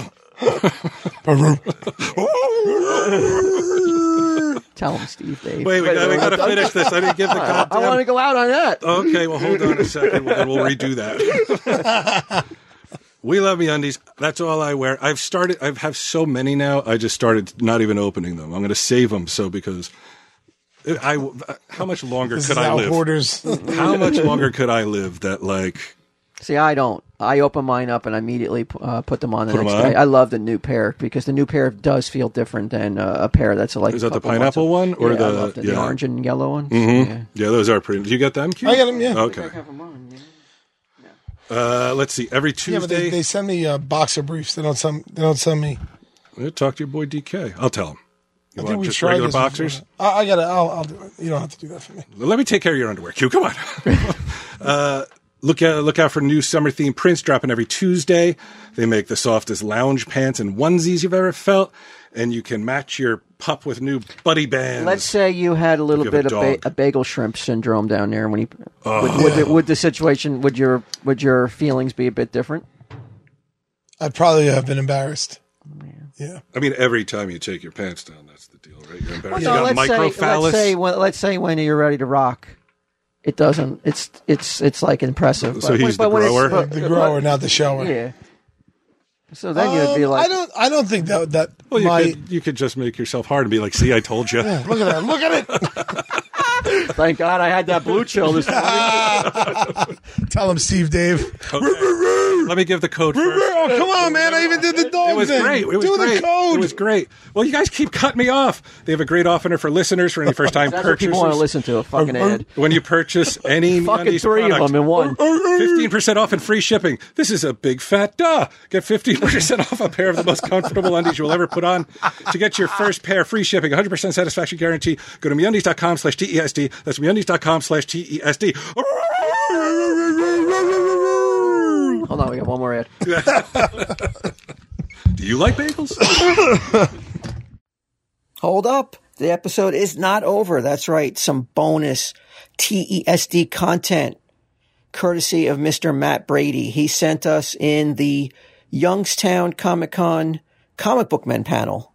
Speaker 2: Tell him, Steve, Dave.
Speaker 1: Wait, we got, we got to finish this. I didn't give the
Speaker 2: I,
Speaker 1: goddamn.
Speaker 2: want to go out on that.
Speaker 1: Okay, well, hold on a second, well, then we'll redo that. [laughs] we love me undies. That's all I wear. I've started. I have so many now. I just started not even opening them. I'm going to save them. So because I, how much longer
Speaker 3: This
Speaker 1: could
Speaker 3: is
Speaker 1: I
Speaker 3: how
Speaker 1: live?
Speaker 3: hoarders. [laughs]
Speaker 1: How much longer could I live? That like
Speaker 2: See, I don't. I open mine up and I immediately uh, put them on the
Speaker 1: Put 'em
Speaker 2: next
Speaker 1: on?
Speaker 2: day. I love the new pair because the new pair does feel different than uh, a pair that's like.
Speaker 1: Is that
Speaker 2: a
Speaker 1: the
Speaker 2: couple months
Speaker 1: pineapple
Speaker 2: old.
Speaker 1: one or
Speaker 2: Yeah, I
Speaker 1: the-
Speaker 2: loved it.
Speaker 1: yeah. Mm-hmm.
Speaker 2: the orange and yellow ones? Yeah.
Speaker 1: yeah, those are pretty. Do you get them? Q?
Speaker 3: I got them, yeah.
Speaker 1: Okay. Uh, let's see. Every
Speaker 3: Yeah, but they,
Speaker 1: Tuesday,
Speaker 3: they send me uh, boxer briefs. They don't send. They don't send me.
Speaker 1: Yeah, uh, talk to your boy DK. I'll tell him. You
Speaker 3: I think
Speaker 1: want
Speaker 3: we've
Speaker 1: just
Speaker 3: tried
Speaker 1: regular
Speaker 3: this before.
Speaker 1: boxers?
Speaker 3: I, I gotta. I'll, I'll do it. You don't have to do that for me.
Speaker 1: Let me take care of your underwear, Q. Come on. [laughs] uh, look out! Look out for new summer themed prints dropping every Tuesday. They make the softest lounge pants and onesies you've ever felt, and you can match your pup with new buddy bands.
Speaker 2: Let's say you had a little
Speaker 1: If you have
Speaker 2: bit
Speaker 1: a
Speaker 2: of ba-
Speaker 1: dog. Oh,
Speaker 2: a bagel shrimp syndrome down there. When you would, would, the, would the situation would your would your feelings be a bit different?
Speaker 3: I'd probably have been embarrassed. Yeah.
Speaker 1: I mean, every time you take your pants down, that's the deal, right? You're embarrassed.
Speaker 2: No,
Speaker 1: you got
Speaker 2: let's say
Speaker 1: microphallus.
Speaker 2: let's say when let's say when you're ready to rock, it doesn't. It's it's it's like impressive.
Speaker 1: So he's the grower?
Speaker 3: The grower, not the shower.
Speaker 2: Yeah. So then you'd be
Speaker 3: Um,
Speaker 2: like,
Speaker 3: I don't. I don't think that that
Speaker 1: well, you,
Speaker 3: my.
Speaker 1: could, you could just make yourself hard and be like, "See, I told you."
Speaker 3: Look at that! Look at it!
Speaker 2: Thank God I had that blue chill this morning.
Speaker 3: [laughs] Tell him, Steve, Dave.
Speaker 1: Let me give the code first.
Speaker 3: Oh, come on, man! I even did the dog
Speaker 1: It was
Speaker 3: thing.
Speaker 1: great. It was
Speaker 3: do
Speaker 1: great.
Speaker 3: the code.
Speaker 1: It was great. Well, you guys keep cutting me off. They have a great offer for listeners for any first time
Speaker 2: That's what
Speaker 1: purchasers.
Speaker 2: people want to listen to a fucking ad.
Speaker 1: When you
Speaker 2: [laughs]
Speaker 1: purchase any
Speaker 2: Fucking
Speaker 1: MeUndies
Speaker 2: three of
Speaker 1: product,
Speaker 2: them in one.
Speaker 1: Fifteen percent off and free shipping. This is a big fat duh. Get fifteen percent off a pair of the most comfortable undies you'll ever put on. To get your first pair, free shipping, one hundred percent satisfaction guarantee. Go to meundies.com slash E tesd. E That's meundies.com slash tesd. Hold on, we got one more ad.
Speaker 6: Do you like bagels?
Speaker 1: Hold up. The episode is not over. That's right. Some bonus TESD content courtesy of Mr. Matt Brady. He sent us in the Youngstown Comic Con comic book men panel.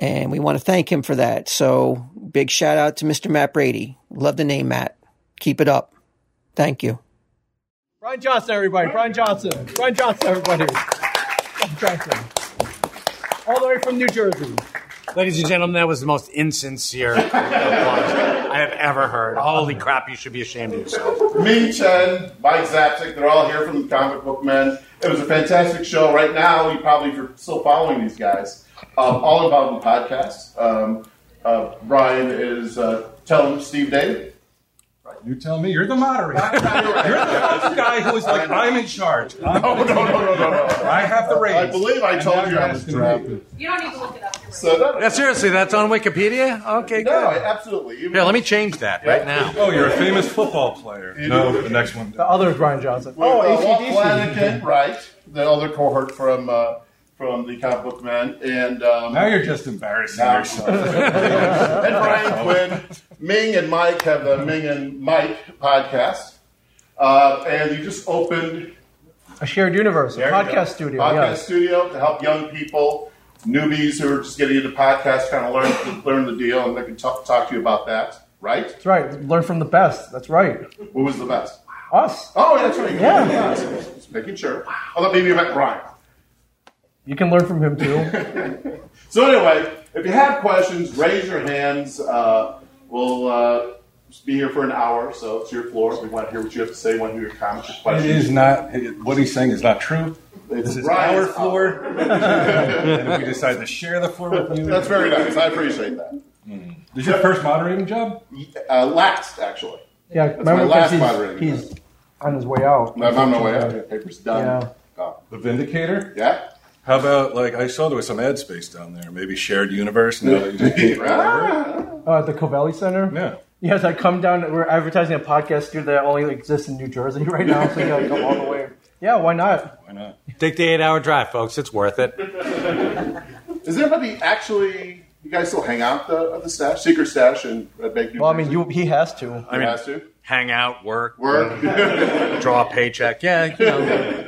Speaker 1: And we want to thank him for that. So big shout out to Mr. Matt Brady. Love the name, Matt. Keep it up. Thank you.
Speaker 2: Brian Johnson, everybody. Brian Johnson. Brian Johnson, everybody. Brian Johnson. All the way from New Jersey.
Speaker 7: Ladies and gentlemen, that was the most insincere [laughs] applause I have ever heard. Holy crap, you should be ashamed of yourself.
Speaker 8: Me, Chen, Mike Zapsik, they're all here from Comic Book Men. It was a fantastic show. Right now, you probably if you're still following these guys. Um, all about the podcast. Um, uh, Brian is uh, telling Steve [laughs] Dave.
Speaker 6: You tell me. You're the moderator. You're the fucking guy who is like, I'm in charge. I'm-
Speaker 8: Oh, No, no, no, no, no, no.
Speaker 6: I have the reins.
Speaker 8: I believe I
Speaker 6: And
Speaker 8: told
Speaker 6: now
Speaker 8: you
Speaker 6: you're
Speaker 8: I was
Speaker 6: asking me.
Speaker 8: drafted.
Speaker 5: You don't need to look it up. You're right.
Speaker 8: So, no, no,
Speaker 7: Yeah, seriously, that's on Wikipedia? Okay,
Speaker 8: no,
Speaker 7: good.
Speaker 8: absolutely. Even-
Speaker 7: Here, let me change that right now.
Speaker 6: Oh, you're a famous football player. No, the next one.
Speaker 2: The other is Brian Johnson.
Speaker 8: Oh, uh, Walt
Speaker 2: ACDC.
Speaker 8: Flanagan, right? The other cohort from uh, from the comic book men, and um,
Speaker 6: Now you're just embarrassing
Speaker 8: Now-
Speaker 6: yourself.
Speaker 8: and Brian Quinn, Ming and Mike have the Ming and Mike podcast, uh, and you just opened
Speaker 2: A shared universe. A
Speaker 8: There you go.
Speaker 2: podcast studio.
Speaker 8: podcast
Speaker 2: yes.
Speaker 8: studio to help young people, newbies who are just getting into podcasts, kind of learn learn the deal, and they can talk talk to you about that. Right?
Speaker 2: That's right. Learn from the best. That's right.
Speaker 8: What was the best?
Speaker 2: Us.
Speaker 8: Oh, that's right.
Speaker 2: Yeah.
Speaker 8: Just making sure. I thought maybe you meant Brian.
Speaker 2: You can learn from him too.
Speaker 8: So anyway, if you have questions, raise your hands. Uh, we'll uh, be here for an hour, so it's your floor. We want to hear what you have to say. Want to hear your comments, your
Speaker 6: It
Speaker 8: questions.
Speaker 6: is not, what he's saying is not true. This is our
Speaker 8: Brian's
Speaker 6: floor. and if we decide to share the floor with you.
Speaker 8: That's very nice. I appreciate that.
Speaker 6: This is your first moderating job?
Speaker 8: Uh, last, actually,
Speaker 2: Yeah,
Speaker 8: That's my last moderator.
Speaker 2: he's, he's on his way out.
Speaker 8: I'm on my way. out. Paper's
Speaker 2: Yeah.
Speaker 8: done. Oh,
Speaker 6: The Vindicator?
Speaker 8: [laughs] Yeah.
Speaker 6: How about, like, I saw there was some ad space down there. Maybe shared universe now that you just keep
Speaker 8: Ah.
Speaker 2: Uh, at the Covelli Center.
Speaker 6: Yeah.
Speaker 2: Yes, I come down. We're advertising a podcast studio that only exists in New Jersey [laughs] right now, so you gotta come all the way. Yeah, why not?
Speaker 6: Why not?
Speaker 7: Take the eight hour drive, folks. It's worth it.
Speaker 8: Is anybody actually? You guys still hang out the, at the stash, secret stash, and Red Bank New
Speaker 2: Well, I mean,
Speaker 8: Jersey?
Speaker 2: you he has to.
Speaker 7: I mean,
Speaker 8: Has to?
Speaker 7: hang out, work,
Speaker 8: [laughs] work.
Speaker 7: draw a paycheck. Yeah, you know.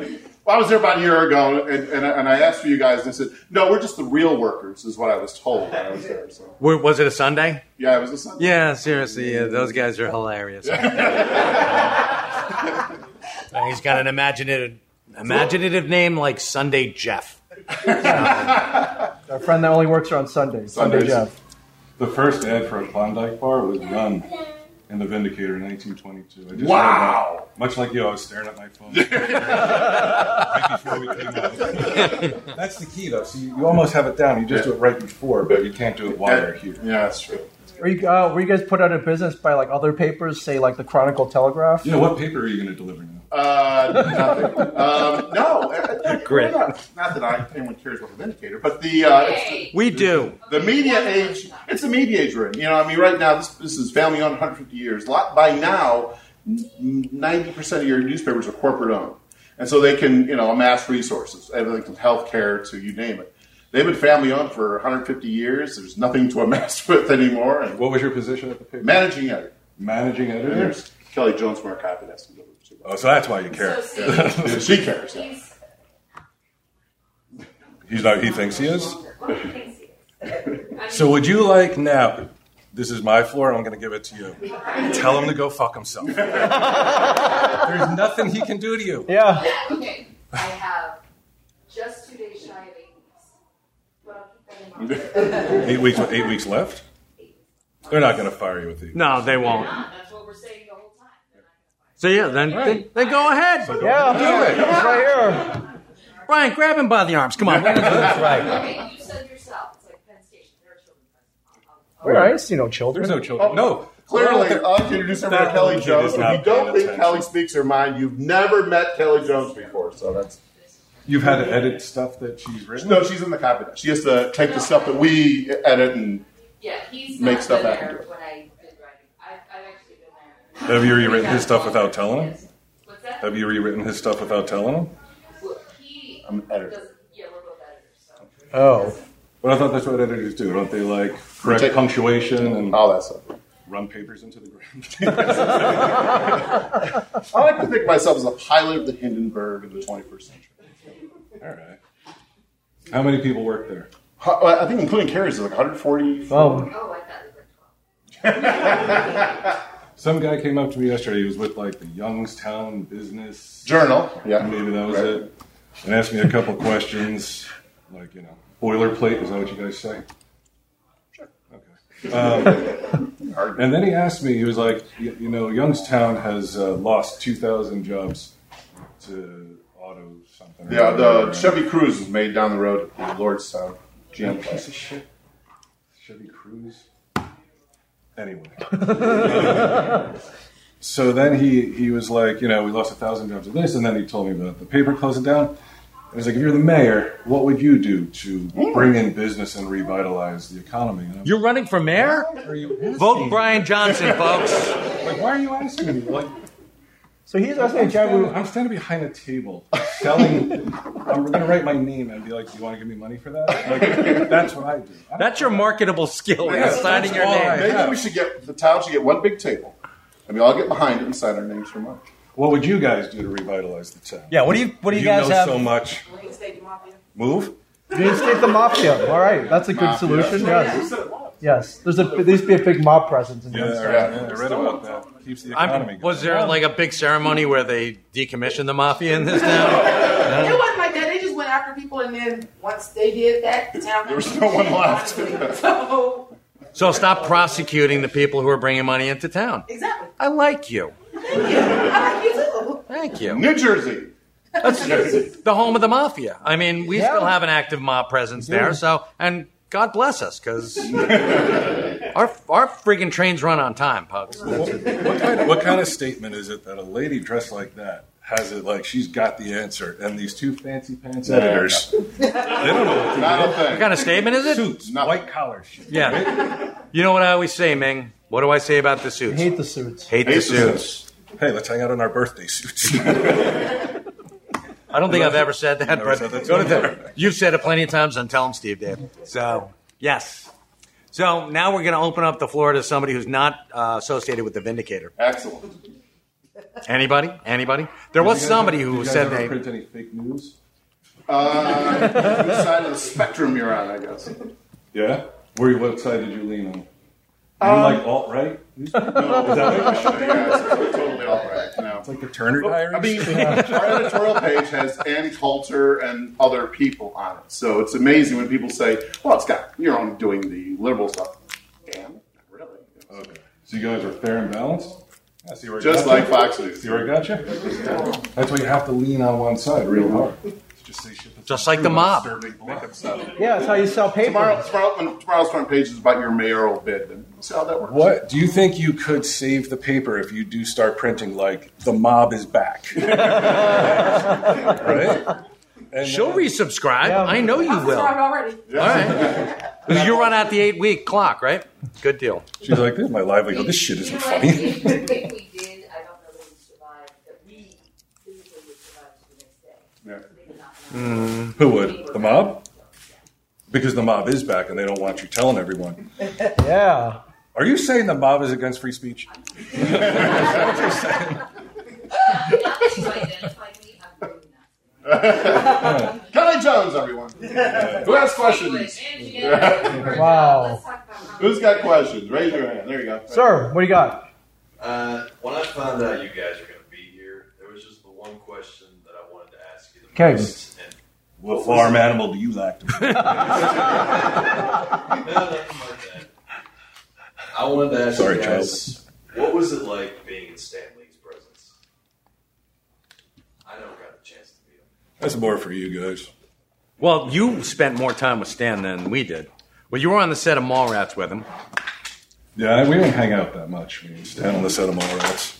Speaker 8: Well, I was there about a year ago, and, and, and I asked for you guys, and I said, "No, we're just the real workers," is what I was told when I was there. So.
Speaker 7: Wa- Was it a Sunday?
Speaker 8: Yeah, it was a Sunday.
Speaker 7: Yeah, seriously, yeah, those guys are hilarious. [laughs] And he's got an imaginative, imaginative name like Sunday Jeff.
Speaker 2: Our friend that only works here on Sundays. Sunday
Speaker 8: Sundays.
Speaker 2: Jeff.
Speaker 6: The first ad for a Klondike bar was Run in The Vindicator in 1922. I just
Speaker 8: Wow.
Speaker 6: read that. Much like you, I was staring at
Speaker 5: [laughs]
Speaker 6: my phone. right before we came out. That's the key, though. So you, you almost have it down. You just do it right before, but you can't do it while they're here.
Speaker 8: Yeah, that's true.
Speaker 2: Were you, uh, were you guys put out of business by like other papers, say like the Chronicle Telegraph?
Speaker 6: You know, what paper are you going to deliver now?
Speaker 8: Uh, nothing. um, no, uh, no,
Speaker 7: Great.
Speaker 8: Not, not that I, anyone cares about the Vindicator, but the uh, it's
Speaker 7: We do.
Speaker 8: the, the media age. It's the media age we're in. You know, I mean, right now this, this is family owned, 150 years. Lot by now, 90 percent of your newspapers are corporate owned, and so they can you know amass resources, everything from healthcare to you name it. They've been family owned for 150 years. There's nothing to amass [laughs] with anymore. And
Speaker 6: What was your position at the paper?
Speaker 8: managing editor.
Speaker 6: Managing editor.
Speaker 8: And there's Kelly Jones from our copy desk. [laughs]
Speaker 6: Oh, so that's why you care.
Speaker 5: So, see,
Speaker 8: She cares. yeah.
Speaker 5: he's-
Speaker 6: [laughs] He's not. He thinks he is.
Speaker 5: Well, he thinks he is. I mean,
Speaker 6: So would you like now? This is my floor. I'm going to give it to you. Tell him to go fuck himself. There's nothing he can do to you.
Speaker 2: Yeah.
Speaker 5: okay. I have just two days shy of eight weeks. But I'll keep that in mind.
Speaker 6: Eight weeks. Eight weeks left. They're not going to fire you with these.
Speaker 7: No, they won't.
Speaker 5: That's what we're saying the whole time. They're not gonna find
Speaker 7: So yeah, then then, then go ahead.
Speaker 2: Yeah. It's right here.
Speaker 7: Brian, grab him by the arms. Come on. That's right.
Speaker 5: it. Okay, you said yourself. It's like Penn Station. There are children. present. I'll- I'll-
Speaker 2: All right, I didn't see no
Speaker 6: There's
Speaker 2: children.
Speaker 6: no children. No.
Speaker 8: Clearly, I'll introduce her to
Speaker 6: That
Speaker 8: Kelly
Speaker 6: kid is
Speaker 8: Jones. If
Speaker 6: not
Speaker 8: you don't
Speaker 6: paying
Speaker 8: think
Speaker 6: attention.
Speaker 8: Kelly speaks her mind, you've never met Kelly Jones before, so that's
Speaker 6: You've had to edit stuff that she's written.
Speaker 8: no. She's in the copy. desk. She has to take the stuff that we edit and
Speaker 5: Yeah, he's
Speaker 8: Make
Speaker 5: not
Speaker 8: stuff
Speaker 5: been
Speaker 8: up and
Speaker 5: there
Speaker 8: do it.
Speaker 5: when I did writing. I've, I've actually been there.
Speaker 6: Have you rewritten his stuff without telling him?
Speaker 5: What's that?
Speaker 6: Have you rewritten his stuff without telling him?
Speaker 5: Well, he
Speaker 8: I'm an editor.
Speaker 5: doesn't. Yeah, we're both editors. So.
Speaker 6: Uh,
Speaker 2: Oh.
Speaker 6: But I thought that's what editors do. Don't they like correct
Speaker 8: Take-
Speaker 6: punctuation and
Speaker 8: all that stuff.
Speaker 6: run papers into the ground? [laughs]
Speaker 8: I like to think of myself as a pilot of the Hindenburg in the 21st century.
Speaker 6: all right. How many people work there?
Speaker 8: Ho- I think including carriers is like 140.
Speaker 2: Oh.
Speaker 5: Oh, I thought we were twelve.
Speaker 6: Some guy came up to me yesterday. He was with like the Youngstown Business
Speaker 8: Journal. Yeah.
Speaker 6: Maybe that was
Speaker 8: Right.
Speaker 6: it. And asked me a couple questions, like you know, boilerplate. Is that what you guys say? Sure. Okay. Um, and then he asked me. He was like, "Y- you know, Youngstown has uh, lost two thousand jobs to auto something. or
Speaker 8: Yeah, the
Speaker 6: other."
Speaker 8: Chevy Cruze was made down the road at the Lordstown GM
Speaker 6: That piece
Speaker 8: place.
Speaker 6: of shit. Chevy Cruise. Anyway. [laughs] so then he, he was like, you know, we lost a thousand jobs of this, and then he told me about the paper closing down. I was like, if you're the mayor, what would you do to bring in business and revitalize the economy? And I'm
Speaker 7: You're running for mayor?
Speaker 6: like, "Why are you asking?
Speaker 7: Vote Brian Johnson, folks.
Speaker 6: Like, why are you asking me? Like,
Speaker 2: So he's asking
Speaker 6: I'm, standing,
Speaker 2: John.
Speaker 6: I'm standing behind a table selling. I'm going to write my name and be like, do you want to give me money for that? Like, that's what I do. I
Speaker 7: That's your marketable skill.
Speaker 8: Yeah,
Speaker 7: You're signing your
Speaker 6: all I
Speaker 7: name.
Speaker 8: Maybe
Speaker 6: have.
Speaker 8: we should get the town should get one big table, and we all get behind it and sign our names for money.
Speaker 6: What would you guys do to revitalize the town?
Speaker 7: Yeah. What do you What do you,
Speaker 6: you
Speaker 7: guys
Speaker 6: know
Speaker 7: have?
Speaker 6: so much.
Speaker 5: State Mafia.
Speaker 6: Move.
Speaker 2: You escaped the mafia. All right. That's a good
Speaker 8: Mafia.
Speaker 2: solution. Yes. Yes. There's a, there needs to be a big mob presence in
Speaker 6: Yeah,
Speaker 2: Youngstown.
Speaker 6: yeah, I read about that. Keeps the economy.
Speaker 7: I'm, was
Speaker 6: going.
Speaker 7: there like a big ceremony where they decommissioned the mafia in this town?
Speaker 5: It wasn't like that. They just went after people, and then once they did that, the town.
Speaker 8: There was no one left. [laughs]
Speaker 5: so
Speaker 7: So stop prosecuting the people who are bringing money into town.
Speaker 5: exactly.
Speaker 7: I like you.
Speaker 5: I like you too.
Speaker 7: Thank you.
Speaker 8: New Jersey.
Speaker 7: That's the home of the mafia. I mean, we
Speaker 2: Yeah.
Speaker 7: still have an active mob presence there. So, and God bless us because [laughs] our our friggin' trains run on time, folks.
Speaker 6: what, kind of, what kind of statement is it that a lady dressed like that has it like she's got the answer, and these two fancy pants editors, they don't know what to
Speaker 8: Not a
Speaker 7: What
Speaker 8: thing.
Speaker 7: kind of statement is it?
Speaker 6: Suits,
Speaker 8: Nothing.
Speaker 6: white collar shit.
Speaker 7: Yeah. You know what I always say, Ming? What do I say about the
Speaker 2: I
Speaker 7: suits?
Speaker 2: hate the suits.
Speaker 7: Hate the
Speaker 8: Hate the
Speaker 7: suits.
Speaker 6: suits. Hey, let's hang out in our birthday suits. [laughs]
Speaker 7: I don't think I've ever said that,
Speaker 6: Never
Speaker 7: but
Speaker 6: said that to
Speaker 7: go to
Speaker 6: me.
Speaker 7: the, you've said it plenty of times on Tell 'em Steve, Dave. So, yes. So now we're going to open up the floor to somebody who's not uh, associated with the Vindicator.
Speaker 8: Excellent.
Speaker 7: Anybody? Anybody? There was somebody who said
Speaker 6: they
Speaker 7: they.
Speaker 6: print any fake news.
Speaker 8: Which side of the spectrum you're on, I guess.
Speaker 6: Yeah. Where? you- What side did you lean on? you
Speaker 8: Um,
Speaker 6: like alt
Speaker 8: [laughs]
Speaker 6: right? Is that what-
Speaker 8: Yeah, it's totally all right. No.
Speaker 6: like the Turner
Speaker 8: I
Speaker 6: diaries?
Speaker 8: mean, our editorial page has Ann Coulter and other people on it. So it's amazing when people say, well, it's got, you're only doing the liberal stuff. Damn, not really.
Speaker 6: Okay. [laughs] So you guys are fair and balanced. I see where I
Speaker 8: Just
Speaker 6: got you.
Speaker 8: like Fox News.
Speaker 6: See where I got you? That's why you have to lean on one side real hard. Just say shit that's
Speaker 7: Just like
Speaker 6: true
Speaker 7: the
Speaker 6: about
Speaker 7: mob.
Speaker 6: serving blacks.
Speaker 2: Yeah, that's how you sell paper.
Speaker 8: Tomorrow, tomorrow, when tomorrow's front page is about your mayoral bid. Then we'll see how that works.
Speaker 6: What do you think you could save the paper if you do start printing like the mob is [laughs] back? right? And
Speaker 7: She'll
Speaker 6: then-
Speaker 7: resubscribe.
Speaker 2: Yeah.
Speaker 7: I know you
Speaker 5: I'm
Speaker 7: will.
Speaker 5: subscribed
Speaker 7: All
Speaker 5: already.
Speaker 7: right. You run out the eight week clock, right? Good deal.
Speaker 6: She's like, "This is [laughs] my livelihood. This shit
Speaker 5: You know
Speaker 6: isn't
Speaker 5: what?
Speaker 6: funny."
Speaker 5: If we think we did, I don't know that we survived. That we physically would survive to the next day.
Speaker 8: Yeah.
Speaker 5: Maybe not.
Speaker 2: Mm.
Speaker 6: Who would? The mob? Because the mob is back, and they don't want you telling everyone.
Speaker 2: Yeah.
Speaker 6: Are you saying the mob is against free speech?
Speaker 5: Not that you identify me. I'm really not.
Speaker 8: Kelly Jones, everyone. Who has
Speaker 5: Anyway,
Speaker 8: questions?
Speaker 5: and you know,
Speaker 2: Wow.
Speaker 5: Let's talk about how
Speaker 8: Who's got questions? Raise your hand. There you go.
Speaker 2: Sir, what do you got?
Speaker 3: Uh, when I found out you guys were going to be here, there was just the one question that I wanted to ask you the
Speaker 2: Okay.
Speaker 3: most. And
Speaker 6: What farm animal do you like? To be?
Speaker 3: no, nothing like that. I wanted to ask
Speaker 6: Sorry,
Speaker 3: you guys, what was it like being in Stan Lee's presence? I never got the chance to meet him.
Speaker 6: That's more for you guys.
Speaker 7: Well, you spent more time with Stan than we did. Well, you were on the set of Mallrats with him.
Speaker 6: Yeah, we didn't hang out that much. We stand on the set of mall rats.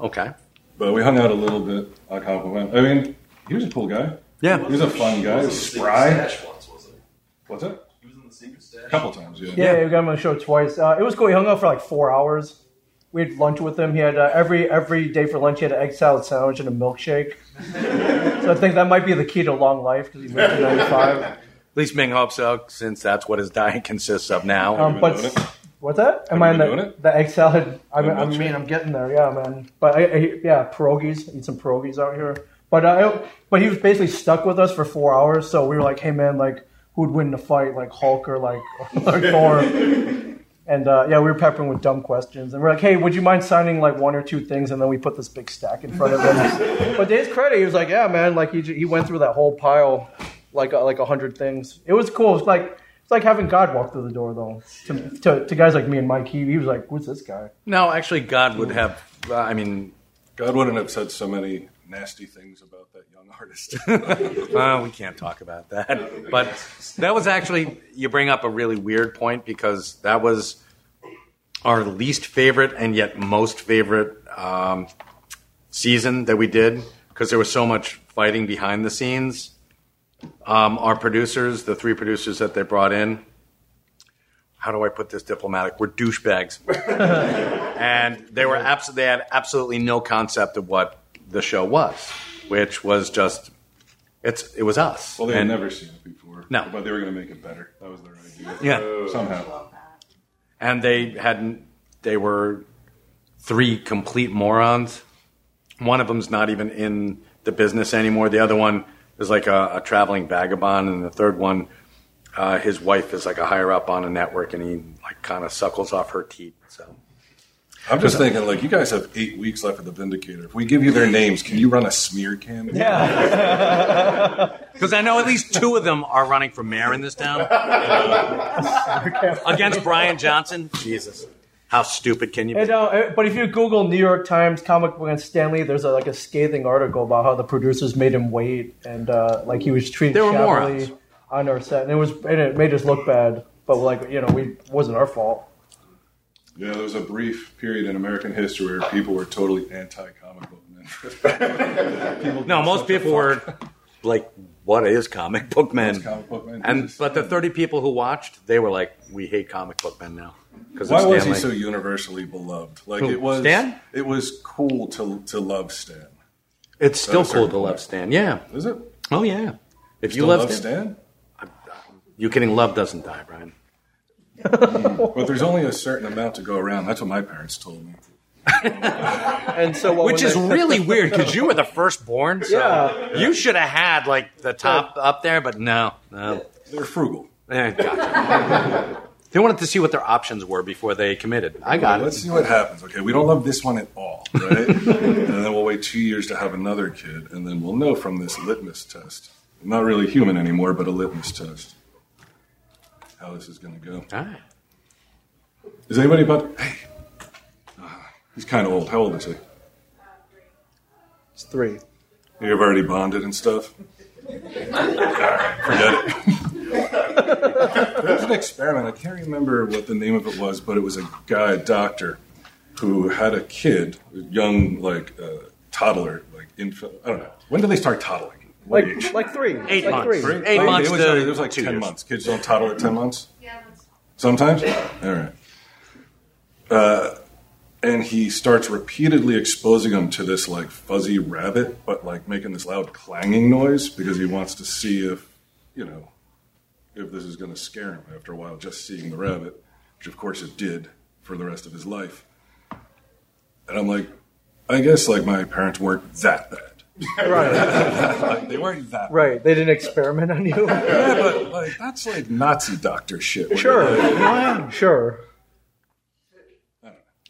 Speaker 7: Okay.
Speaker 6: But we hung out a little bit. I compliment. I mean, he was a cool guy.
Speaker 7: Yeah.
Speaker 6: He was a fun
Speaker 3: He
Speaker 6: guy.
Speaker 3: was in the secret
Speaker 6: Spry.
Speaker 3: stash once, wasn't he?
Speaker 6: What's it?
Speaker 3: He was in the secret stash.
Speaker 6: A couple times, yeah.
Speaker 2: Yeah, we got him on the show twice. Uh, it was cool. He hung out for like four hours. we had lunch with him. He had uh, every every day for lunch. He had an egg salad sandwich and a milkshake. so I think that might be the key to long life because he lived to ninety five.
Speaker 7: At least Ming hopes so, since that's what his diet consists of now.
Speaker 2: Um, but what's that? Am I
Speaker 7: Have you
Speaker 2: in
Speaker 7: been
Speaker 2: the,
Speaker 7: doing it?
Speaker 2: the egg salad? I mean,
Speaker 7: Been
Speaker 2: I mean, I'm getting there. Yeah, man. But I, I, yeah, pierogies. Eat some pierogies out here. But uh, I, but he was basically stuck with us for four hours. So we were like, hey man, like who'd win the fight, like Hulk or like [laughs]
Speaker 6: [laughs]
Speaker 2: or Thor? And uh, yeah, we were peppering with dumb questions, and we're like, "Hey, would you mind signing like one or two things?" And then we put this big stack in front of [laughs] him. but to his credit, he was like, "Yeah, man, like he, j- he went through that whole pile, like uh, like a hundred things. It was cool. It's like it's like having God walk through the door, though. To, to, to guys like me and Mike, he, he was like, "Who's this guy?"
Speaker 7: No, actually, God would have. uh, I mean,
Speaker 6: God wouldn't have said so many nasty things about that young artist.
Speaker 7: Uh, we can't talk about that. But that was actually, you bring up a really weird point because that was our least favorite and yet most favorite um, season that we did because there was so much fighting behind the scenes. Um, our producers, the three producers that they brought in, how do I put this diplomatic? We're douchebags. and they were abs- they had absolutely no concept of what the show was, which was just it's it was us.
Speaker 6: Well, they had
Speaker 7: And-
Speaker 6: never seen it before.
Speaker 7: No.
Speaker 6: But they were going to make it better. That was their idea.
Speaker 7: Yeah.
Speaker 6: Somehow.
Speaker 7: and they hadn't they were three complete morons one of them's not even in the business anymore the other one is like a, a traveling vagabond and the third one uh, his wife is like a higher up on a network and he like kind of suckles off her teeth so
Speaker 6: I'm just thinking, like, you guys have eight weeks left of the Vindicator. If we give you their names, can you run a smear campaign?
Speaker 7: because i know at least two of them are running for mayor in this town against brian johnson jesus how stupid can you be
Speaker 2: And, uh, uh, but if you Google New York Times comic book and Stanley, there's a, like a scathing article about how the producers made him wait and uh, like he was treated
Speaker 7: They were
Speaker 2: shabbily on our set, and it was and it made us look bad. But like you know, we it wasn't our fault.
Speaker 6: Yeah, there was a brief period in American history where people were totally anti comic book men. [laughs]
Speaker 7: No, most people were [laughs] like, "What is comic book men?"
Speaker 6: What's comic book men?
Speaker 7: And but the thirty people who watched, they were like, "We hate comic book men now." Because
Speaker 6: Why was he so universally beloved? Like
Speaker 7: Who,
Speaker 6: it was
Speaker 7: Stan?
Speaker 6: It was cool to to love Stan.
Speaker 7: It's
Speaker 6: At
Speaker 7: still cool
Speaker 6: a certain
Speaker 7: to love
Speaker 6: point.
Speaker 7: Stan. Yeah.
Speaker 6: Is it?
Speaker 7: Oh yeah. If you
Speaker 6: Still
Speaker 7: love,
Speaker 6: love
Speaker 7: Stan,
Speaker 6: Stan?
Speaker 7: you're kidding. Love doesn't die, Brian.
Speaker 6: But there's only a certain amount to go around. That's what my parents told me.
Speaker 2: And so, what
Speaker 7: Which
Speaker 2: when
Speaker 7: is
Speaker 2: they- [laughs]
Speaker 7: really weird because you were the firstborn. So
Speaker 2: Yeah.
Speaker 7: You should have had like the top up there, but no, no.
Speaker 6: They're frugal.
Speaker 7: Eh, gotcha. they wanted to see what their options were before they committed. I got
Speaker 6: Let's
Speaker 7: it.
Speaker 6: see what happens. Okay, we don't love this one at all,
Speaker 7: [laughs]
Speaker 6: right? and then we'll wait two years to have another kid, and then we'll know from this litmus test. Not really human anymore, but a litmus test. How this is going to go.
Speaker 7: All right.
Speaker 6: Is anybody about? Hey, Ah, he's kind of old. How old is he?
Speaker 2: It's three.
Speaker 6: You've already bonded and stuff. Alright, forget it. there was an experiment. I can't remember what the name of it was, but it was a guy, a doctor, who had a kid, a young, like uh, toddler, like infant. I don't know. When do they start toddling? What
Speaker 2: Like
Speaker 6: age?
Speaker 2: like three.
Speaker 7: Eight
Speaker 2: like
Speaker 7: months.
Speaker 2: Three.
Speaker 7: Eight
Speaker 6: Like,
Speaker 7: months
Speaker 6: It was,
Speaker 7: to
Speaker 6: it was like
Speaker 7: two
Speaker 6: ten
Speaker 7: years.
Speaker 6: months. Kids don't toddle at ten months.
Speaker 5: Yeah, that's
Speaker 6: Sometimes? All right. Uh, and he starts repeatedly exposing him to this like fuzzy rabbit, but like making this loud clanging noise because he wants to see if, you know, if this is going to scare him after a while, just seeing the rabbit, which of course it did for the rest of his life. And I'm like, I guess like my parents weren't that bad.
Speaker 2: Right.
Speaker 6: Like, they weren't that
Speaker 2: Right. They didn't experiment on you.
Speaker 6: bad. But like, that's like Nazi doctor shit. where
Speaker 2: sure. [laughs] Sure.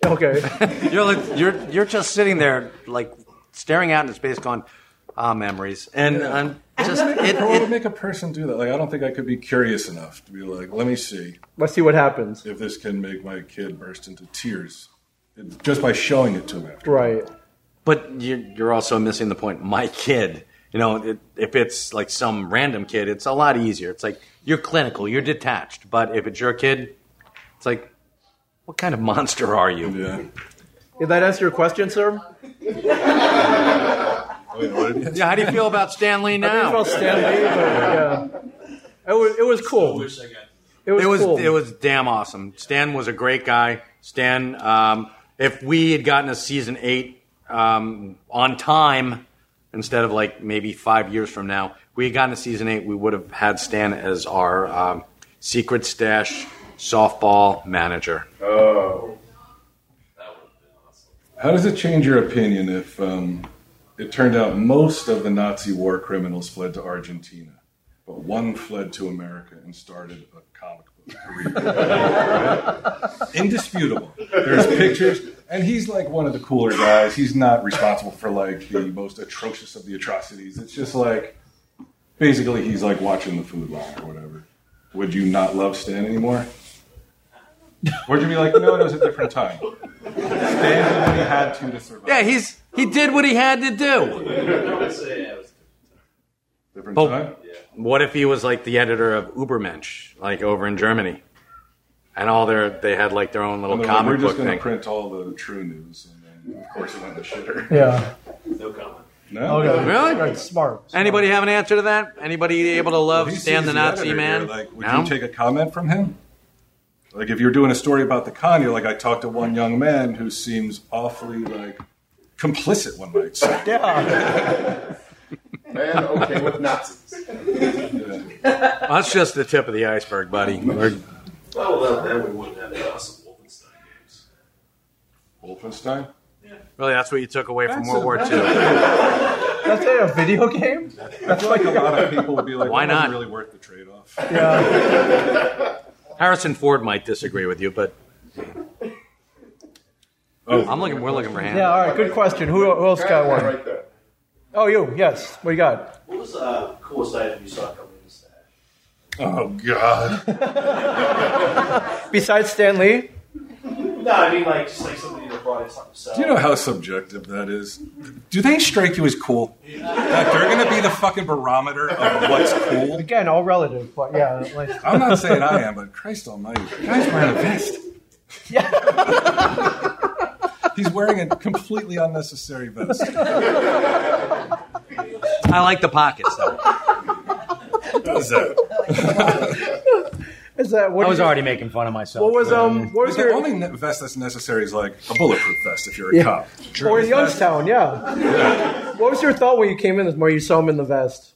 Speaker 2: Okay.
Speaker 7: You're like, you're you're just sitting there like staring out into space, going, "Ah, memories," and I'm just it,
Speaker 6: What would
Speaker 7: it,
Speaker 6: make a person do that? Like, I don't think I could be curious enough to be like, let me see
Speaker 2: Let's see what happens.
Speaker 6: if this can make my kid burst into tears It- just by showing it to him. After.
Speaker 2: Right.
Speaker 7: but you're, you're also missing the point. My kid, you know, it, if it's like some random kid, it's a lot easier. It's like you're clinical, you're detached. But if it's your kid, it's like, what kind of [laughs] monster are you?
Speaker 6: Yeah.
Speaker 2: Did that answer your question, sir?
Speaker 6: I mean, what did he-
Speaker 7: Yeah, how do you feel about Stanley
Speaker 2: It's
Speaker 7: now?
Speaker 2: about Stan Lee, but yeah. It was, it was cool. It was,
Speaker 7: It was
Speaker 2: cool.
Speaker 7: it was damn awesome. Stan was a great guy. Stan um, if we had gotten a season eight um, on time instead of like maybe five years from now, we had gotten a season eight, we would have had Stan as our um, secret stash softball manager.
Speaker 6: Oh. How does it change your opinion if um, it turned out most of the Nazi war criminals fled to Argentina, but one fled to America and started a comic book career? Indisputable. There's pictures, and he's like one of the cooler guys. He's not responsible for like the most atrocious of the atrocities. It's just like basically he's like watching the food line or whatever. Would you not love Stan anymore? Or would you be like, no, it was a different time? Stan did what he had to to survive.
Speaker 7: Yeah, he's he did what he had to do.
Speaker 9: I would say yeah, it was
Speaker 6: Different
Speaker 7: But-
Speaker 6: time?
Speaker 7: What if he was like the editor of Ubermensch, like over in Germany, and all their they had like their own little
Speaker 6: And they're like,
Speaker 7: comic
Speaker 6: we're
Speaker 7: book
Speaker 6: just going
Speaker 7: thing?
Speaker 6: to print all the true news, and then of course it went in the shitter.
Speaker 2: Yeah.
Speaker 9: no comment.
Speaker 6: No,
Speaker 2: Okay.
Speaker 7: Really?
Speaker 2: Right, smart.
Speaker 7: Anybody have an answer to that? Anybody able to love
Speaker 6: He
Speaker 7: Stan
Speaker 6: sees
Speaker 7: the Nazi
Speaker 6: editor
Speaker 7: man?
Speaker 6: here, Like, would
Speaker 7: no?
Speaker 6: you take a comment from him? Like, if you're doing a story about the con, you're like, I talked to one young man who seems awfully like complicit. One might say.
Speaker 8: And okay with
Speaker 6: [laughs]
Speaker 8: Nazis.
Speaker 7: That's just the tip of the iceberg, buddy. We're-
Speaker 9: Well, without that, we wouldn't have the awesome Wolfenstein games.
Speaker 6: Wolfenstein.
Speaker 7: really, that's what you took away from
Speaker 6: That's
Speaker 7: World
Speaker 6: a-
Speaker 7: War II.
Speaker 2: That's a video game?
Speaker 6: I feel like a lot of people would be like,
Speaker 7: Why
Speaker 6: "That wasn't
Speaker 7: not?"
Speaker 6: Really worth the trade-off.
Speaker 2: Yeah.
Speaker 7: Harrison Ford might disagree with you, but
Speaker 6: Oh.
Speaker 7: I'm looking. We're looking for hands.
Speaker 2: Yeah, all right. Good question. Who, who else got one?
Speaker 8: Right there.
Speaker 2: Oh, you. Yes. What you got?
Speaker 9: What was the uh, coolest item you saw coming in the stash?
Speaker 6: Oh God.
Speaker 2: Besides Stan Lee?
Speaker 9: No, I mean like just like somebody that brought in something to sell.
Speaker 6: Do you know how subjective that is? Do they strike you as cool? Like, they're going to be the fucking barometer of what's cool.
Speaker 2: Again, all relative, but yeah. Like,
Speaker 6: I'm not saying I am, but Christ Almighty, the guy's wearing a vest. He's wearing a completely unnecessary vest.
Speaker 7: I like the pockets. Though.
Speaker 6: Does that?
Speaker 2: is that what
Speaker 10: I was
Speaker 2: did you-
Speaker 10: already making fun of myself.
Speaker 2: What was um? What was
Speaker 6: The
Speaker 2: your
Speaker 6: only ne- vest that's necessary is like a bulletproof vest if you're a
Speaker 2: Yeah.
Speaker 6: cop.
Speaker 2: or Youngstown? Yeah. What was your thought when you came in this morning? You saw him in the vest.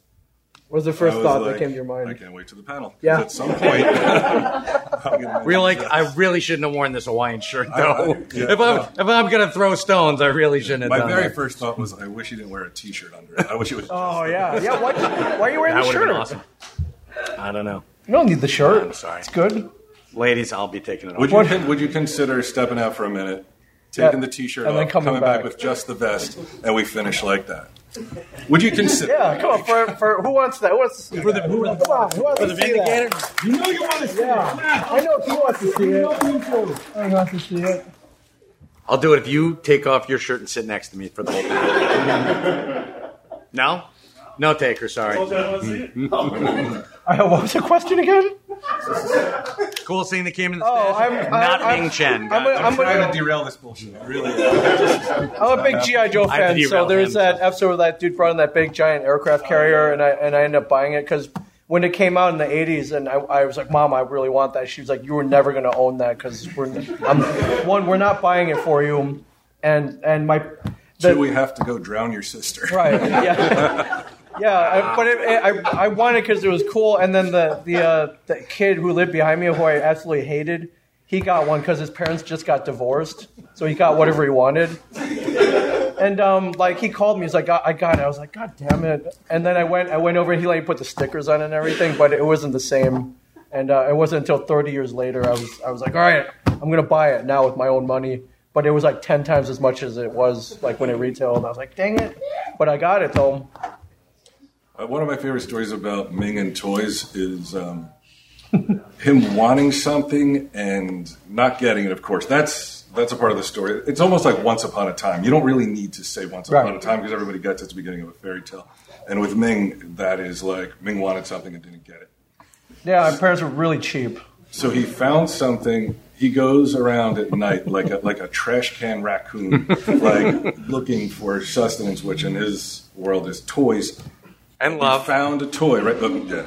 Speaker 2: What was the
Speaker 6: I
Speaker 2: first
Speaker 6: was
Speaker 2: thought
Speaker 6: like,
Speaker 2: that came to your mind?
Speaker 6: I can't wait to the panel. 'Cause
Speaker 2: Yeah.
Speaker 6: At some point. I'm gonna-
Speaker 7: We're like, I really shouldn't have worn this Hawaiian shirt though.
Speaker 6: I- yeah,
Speaker 7: if I'm
Speaker 6: no.
Speaker 7: if I'm gonna throw stones, I really shouldn't have
Speaker 6: My
Speaker 7: done
Speaker 6: very
Speaker 7: that.
Speaker 6: first thought was, I wish he didn't wear a T-shirt under it. I wish it was.
Speaker 2: Oh yeah, yeah. What, why are you wearing
Speaker 7: That
Speaker 2: the
Speaker 7: would have
Speaker 2: shirt?
Speaker 7: been awesome. I don't know,
Speaker 2: You don't need the shirt.
Speaker 7: I'm sorry.
Speaker 2: It's good.
Speaker 7: ladies. I'll be taking it off.
Speaker 6: Would you con- would you consider stepping out for a minute, taking
Speaker 2: Yeah.
Speaker 6: the t-shirt
Speaker 2: And then
Speaker 6: off,
Speaker 2: coming
Speaker 6: coming back.
Speaker 2: back.
Speaker 6: with just the vest, and we finish like that? Would you consider?
Speaker 2: Yeah, come on. For, for who wants that? Who wants to see that? Come on, who wants to see that?
Speaker 6: You know you want to see
Speaker 2: Yeah, I know he wants to see it. I want to see it.
Speaker 7: I'll do it if you take off your shirt and sit next to me for the whole panel.
Speaker 2: [laughs]
Speaker 7: no, no taker. Sorry.
Speaker 2: [laughs] I, what was the question again?
Speaker 7: Cool seeing the came in the
Speaker 2: Oh,
Speaker 7: stash.
Speaker 2: I'm I,
Speaker 7: Not
Speaker 2: I'm,
Speaker 7: Ming Chen.
Speaker 2: I'm a, I'm,
Speaker 6: Trying
Speaker 2: a,
Speaker 6: to derail this bullshit. I really. am.
Speaker 2: I'm a big GI Joe
Speaker 7: I have
Speaker 2: fan,
Speaker 7: to
Speaker 2: so
Speaker 7: derail
Speaker 2: there's
Speaker 7: him.
Speaker 2: that episode where that dude brought in that big giant aircraft carrier, and I and I ended up buying it because when it came out in the '80s, and I, I was like, "Mom, I really want that." She was like, "You were never going to own that because we're I'm, one, we're not buying it for you, and and my the-
Speaker 6: Do we have to go drown your sister?
Speaker 2: Right. Yeah.
Speaker 6: [laughs]
Speaker 2: Yeah, I, but it, it, I I won it because it was cool, and then the the uh, the kid who lived behind me, who I absolutely hated, he got one because his parents just got divorced, so he got whatever he wanted. And um, like he called me, he's like, I, I got it. I was like, God damn it! And then I went I went over, and he like put the stickers on it and everything, but it wasn't the same. And uh, it wasn't until 30 years later I was I was like, all right, I'm gonna buy it now with my own money. But it was like 10 times as much as it was like when it retailed. I was like, dang it! But I got it though.
Speaker 6: Uh, One of my favorite stories about Ming and toys is um, [laughs] him wanting something and not getting it. Of course, that's that's a part of the story. It's almost like Once Upon a Time. You don't really need to say Once Upon
Speaker 2: Right.
Speaker 6: a Time because everybody gets it at the beginning of a fairy tale. And with Ming, that is like Ming wanted something and didn't get it.
Speaker 2: Yeah, my parents were really cheap.
Speaker 6: So he found something. He goes around at night like a, like a trash
Speaker 2: [laughs]
Speaker 6: can raccoon, like looking for sustenance, which in his world is toys.
Speaker 7: and
Speaker 6: I
Speaker 7: love.
Speaker 6: found a toy, right? But, yeah.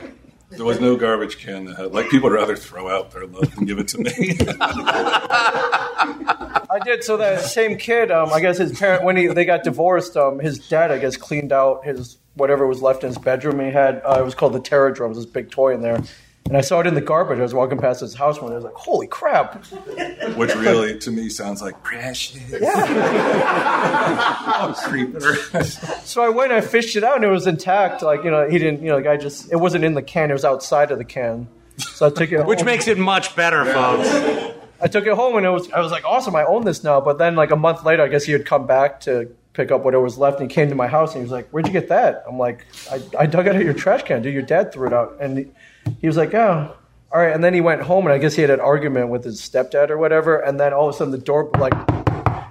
Speaker 6: There was no garbage can that had, like, people would rather throw out their love than give it to me.
Speaker 2: I did kid, so that same kid, um, I guess his parent when he they got divorced, um, his dad I guess cleaned out his whatever was left in his bedroom. He had uh, it was called the Terror Drums, this big toy in there. And I saw it in the garbage. I was walking past his house one day. I was like, "Holy crap!"
Speaker 6: [laughs] Which really, to me, sounds like precious. [laughs] Oh, creeper.
Speaker 2: So I went. and I fished it out, and it was intact. Like you know, he didn't. You know, the guy just it wasn't in the can. It was outside of the can. So I took it.
Speaker 7: Which
Speaker 2: home.
Speaker 7: makes it much better, folks.
Speaker 2: I took it home and it was I was like, awesome, I own this now. But then like a month later, I guess he had come back to pick up whatever was left and he came to my house and he was like, Where'd you get that? I'm like, I, I dug it out of your trash can, dude. Your dad threw it out. And he, he was like, Oh, all right. And then he went home and I guess he had an argument with his stepdad or whatever, and then all of a sudden the door like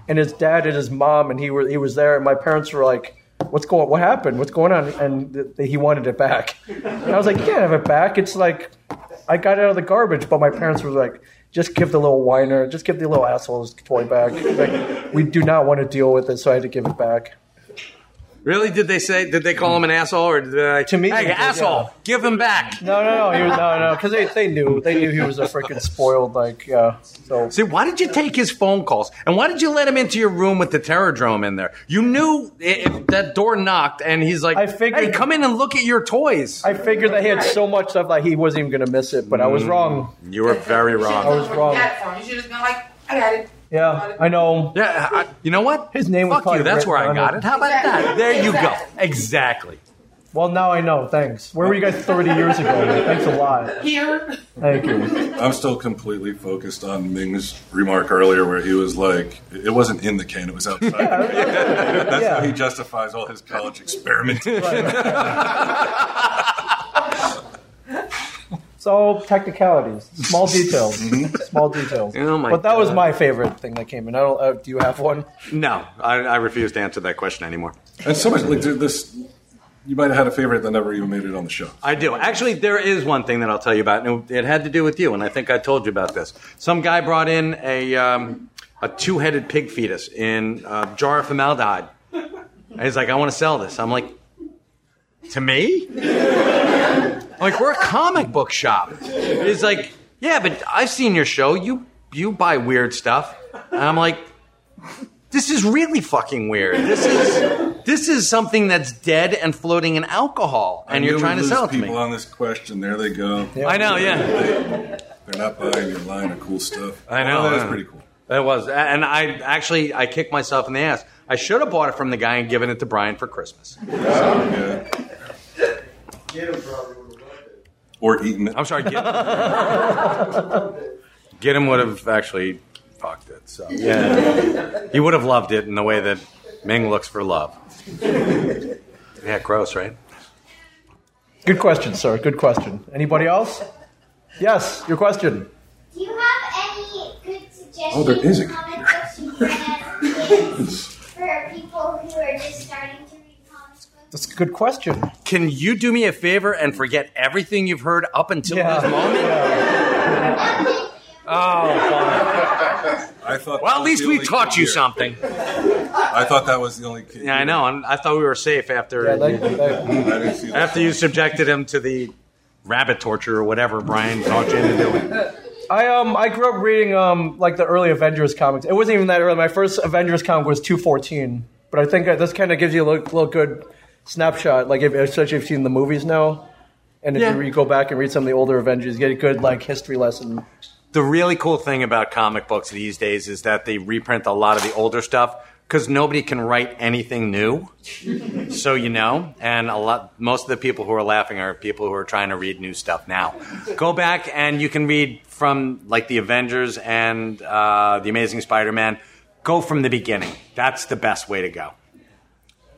Speaker 2: and his dad and his mom and he were he was there and my parents were like What's going? What happened? What's going on? And th- th- he wanted it back. And I was like, "You can't have it back. It's like I got it out of the garbage, but my parents were like, just give the little whiner, just give the little asshole's toy back. Like, we do not want to deal with it, so I had to give it back.
Speaker 7: Really? Did they say? Did they call him an asshole, or did they?
Speaker 2: To me,
Speaker 7: hey,
Speaker 2: they did,
Speaker 7: asshole,
Speaker 2: yeah.
Speaker 7: give him back.
Speaker 2: No, no, no, he was, no, no, because they, they knew. They knew he was a freaking spoiled, like, yeah. So,
Speaker 7: See, why did you take his phone calls? And why did you let him into your room with the Terradrome in there? You knew i- if that door knocked and he's like,
Speaker 2: I figured-
Speaker 7: hey, come in and look at your toys.
Speaker 2: I figured that he had so much stuff that he wasn't even going to miss it, but I was wrong.
Speaker 7: you were
Speaker 2: I
Speaker 7: very wrong.
Speaker 2: was wrong.
Speaker 4: That for him. You should have been like, I got it.
Speaker 2: Yeah, I know.
Speaker 7: Yeah, I, you know what?
Speaker 2: His name was
Speaker 7: Fuck you,
Speaker 2: probably
Speaker 7: that's where I
Speaker 2: written
Speaker 7: got
Speaker 2: on
Speaker 7: it. How about that? There you go. Exactly.
Speaker 2: Well, now I know. Thanks. Where were you guys 30 years [laughs] ago? Thanks a lot.
Speaker 4: Here.
Speaker 2: Thank you.
Speaker 6: I'm still completely focused on Ming's remark earlier, where he was like, "It wasn't in the can; it was outside." That's how
Speaker 2: Yeah.
Speaker 6: he justifies all his college experimentation.
Speaker 2: So technicalities, small details, small details.
Speaker 7: Oh my
Speaker 2: but that was
Speaker 7: God.
Speaker 2: my favorite thing that came in. I don't. Uh, do you have one?
Speaker 7: No, I, I refuse to answer that question anymore.
Speaker 6: And so much like dude, this, you might have had a favorite that never even made it on the show.
Speaker 7: I do. Actually, there is one thing that I'll tell you about, and it had to do with you, and I think I told you about this. Some guy brought in a, um, a two headed pig fetus in a jar of formaldehyde. And he's like, I want to sell this. I'm like, to me? I'm like, we're a comic book shop. He's like, yeah, but I've seen your show. You, you buy weird stuff. And I'm like, this is really fucking weird. This is. This is something that's dead and floating in alcohol, and
Speaker 6: I
Speaker 7: you're
Speaker 6: knew
Speaker 7: trying to
Speaker 6: we'd lose
Speaker 7: sell it to
Speaker 6: people
Speaker 7: me.
Speaker 6: on this question. There they go.
Speaker 7: I know, yeah.
Speaker 6: They're not buying your line of cool stuff.
Speaker 7: I know,
Speaker 6: Oh, that
Speaker 7: I
Speaker 6: is
Speaker 7: know.
Speaker 6: pretty cool.
Speaker 7: That was, and I actually I kicked myself in the ass. I should have bought it from the guy and given it to Brian for Christmas.
Speaker 6: Yeah. Or eating it.
Speaker 7: I'm sorry,
Speaker 6: [laughs]
Speaker 7: get him. get him would have actually fucked it. So yeah, he would have loved it in the way that Ming looks for love. Yeah, gross, right?
Speaker 2: Good question, sir. Good question. Anybody else? Yes, your question.
Speaker 5: Do you have any good suggestions
Speaker 6: Oh, there is a
Speaker 5: for comic books you can have
Speaker 6: [laughs]
Speaker 5: kids for people who are just starting to read comic books?
Speaker 2: That's a good question.
Speaker 7: Can you do me a favor and forget everything you've heard up until
Speaker 2: Yeah.
Speaker 7: this moment?
Speaker 5: No, thank you.
Speaker 6: I thought.
Speaker 7: Well,
Speaker 6: that
Speaker 7: at
Speaker 6: was
Speaker 7: least
Speaker 6: the
Speaker 7: we
Speaker 6: only
Speaker 7: taught
Speaker 6: kid
Speaker 7: you
Speaker 6: here.
Speaker 7: something.
Speaker 6: I thought that was the only kid.
Speaker 7: Yeah, I know. and I thought we were safe after
Speaker 2: Yeah, like, like,
Speaker 6: I didn't see that.
Speaker 7: After you subjected him to the rabbit torture or whatever Brian talked you into doing.
Speaker 2: I um I grew up reading um like the early Avengers comics. It wasn't even that early. My first Avengers comic was two fourteen, but I think uh, this kind of gives you a little, little good snapshot. Like if, especially if you've seen the movies now, and if
Speaker 7: Yeah.
Speaker 2: you re- go back and read some of the older Avengers, you get a good like history lesson.
Speaker 7: The really cool thing about comic books these days is that they reprint a lot of the older stuff because nobody can write anything new. so you know, and a lot most of the people who are laughing are people who are trying to read new stuff now. Go back and you can read from like the Avengers and uh, the Amazing Spider-Man. Go from the beginning. That's the best way to go.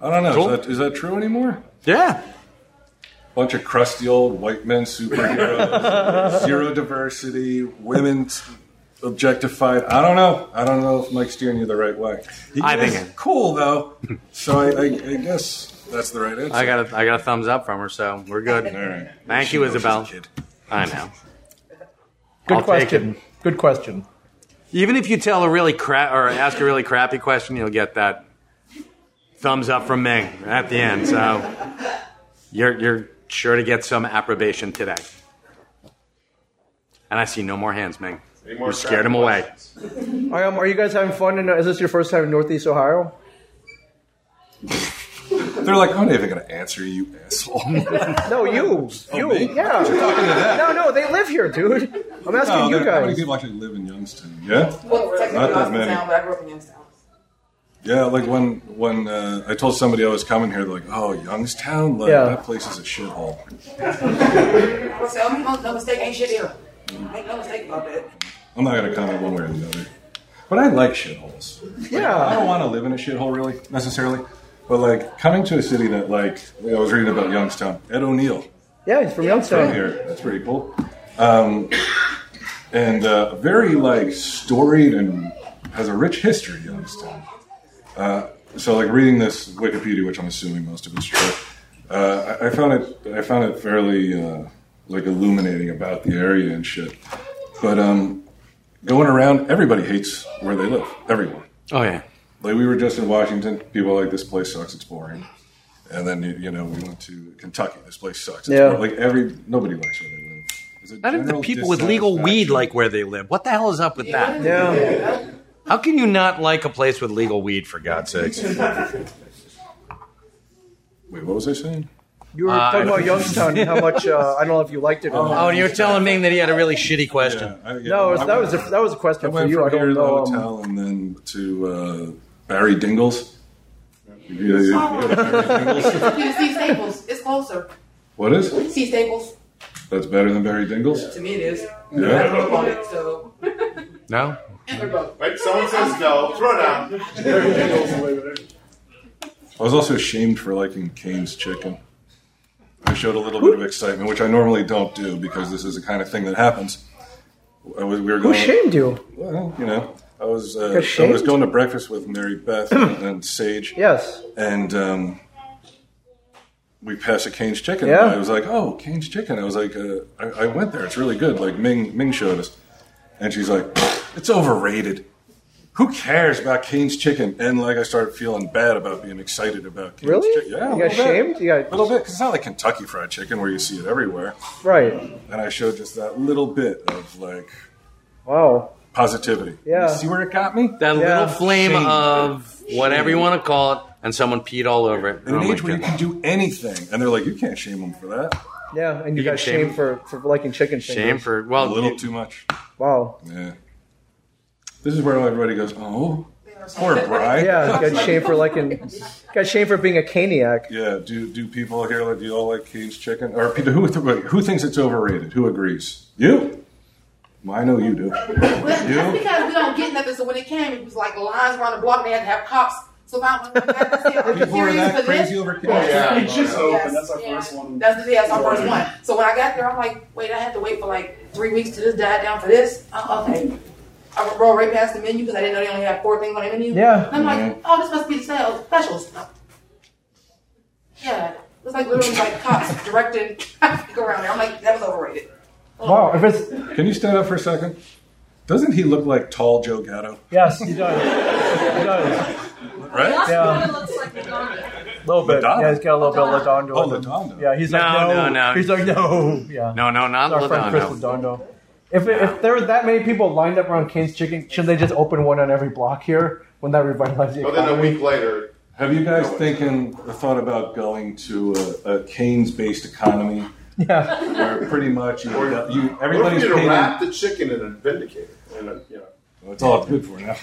Speaker 6: I don't know.
Speaker 7: Cool.
Speaker 6: Is, that, is that true anymore?
Speaker 7: Yeah.
Speaker 6: Bunch of crusty old white men superheroes,
Speaker 7: [laughs]
Speaker 6: zero diversity, women objectified. I don't know. I don't know if Mike's steering you the right way. He
Speaker 7: I think
Speaker 6: is
Speaker 7: it-
Speaker 6: cool though. So I, I, I guess that's the right answer.
Speaker 7: I got a, I got a thumbs up from her, so we're good.
Speaker 6: All right.
Speaker 7: Thank
Speaker 6: She
Speaker 7: you,
Speaker 6: knows she's a
Speaker 7: Isabel.
Speaker 6: kid.
Speaker 7: I know.
Speaker 2: Good
Speaker 7: I'll take
Speaker 2: question. Good question.
Speaker 7: Even if you tell a really crap or ask a really crappy question, you'll get that thumbs up from Ming at the end. So you're you're sure to get some approbation today. And I see no more hands, Ming.
Speaker 8: Any more
Speaker 7: You scared him away.
Speaker 2: I am. Are you guys having fun? In, uh, is this your first time in Northeast Ohio?
Speaker 6: They're like, I'm not even going to answer [laughs] you, asshole.
Speaker 2: No, you. you. Yeah. No, no, they live here, dude. I'm asking
Speaker 6: No,
Speaker 2: you
Speaker 6: there- How many
Speaker 2: guys.
Speaker 6: people actually live in Youngstown? Yeah?
Speaker 5: Well, technically
Speaker 6: Not that
Speaker 5: Austin
Speaker 6: many.
Speaker 5: Town, but I grew up in Youngstown.
Speaker 6: Yeah, like when when uh, I told somebody I was coming here, they're like, "Oh, Youngstown, like
Speaker 2: Yeah.
Speaker 6: that place is a shithole."
Speaker 5: So make no, no mistake, ain't shit here. Make no mistake about that.
Speaker 6: I'm not gonna comment one way or the other, but I like shitholes. Like,
Speaker 2: Yeah.
Speaker 6: I don't want to live in a shithole really necessarily, but like coming to a city that like I was reading about Youngstown, Ed O'Neill
Speaker 2: Yeah, he's from Youngstown.
Speaker 6: from here. That's pretty cool. Um, and uh, very like storied and has a rich history, Youngstown. Uh, so like reading this Wikipedia, which I'm assuming most of it's true, uh, I, I found it I found it fairly uh, like illuminating about the area and shit. But um, going around, everybody hates where they live. Everyone.
Speaker 7: Oh yeah.
Speaker 6: Like we were just in Washington, people were like this place sucks, it's boring. And then you- you know we went to Kentucky, this place sucks. It's
Speaker 7: Yeah.
Speaker 6: boring. Like every nobody likes where they live.
Speaker 7: Not even the people with legal weed like where they live. What the hell is up with that?
Speaker 2: Yeah.
Speaker 7: How can you not like a place with legal weed, for God's sakes?
Speaker 6: Wait, what was I saying?
Speaker 2: You were
Speaker 7: Uh,
Speaker 2: talking about Youngstown
Speaker 6: [laughs]
Speaker 2: and how much uh, I don't know if you liked it or not.
Speaker 7: Oh, and you were telling Ming that he had a really shitty question.
Speaker 2: No, it was- that was a, that was a
Speaker 6: I
Speaker 2: question for
Speaker 6: went
Speaker 2: you.
Speaker 6: from
Speaker 2: I
Speaker 6: here to
Speaker 2: don't
Speaker 6: the
Speaker 2: know. um,
Speaker 6: hotel and then to uh, Barry Dingles. You go to- you go to Barry Dingles?
Speaker 5: You see Staples. It's closer.
Speaker 6: What is?
Speaker 5: See Staples.
Speaker 6: That's better than Barry Dingles.
Speaker 5: To me, it is.
Speaker 6: Yeah.
Speaker 5: I grew up on it, so.
Speaker 7: No.
Speaker 8: Wait, someone says no. Throw down.
Speaker 6: I was also shamed for liking Kane's chicken. I showed a little bit of excitement, which I normally don't do because this is the kind of thing that happens. I was, we were
Speaker 2: Who
Speaker 6: going.
Speaker 2: shamed you?
Speaker 6: Well, you know, I was uh,
Speaker 2: Got
Speaker 6: I was
Speaker 2: shamed?
Speaker 6: going to breakfast with Mary Beth and Sage.
Speaker 2: Yes.
Speaker 6: And um, we passed a Kane's Chicken.
Speaker 2: Yeah.
Speaker 6: I was like, oh, Kane's Chicken. I was like, uh, I, I went there. It's really good. Like Ming Ming showed us, and she's like, it's overrated. Who cares about Kane's Chicken? And like, I started feeling bad about being excited about Kane's
Speaker 2: Really?
Speaker 6: Chicken. Yeah,
Speaker 2: You
Speaker 6: a
Speaker 2: got
Speaker 6: little bit.
Speaker 2: shamed? You got-
Speaker 6: a little bit. 'cause it's not like Kentucky Fried Chicken where you see it everywhere.
Speaker 2: Right.
Speaker 6: And I showed just that little bit of like
Speaker 2: Wow.
Speaker 6: positivity.
Speaker 2: Yeah. Oh
Speaker 6: You see where it got me?
Speaker 7: That little flame
Speaker 6: Shame.
Speaker 7: of whatever you want to call it, and someone peed all over it.
Speaker 6: In an
Speaker 7: Oh my
Speaker 6: age where you can do anything, and they're like, you can't shame them for that.
Speaker 2: Yeah, and you,
Speaker 6: You
Speaker 2: got
Speaker 6: get
Speaker 2: shamed
Speaker 6: shamed.
Speaker 2: for, for liking chicken fingers.
Speaker 6: Shame for- well, A little you- too much.
Speaker 2: Wow.
Speaker 6: Yeah. This is where everybody goes, oh, poor Bry.
Speaker 2: Yeah, you got shamed for liking. you Got shamed for being a caniac.
Speaker 6: Yeah, do do people here like do you all like Kane's chicken? Or people who wait, who thinks it's overrated? Who agrees? You? Well, I know you do.
Speaker 5: Well,
Speaker 6: You?
Speaker 5: that's because we don't get nothing. So when it came, it was like lines around the block. and They had to have cops. So if I went back and said,
Speaker 6: People are
Speaker 5: "Are you serious
Speaker 6: that
Speaker 5: for this?"
Speaker 6: crazy over Kane's
Speaker 5: Yeah.
Speaker 6: chicken.
Speaker 5: It's just open. Yes.
Speaker 11: That's our first one.
Speaker 5: That's the yeah, that's our first one. So when I got there, I'm like, wait, I had to wait for like three weeks to this die down for this. Oh, okay. I rolled right past the menu because I didn't know they only had four things on the menu.
Speaker 2: Yeah.
Speaker 5: And I'm like, oh, this must be the sales specials. Yeah. It was like literally like cops directing traffic around there. I'm like, that was overrated.
Speaker 2: Wow. If it's
Speaker 6: Can you stand up for a second? Doesn't he look like tall Joe Gatto?
Speaker 2: yes, he does. He does.
Speaker 6: Right?
Speaker 2: Yeah.
Speaker 11: looks like Madonna.
Speaker 2: A little bit.
Speaker 6: Madonna?
Speaker 2: Yeah, he's got a little bit of Ladondo.
Speaker 6: Oh,
Speaker 2: in him.
Speaker 6: Ladondo.
Speaker 2: Yeah, he's like,
Speaker 7: No,
Speaker 2: no,
Speaker 7: no, no.
Speaker 2: He's like, no. Yeah.
Speaker 7: No, no, not
Speaker 2: It's our friend Chris
Speaker 7: Ladondo.
Speaker 2: Ladondo. If, it, if there were that many people lined up around Kane's Chicken, should they just open one on every block here? Wouldn't that revitalize the
Speaker 8: But
Speaker 2: economy?
Speaker 8: then a week later,
Speaker 6: Have you guys thinking or thought about going to a, a Keynes-based economy?
Speaker 2: Yeah.
Speaker 6: Where pretty much you, you
Speaker 8: what if
Speaker 6: everybody's
Speaker 8: you were to
Speaker 6: paying.
Speaker 8: wrap the chicken in a vindicator? In a, you know.
Speaker 6: That's all it's good
Speaker 8: [laughs]
Speaker 6: for now.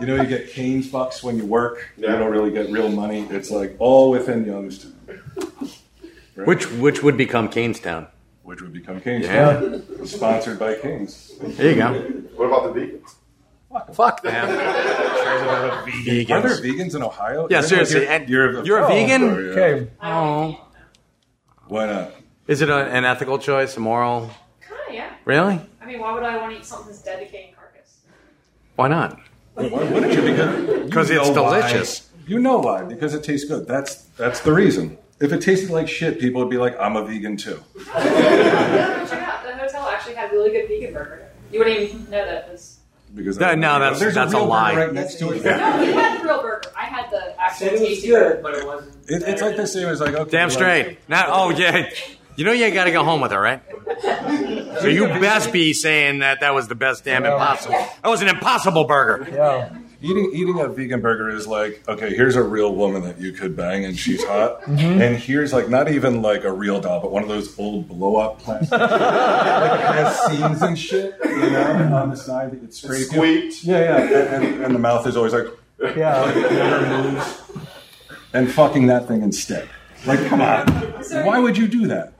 Speaker 6: you know, you get Keynes bucks when you work. You don't really get real money. It's like all within Youngstown,
Speaker 7: Which which would become Canestown.
Speaker 6: which would become Keynes.
Speaker 7: Yeah.
Speaker 6: Sponsored by Keynes.
Speaker 7: There you go.
Speaker 8: What about the vegans?
Speaker 7: Fuck them.
Speaker 6: Are there vegans in Ohio?
Speaker 7: Yeah,
Speaker 6: Is anyone
Speaker 7: seriously,
Speaker 6: here-
Speaker 7: and-
Speaker 6: you're,
Speaker 7: you're a
Speaker 6: Oh,
Speaker 7: vegan?
Speaker 6: sorry, yeah.
Speaker 2: Okay.
Speaker 7: Oh.
Speaker 6: Why not?
Speaker 7: Is it a, an ethical choice, a moral?
Speaker 11: Kind of, yeah.
Speaker 7: Really?
Speaker 11: I mean, why would I want to eat something that's dedicating carcass?
Speaker 7: Why not?
Speaker 6: Why wouldn't you be good?
Speaker 7: Because
Speaker 6: You
Speaker 7: it's
Speaker 6: know why.
Speaker 7: delicious.
Speaker 6: You know why? Because it tastes good. That's that's the reason. If it tasted like shit, people would be like, "I'm a vegan too."
Speaker 11: Yeah, but check out. The hotel actually had really good vegan burger. You wouldn't even know that because.
Speaker 6: Because
Speaker 7: No, no, that's-
Speaker 6: there's
Speaker 7: that's a
Speaker 6: a, real
Speaker 7: lie.
Speaker 6: burger right next to it.
Speaker 11: No, you had the real burger. I had the actual
Speaker 12: Said it was
Speaker 11: tasty burger.
Speaker 12: good, but it wasn't.
Speaker 6: It, it's like the same as like okay,
Speaker 7: Damn
Speaker 6: like-
Speaker 7: straight. Not. Oh yeah. You know you got to go home with her, right? So you best be saying that that was the best damn impossible. That was an impossible burger.
Speaker 2: Yeah.
Speaker 6: Eating eating a vegan burger is like okay, here's a real woman that you could bang and she's hot,
Speaker 7: Mm-hmm.
Speaker 2: Mhm.
Speaker 6: and here's like not even like a real doll, but one of those old blow
Speaker 7: [laughs]
Speaker 6: up plastic like it has seams and shit, you know, on the side that you'd scrape. you.
Speaker 8: Squeaked.
Speaker 6: Yeah, yeah, and, and, and the mouth is always like [laughs]
Speaker 2: yeah,
Speaker 6: never moves, and fucking that thing instead. Like, come on, why would you do that?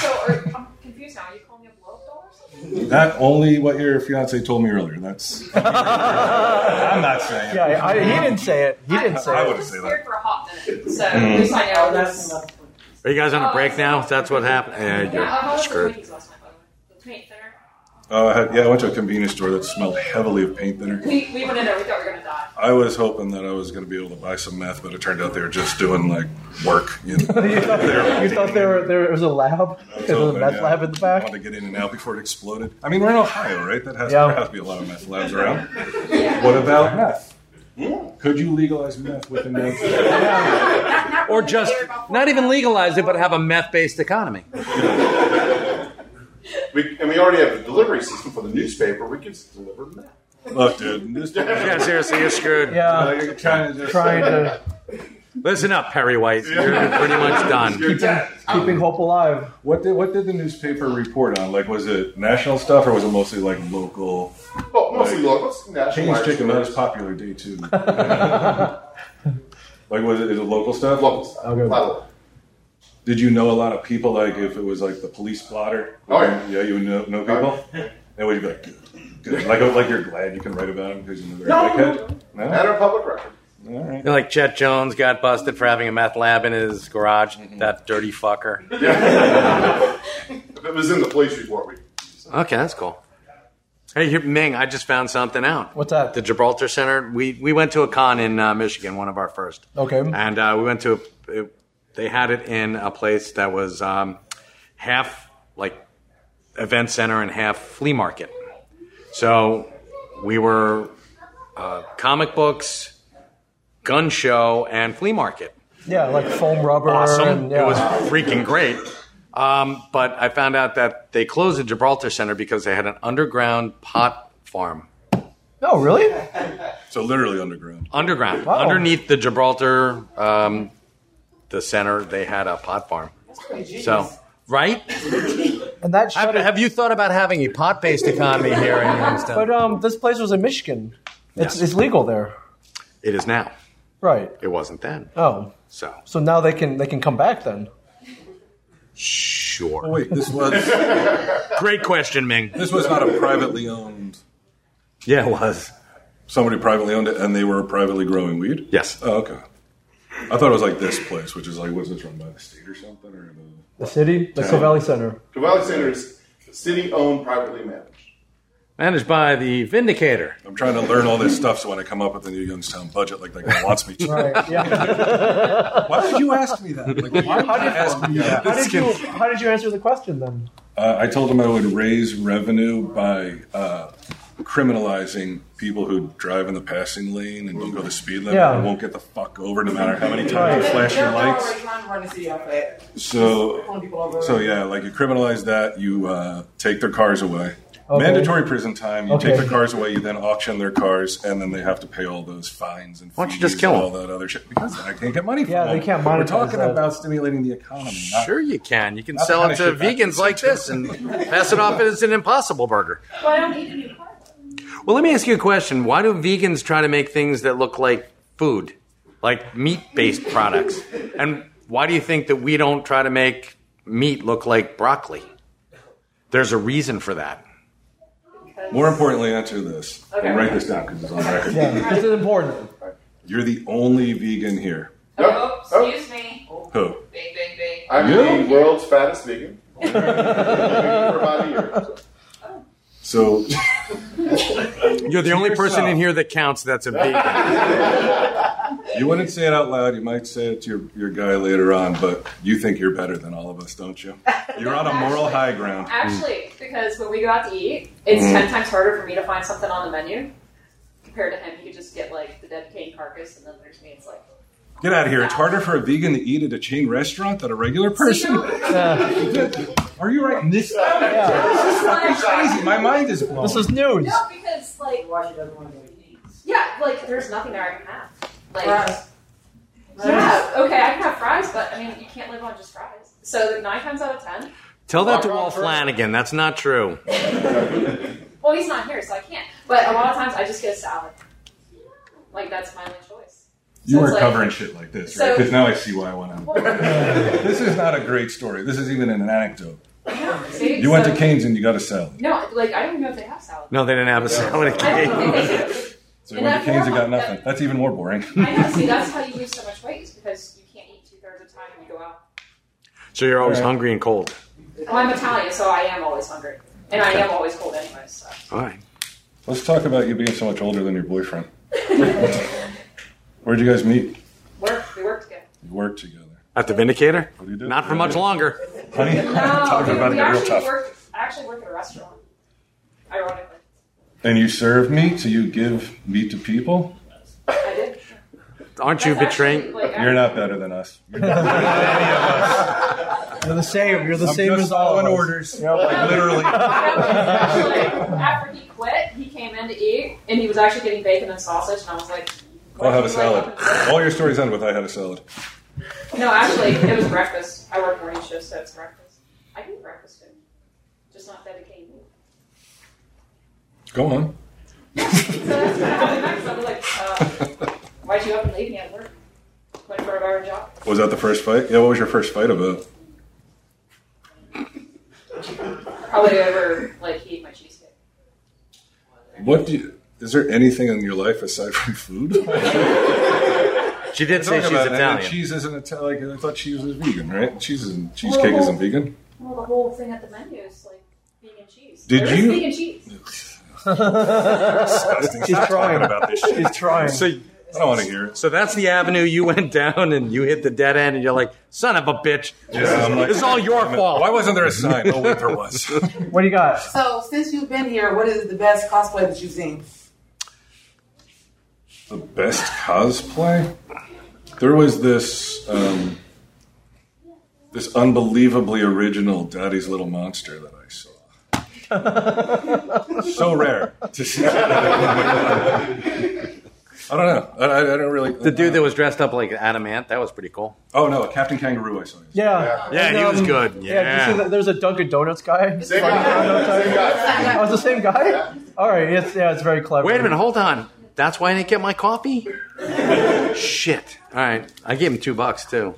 Speaker 5: So are, I'm confused now. Are you calling me a blow doll or something?
Speaker 6: That only what your fiance told me earlier. That's I'm not saying.
Speaker 2: yeah. I, he didn't say it. He didn't say
Speaker 6: I
Speaker 2: it.
Speaker 6: would've said
Speaker 5: Scared for a hot minute. So
Speaker 7: Mm.
Speaker 5: just I know that's.
Speaker 7: Are you guys on a break now? That's what happened.
Speaker 5: Yeah,
Speaker 7: Yeah,
Speaker 5: I
Speaker 7: you're
Speaker 5: was
Speaker 7: screwed.
Speaker 5: Twinkies last night, by the way. The paint thinner.
Speaker 6: Oh, I had- yeah, I went to a convenience store that smelled heavily of paint thinner.
Speaker 5: We, we went in there. We thought we were gonna die.
Speaker 6: I was hoping that I was going to be able to buy some meth, but it turned out they were just doing like work.
Speaker 2: [laughs]
Speaker 6: You know,
Speaker 2: You thought, you thought there, were- there was a lab? There was a
Speaker 6: hoping,
Speaker 2: meth
Speaker 6: yeah.
Speaker 2: lab in the
Speaker 6: I
Speaker 2: back?
Speaker 6: wanted to get in and out before it exploded. I mean, we're in Ohio, right? That has
Speaker 2: Yeah.
Speaker 6: there has to be a lot of meth labs around. What about meth? Could you legalize meth within the?
Speaker 7: Or just not even legalize it, but have a meth-based economy.
Speaker 8: We, and we already have the delivery system for the newspaper. We can deliver them.
Speaker 6: Look, dude, this
Speaker 7: Yeah, seriously, you're screwed.
Speaker 2: Yeah.
Speaker 6: Like, you're trying to just
Speaker 2: Trying to
Speaker 7: Listen up, Perry White. You're pretty much [laughs] done.
Speaker 2: keeping hope alive.
Speaker 6: What did what did the newspaper report on? Like, was it national stuff or was it mostly like local?
Speaker 8: Well, mostly local. It's national
Speaker 6: Change chicken that
Speaker 8: wires.
Speaker 6: was popular day two. [laughs] like, was it is it local stuff?
Speaker 8: Local stuff.
Speaker 2: Okay.
Speaker 8: A lot of local.
Speaker 6: Did you know a lot of people? Like, if it was like the police blotter?
Speaker 8: Oh, yeah.
Speaker 6: you would know, know people. And would you be like, good, good. like, oh, like you're glad you can write about them because you know they're
Speaker 8: No.
Speaker 6: a dickhead?
Speaker 8: Matter of public
Speaker 6: [laughs]
Speaker 8: record.
Speaker 6: No. All right.
Speaker 7: You're like Chet Jones got busted for having a meth lab in his garage. That dirty fucker.
Speaker 8: [laughs] If it was in the police report, we.
Speaker 7: Okay, that's cool. Hey, here, Ming, I just found something out.
Speaker 2: What's that?
Speaker 7: The Gibraltar Center. We we went to a con in uh, Michigan, one of our first,
Speaker 2: Okay.
Speaker 7: and uh, we went to. A, it- they had it in a place that was um, half like event center and half flea market. So we were uh, comic books, gun show, and flea market
Speaker 2: Yeah, like foam rubber.
Speaker 7: awesome.
Speaker 2: And, yeah.
Speaker 7: It was freaking great. Um, but I found out that they closed the Gibraltar Center because they had an underground pot farm.
Speaker 2: oh, really?
Speaker 6: So literally underground.
Speaker 7: Underground,
Speaker 2: Wow.
Speaker 7: underneath the Gibraltar, um, the center, they had a pot farm. So, right?
Speaker 2: And that shut
Speaker 7: Have,
Speaker 2: it.
Speaker 7: have you thought about having a pot-based economy here in Youngstown?
Speaker 2: But um, this place was in Michigan. It's,
Speaker 7: Yes.
Speaker 2: it's legal there.
Speaker 7: it is now.
Speaker 2: Right.
Speaker 7: It wasn't then.
Speaker 2: Oh.
Speaker 7: So,
Speaker 2: So now they can they can come back then.
Speaker 7: sure.
Speaker 6: Oh, wait, this was
Speaker 7: Great question, Ming.
Speaker 6: this was not a privately owned.
Speaker 7: Yeah, it was.
Speaker 6: Somebody privately owned it, and they were privately growing weed.
Speaker 7: Yes.
Speaker 6: Oh, okay. I thought it was like this place, which is like, was this run by the state or something? Or the...
Speaker 2: The city, the Covelli Center.
Speaker 8: Cavalli Center is city owned, privately managed.
Speaker 7: Managed by the Vindicator.
Speaker 2: Oh,
Speaker 6: I'm trying to learn all this stuff so when I come up with the new Youngstown budget, like that guy wants me to.
Speaker 2: Right. Yeah.
Speaker 6: [laughs] Why did you ask me that? Like, why did you ask me that?
Speaker 2: how did you how did you answer the question then?
Speaker 6: Uh, I told him I would raise revenue by uh, criminalizing people who drive in the passing lane and don't go the speed limit
Speaker 2: Yeah.
Speaker 6: and won't get the fuck over no matter how many times you flash your
Speaker 13: They're
Speaker 6: lights.
Speaker 13: already trying to run the city off that. Pulling people
Speaker 6: So,
Speaker 13: over.
Speaker 6: so yeah, like you criminalize that, you uh, take their cars away.
Speaker 2: Okay.
Speaker 6: Mandatory prison time. You take
Speaker 2: Okay.
Speaker 6: their cars away. You then auction their cars, and then they have to pay all those fines and
Speaker 7: Why don't you
Speaker 6: fees
Speaker 7: just kill
Speaker 6: and
Speaker 7: 'em?
Speaker 6: all that other shit because I can't get money.
Speaker 2: Yeah,
Speaker 6: from
Speaker 2: they
Speaker 6: them.
Speaker 2: can't
Speaker 6: We're
Speaker 2: monetize
Speaker 6: talking
Speaker 2: that.
Speaker 6: about stimulating the economy. not-
Speaker 7: Sure, you can. You can
Speaker 6: That's
Speaker 7: sell
Speaker 6: the
Speaker 7: it to
Speaker 6: kind of shit
Speaker 7: vegans like this and pass it off as an impossible burger.
Speaker 5: But I don't need a new car.
Speaker 7: Well, let me ask you a question. Why do vegans try to make things that look like food, like meat based [laughs] products? And why do you think that we don't try to make meat look like broccoli? There's a reason for that.
Speaker 6: More importantly, answer this.
Speaker 5: Okay.
Speaker 6: And write this down because it's on
Speaker 1: [laughs]
Speaker 6: record.
Speaker 2: Yeah. this is important.
Speaker 6: You're the only vegan here.
Speaker 5: Oh, excuse me.
Speaker 6: Who?
Speaker 5: Bing, bing, bing.
Speaker 8: I'm
Speaker 6: You?
Speaker 8: the world's fattest vegan. [laughs] for about a year.
Speaker 6: So [laughs]
Speaker 7: You're the only person
Speaker 6: yourself.
Speaker 7: in here that counts that's a vegan.
Speaker 6: you wouldn't say it out loud. You might say it to your, your guy later on, but you think you're better than all of us, don't
Speaker 5: [laughs]
Speaker 6: you? You're on a moral high ground. Mm.
Speaker 5: Actually, because when we go out to eat, it's ten times harder for me to find something on the menu compared to him. He could just get like the dead cane carcass, and then there's me. It's like
Speaker 6: Get out of here. It's harder for a vegan to eat at a chain restaurant than a regular person. [laughs] Are
Speaker 5: [laughs]
Speaker 6: you right? This, [laughs] this is fucking crazy. My mind is blown.
Speaker 3: This is news.
Speaker 5: "Oh No, because like yeah, like there's nothing there I can have. Like
Speaker 4: Fries.
Speaker 5: yeah, okay, I can have fries, but I mean you can't live on just fries. So the nine times out of ten,
Speaker 7: [laughs] Tell that to Walt Flanagan. That's not true.
Speaker 5: well he's not here, so I can't. But a lot of times I just get a salad. Like that's my only choice.
Speaker 6: You
Speaker 5: So
Speaker 6: weren't
Speaker 5: it's like-
Speaker 6: covering shit like this, right?
Speaker 5: So-
Speaker 6: Because now I see why I
Speaker 5: [laughs]
Speaker 6: went out. this is not a great story. This is even an anecdote.
Speaker 5: See?
Speaker 6: You went
Speaker 5: So-
Speaker 6: to Canes and you got a salad.
Speaker 5: No, like I don't even know if they have salad.
Speaker 7: No, they didn't have a salad at
Speaker 5: I don't think
Speaker 7: Canes.
Speaker 5: they do.
Speaker 6: So you
Speaker 5: And
Speaker 6: went to
Speaker 5: that's
Speaker 6: Canes and got
Speaker 5: horrible.
Speaker 6: nothing. That's even more boring.
Speaker 5: I know. See, that's how you lose so much weight is because you can't eat two thirds of the time when you go out.
Speaker 7: So you're always
Speaker 6: All right.
Speaker 7: hungry and cold.
Speaker 5: Well, I'm Italian, so I am always hungry, and I am always cold anyway. So.
Speaker 7: All right.
Speaker 6: Let's talk about you being so much older than your boyfriend. Where'd you guys meet?
Speaker 5: Work. We work together.
Speaker 6: You worked together.
Speaker 7: At the Vindicator?
Speaker 6: What do you do?
Speaker 7: Not for much longer.
Speaker 6: Honey, talking
Speaker 5: we,
Speaker 6: about
Speaker 5: Oh, we
Speaker 6: it got real
Speaker 5: actually
Speaker 6: tough.
Speaker 5: work. I actually work at a restaurant. Ironically,
Speaker 6: And you serve meat, so you give meat to people?
Speaker 5: I did.
Speaker 7: Aren't you
Speaker 5: That's actually,
Speaker 7: betraying?
Speaker 5: like,
Speaker 6: You're not better than us. [laughs] You're not better than any of us.
Speaker 3: You're the same. You're the
Speaker 6: I'm
Speaker 3: same
Speaker 6: just
Speaker 3: as all of
Speaker 6: following
Speaker 3: us.
Speaker 6: orders.
Speaker 3: Yep.
Speaker 6: Like, literally.
Speaker 5: [laughs] Actually, after he quit, he came in to eat, and he was actually getting bacon and sausage, and I was like,
Speaker 6: I'll have a salad. All your stories end with I had a salad.
Speaker 5: no, actually, it was breakfast. I work morning shifts, so it's breakfast. I can eat breakfast food, just not dedicated meat.
Speaker 6: Go [laughs] on.
Speaker 5: So that's what happened next. I was like, uh, why'd you up and leave me at work? Went for a better job.
Speaker 6: Was that the first fight? Yeah, what was your first fight about?
Speaker 5: Probably over, like, he ate my cheesecake.
Speaker 6: What do you, is there anything in your life aside from food?
Speaker 7: She did
Speaker 6: Talk
Speaker 7: say she's
Speaker 6: about it. I mean,
Speaker 7: Italian.
Speaker 6: Cheese isn't Italian. Like, I thought cheese was vegan, right? Cheese isn't, cheesecake isn't vegan.
Speaker 5: Well, the whole thing at the menu is like vegan cheese.
Speaker 6: Did
Speaker 5: There is
Speaker 6: you-
Speaker 5: vegan cheese?
Speaker 6: Disgusting.
Speaker 3: He's
Speaker 6: Stop
Speaker 3: trying.
Speaker 6: talking about this shit.
Speaker 3: He's trying.
Speaker 7: So,
Speaker 6: I don't want to hear it.
Speaker 7: so that's the avenue you went down, and you hit the dead end, and you're like, "Son of a bitch!
Speaker 6: Yeah,
Speaker 7: this,
Speaker 6: I'm
Speaker 7: is,
Speaker 6: like-
Speaker 7: this is all your
Speaker 6: Damn it.
Speaker 7: fault."
Speaker 6: Why wasn't there a sign? Oh, wait, there
Speaker 7: [laughs]
Speaker 6: was.
Speaker 3: What do you got?
Speaker 4: So since you've been here, what is the best cosplay that you've seen?
Speaker 6: the best cosplay. There was this um, this unbelievably original Daddy's Little Monster that I saw.
Speaker 7: [laughs]
Speaker 6: so rare to see. I don't know. I, I, I don't really.
Speaker 7: The dude that was dressed up like Adamant, that was pretty cool.
Speaker 6: Oh no, Captain Kangaroo! I saw.
Speaker 3: Yeah.
Speaker 7: Yeah,
Speaker 3: And,
Speaker 7: he was
Speaker 3: um,
Speaker 7: good.
Speaker 3: Yeah. did you see
Speaker 7: Yeah.
Speaker 3: that there's a Dunkin' Donuts guy? Same guy. Oh, it's the same guy. All right. It's yeah. It's very clever.
Speaker 7: Wait a minute, hold on. That's why I didn't get my coffee? Shit. All right. I gave him two bucks, too.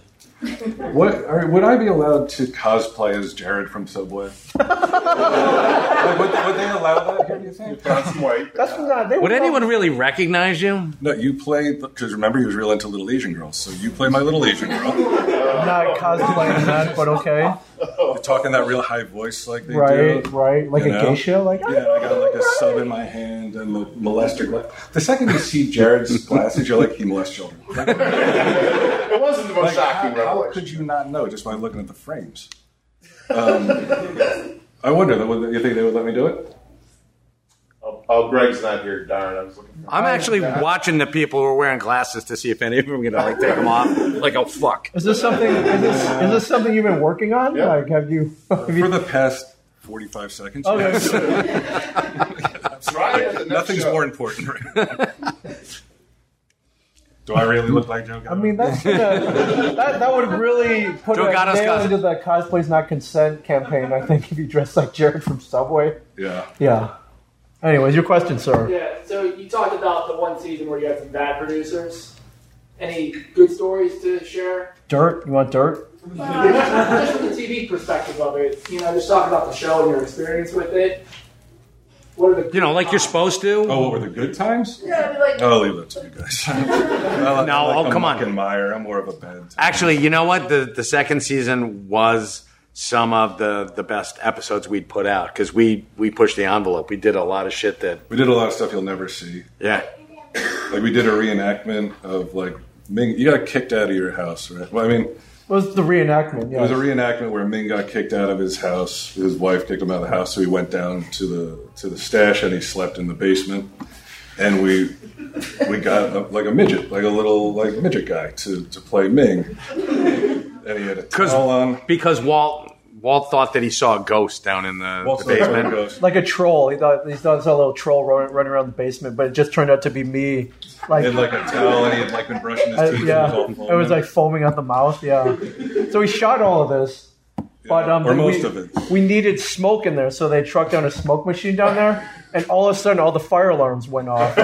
Speaker 6: What are, would I be allowed to cosplay as Jared from [laughs] Subway? like, would, would they allow that? Here, do you think?
Speaker 8: That's white.
Speaker 3: That's not. They
Speaker 7: Would
Speaker 3: were-
Speaker 7: anyone really recognize you?
Speaker 6: No, you play because remember he was real into little Asian girls, so you play my little Asian girl. [laughs]
Speaker 3: not cosplaying that? But okay.
Speaker 6: talking that real high voice like they
Speaker 3: Right.
Speaker 6: do.
Speaker 3: Right. Like
Speaker 6: You
Speaker 3: a
Speaker 6: know?
Speaker 3: geisha. Like
Speaker 6: Yeah, and I got like "Oh, a sub in my hand and the molester gla- The second you see [laughs] Jared's glasses, you're like, he molests children. Like,
Speaker 8: It wasn't the most
Speaker 6: like,
Speaker 8: shocking
Speaker 6: how, how
Speaker 8: revelation.
Speaker 6: could you not know just by looking at the frames? Um, I wonder, would- you think they would let me do it?
Speaker 8: Oh, oh, Greg's not here. Darn, I was looking. For
Speaker 7: I'm actually watching the people who are wearing glasses to see if any of them are going to like take them off. Like, oh, fuck.
Speaker 3: Is this something? Is this is this something you've been working on?
Speaker 8: Yeah.
Speaker 3: Like, have you? [laughs] Have
Speaker 6: For
Speaker 3: you
Speaker 6: the past 45 seconds.
Speaker 14: Oh,
Speaker 3: okay.
Speaker 6: yes.
Speaker 8: Try it at the next
Speaker 6: Nothing's
Speaker 8: show.
Speaker 6: more important right now. Do I really look like Joe?
Speaker 3: I mean, that's gonna, that that would really put
Speaker 7: Joe
Speaker 3: a
Speaker 7: Gatto's
Speaker 3: nail
Speaker 7: cousin.
Speaker 3: into the cosplay's not consent campaign. I think if you dress like Jared from Subway.
Speaker 6: yeah.
Speaker 3: Yeah. Anyways, your question, sir.
Speaker 14: Yeah, so you talked about the one season where you had some bad producers. Any good stories to share?
Speaker 3: Dirt. You want dirt?
Speaker 14: Just from the TV perspective of it, you know, just talk about the show and your experience with it. What are the
Speaker 7: You know, like you're supposed to.
Speaker 6: Oh, what were the good times?
Speaker 4: Yeah, I'd be like,
Speaker 6: I'll leave that to you
Speaker 14: [laughs]
Speaker 6: guys. I like-
Speaker 7: No,
Speaker 6: I like
Speaker 7: oh,
Speaker 6: a
Speaker 7: come on.
Speaker 6: muck and mire. I'm more of a bad.
Speaker 7: Actually, you know what? The the second season was some of the the best episodes we'd put out because we we pushed the envelope. We did a lot of shit that
Speaker 6: We did a lot of stuff you'll never see.
Speaker 7: yeah.
Speaker 6: Like we did a reenactment of like Ming. You got kicked out of your house, right? Well, I mean,
Speaker 3: Was the reenactment?
Speaker 6: it was a
Speaker 3: Yeah.
Speaker 6: reenactment where Ming got kicked out of his house. His wife kicked him out of the house, so he went down to the to the stash and he slept in the basement. and we we got a, like a midget, like a little like midget guy to to play Ming. And he had a towel on.
Speaker 7: Because Walt Walt thought that he saw a ghost down in the,
Speaker 6: Walt
Speaker 7: the
Speaker 6: thought he saw a
Speaker 7: basement.
Speaker 6: ghost.
Speaker 2: Like a troll. He thought he thought he saw a little troll running, running around the basement, but it just turned out to be me. Like
Speaker 6: in like a towel, and he had like been brushing his
Speaker 2: Uh,
Speaker 6: teeth. and
Speaker 2: yeah,
Speaker 6: all
Speaker 2: it was like foaming at the mouth. Yeah, so we shot all of this, but um,
Speaker 6: or most
Speaker 2: we,
Speaker 6: of it.
Speaker 2: we needed smoke in there, so they trucked down a smoke machine down there, and all of a sudden, all the fire alarms went off.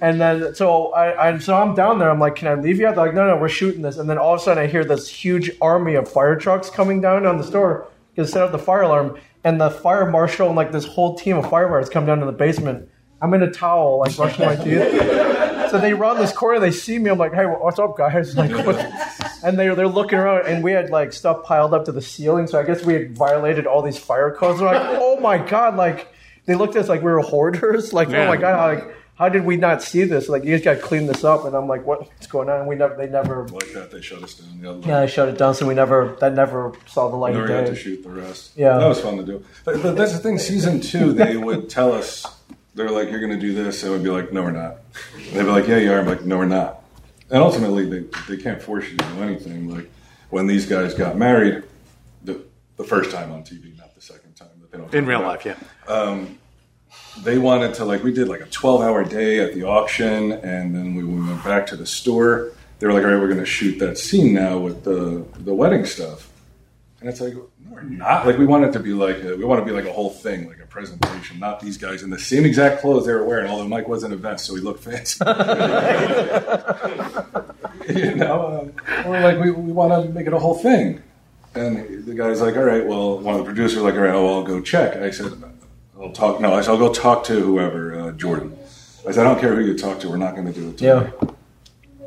Speaker 2: and then, so I, I, so I'm down there. I'm like, "Can I leave yet?" They're like, "No, no, we're shooting this." And then all of a sudden, I hear this huge army of fire trucks coming down on the store to set up the fire alarm, and the fire marshal and like this whole team of firefighters come down to the basement. I'm in a towel, like brushing my
Speaker 3: [laughs]
Speaker 2: teeth. So they run this corner, they see me. I'm like, "Hey, what's up, guys?" Like, and they they're looking around, and we had like stuff piled up to the ceiling. So I guess we had violated all these fire codes. They're like, oh my god! Like they looked at us like we were hoarders. Like oh
Speaker 15: Yeah.
Speaker 2: my god! How, like how did we not see this? Like you just got to clean this up. And I'm like, what- what's going on? And we never they never
Speaker 6: like that. They shut us down. Yeah,
Speaker 2: yeah they shut it down. So we never that never saw the light
Speaker 6: Never
Speaker 2: of
Speaker 6: got
Speaker 2: day.
Speaker 6: to shoot the rest.
Speaker 2: Yeah.
Speaker 6: that was fun to do. But, but that's the thing. Season
Speaker 2: [laughs]
Speaker 6: two, they would tell us they're like, "You're going to do this," and we'd be like, "No, we're not." And they'd be like, "Yeah, you are." I'm like, "No, we're not." And ultimately, they they can't force you to do anything. Like when these guys got married, the the first time on TV, not the second time. That they don't
Speaker 7: In real life, yeah.
Speaker 6: Um, they wanted to like we did like a 12 hour day at the auction and then we, we went back to the store they were like all right we're going to shoot that scene now with the the wedding stuff and it's like not like we want it to be like a, we want to be like a whole thing like a presentation not these guys in the same exact clothes they were wearing although mike was in a vest so he looked fancy [laughs] you know um, we're like we, we want to make it a whole thing and the guy's like all right well one of the producers like all right oh, i'll go check i said i'll talk no i said i'll go talk to whoever uh, jordan i said i don't care who you talk to we're not going to do it today.
Speaker 2: Yeah.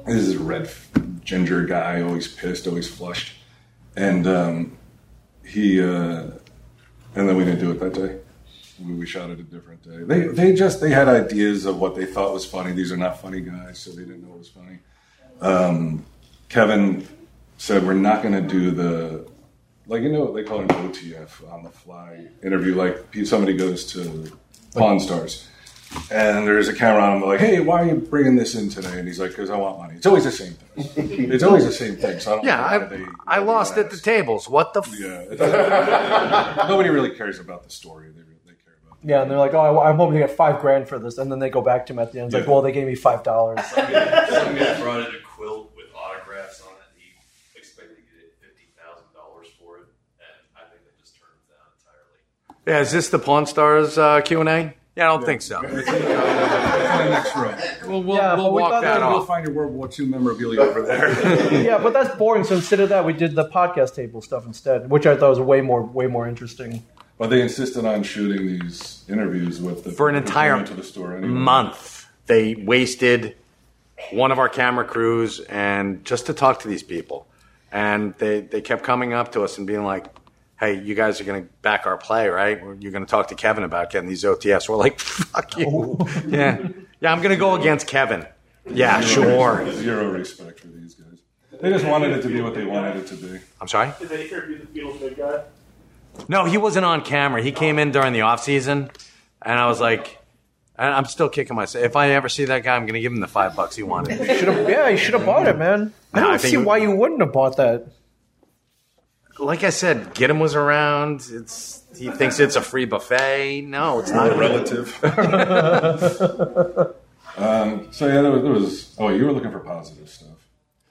Speaker 6: this is a red f- ginger guy always pissed always flushed and um, he uh, and then we didn't do it that day we, we shot it a different day they, they just they had ideas of what they thought was funny these are not funny guys so they didn't know it was funny um, kevin said we're not going to do the like you know what they call an otf on the fly interview like pe- somebody goes to pawn stars and there's a camera on him they're like hey why are you bringing this in today and he's like because i want money it's always the same thing it's always the same thing so i don't
Speaker 7: Yeah,
Speaker 6: know why they-
Speaker 7: I, I lost at the tables. What the? F-
Speaker 6: [laughs] nobody really cares about the story.
Speaker 2: Yeah, and they're like, oh, I, am hoping to get five grand for this, and then they go back to him at the end. It's like,
Speaker 6: Yeah.
Speaker 2: well, they gave me five dollars.
Speaker 8: Some guy brought in a quilt with autographs on it. He expected to get fifty thousand dollars for it, and I think that just turned down entirely.
Speaker 7: yeah, is this the Pawn Stars uh, Q and A? Yeah, I don't think so.
Speaker 6: next row.
Speaker 7: Well, we'll,
Speaker 2: Yeah,
Speaker 7: we'll
Speaker 2: but we
Speaker 7: walk
Speaker 2: thought
Speaker 7: that
Speaker 2: that
Speaker 7: off.
Speaker 2: we'll
Speaker 6: find your World War II memorabilia over there.
Speaker 2: yeah, but that's boring. So instead of that, we did the podcast table stuff instead, which I thought was way more way more interesting.
Speaker 6: [laughs] But they insisted on shooting these interviews with the
Speaker 7: for an entire
Speaker 6: to the store anyway.
Speaker 7: month. They wasted one of our camera crews and just to talk to these people. And they, they kept coming up to us and being like, hey, you guys are going to back our play, right? You're going to talk to Kevin about getting these OTFs. We're like, fuck you. Yeah. Yeah, I'm going to go against Kevin. Yeah, sure.
Speaker 6: Zero respect for these guys. They just wanted it to be what they wanted it to be.
Speaker 7: I'm sorry?
Speaker 16: Did they interview the Beatles big guy?
Speaker 7: No, he wasn't on camera. He came in during the off season, and I was like, I- I'm still kicking myself. If I ever see that guy, I'm going to give him the five bucks he wanted.
Speaker 2: Should have, yeah, you should have bought it, man. I
Speaker 7: No,
Speaker 2: don't
Speaker 7: I think
Speaker 2: see
Speaker 7: it would-
Speaker 2: why you wouldn't have bought that.
Speaker 7: like I said, get him was around. It's he thinks it's a free buffet. No, it's
Speaker 2: [laughs]
Speaker 7: not
Speaker 6: relative. [laughs] Um, so yeah, there was, there was. Oh, you were looking for positive stuff.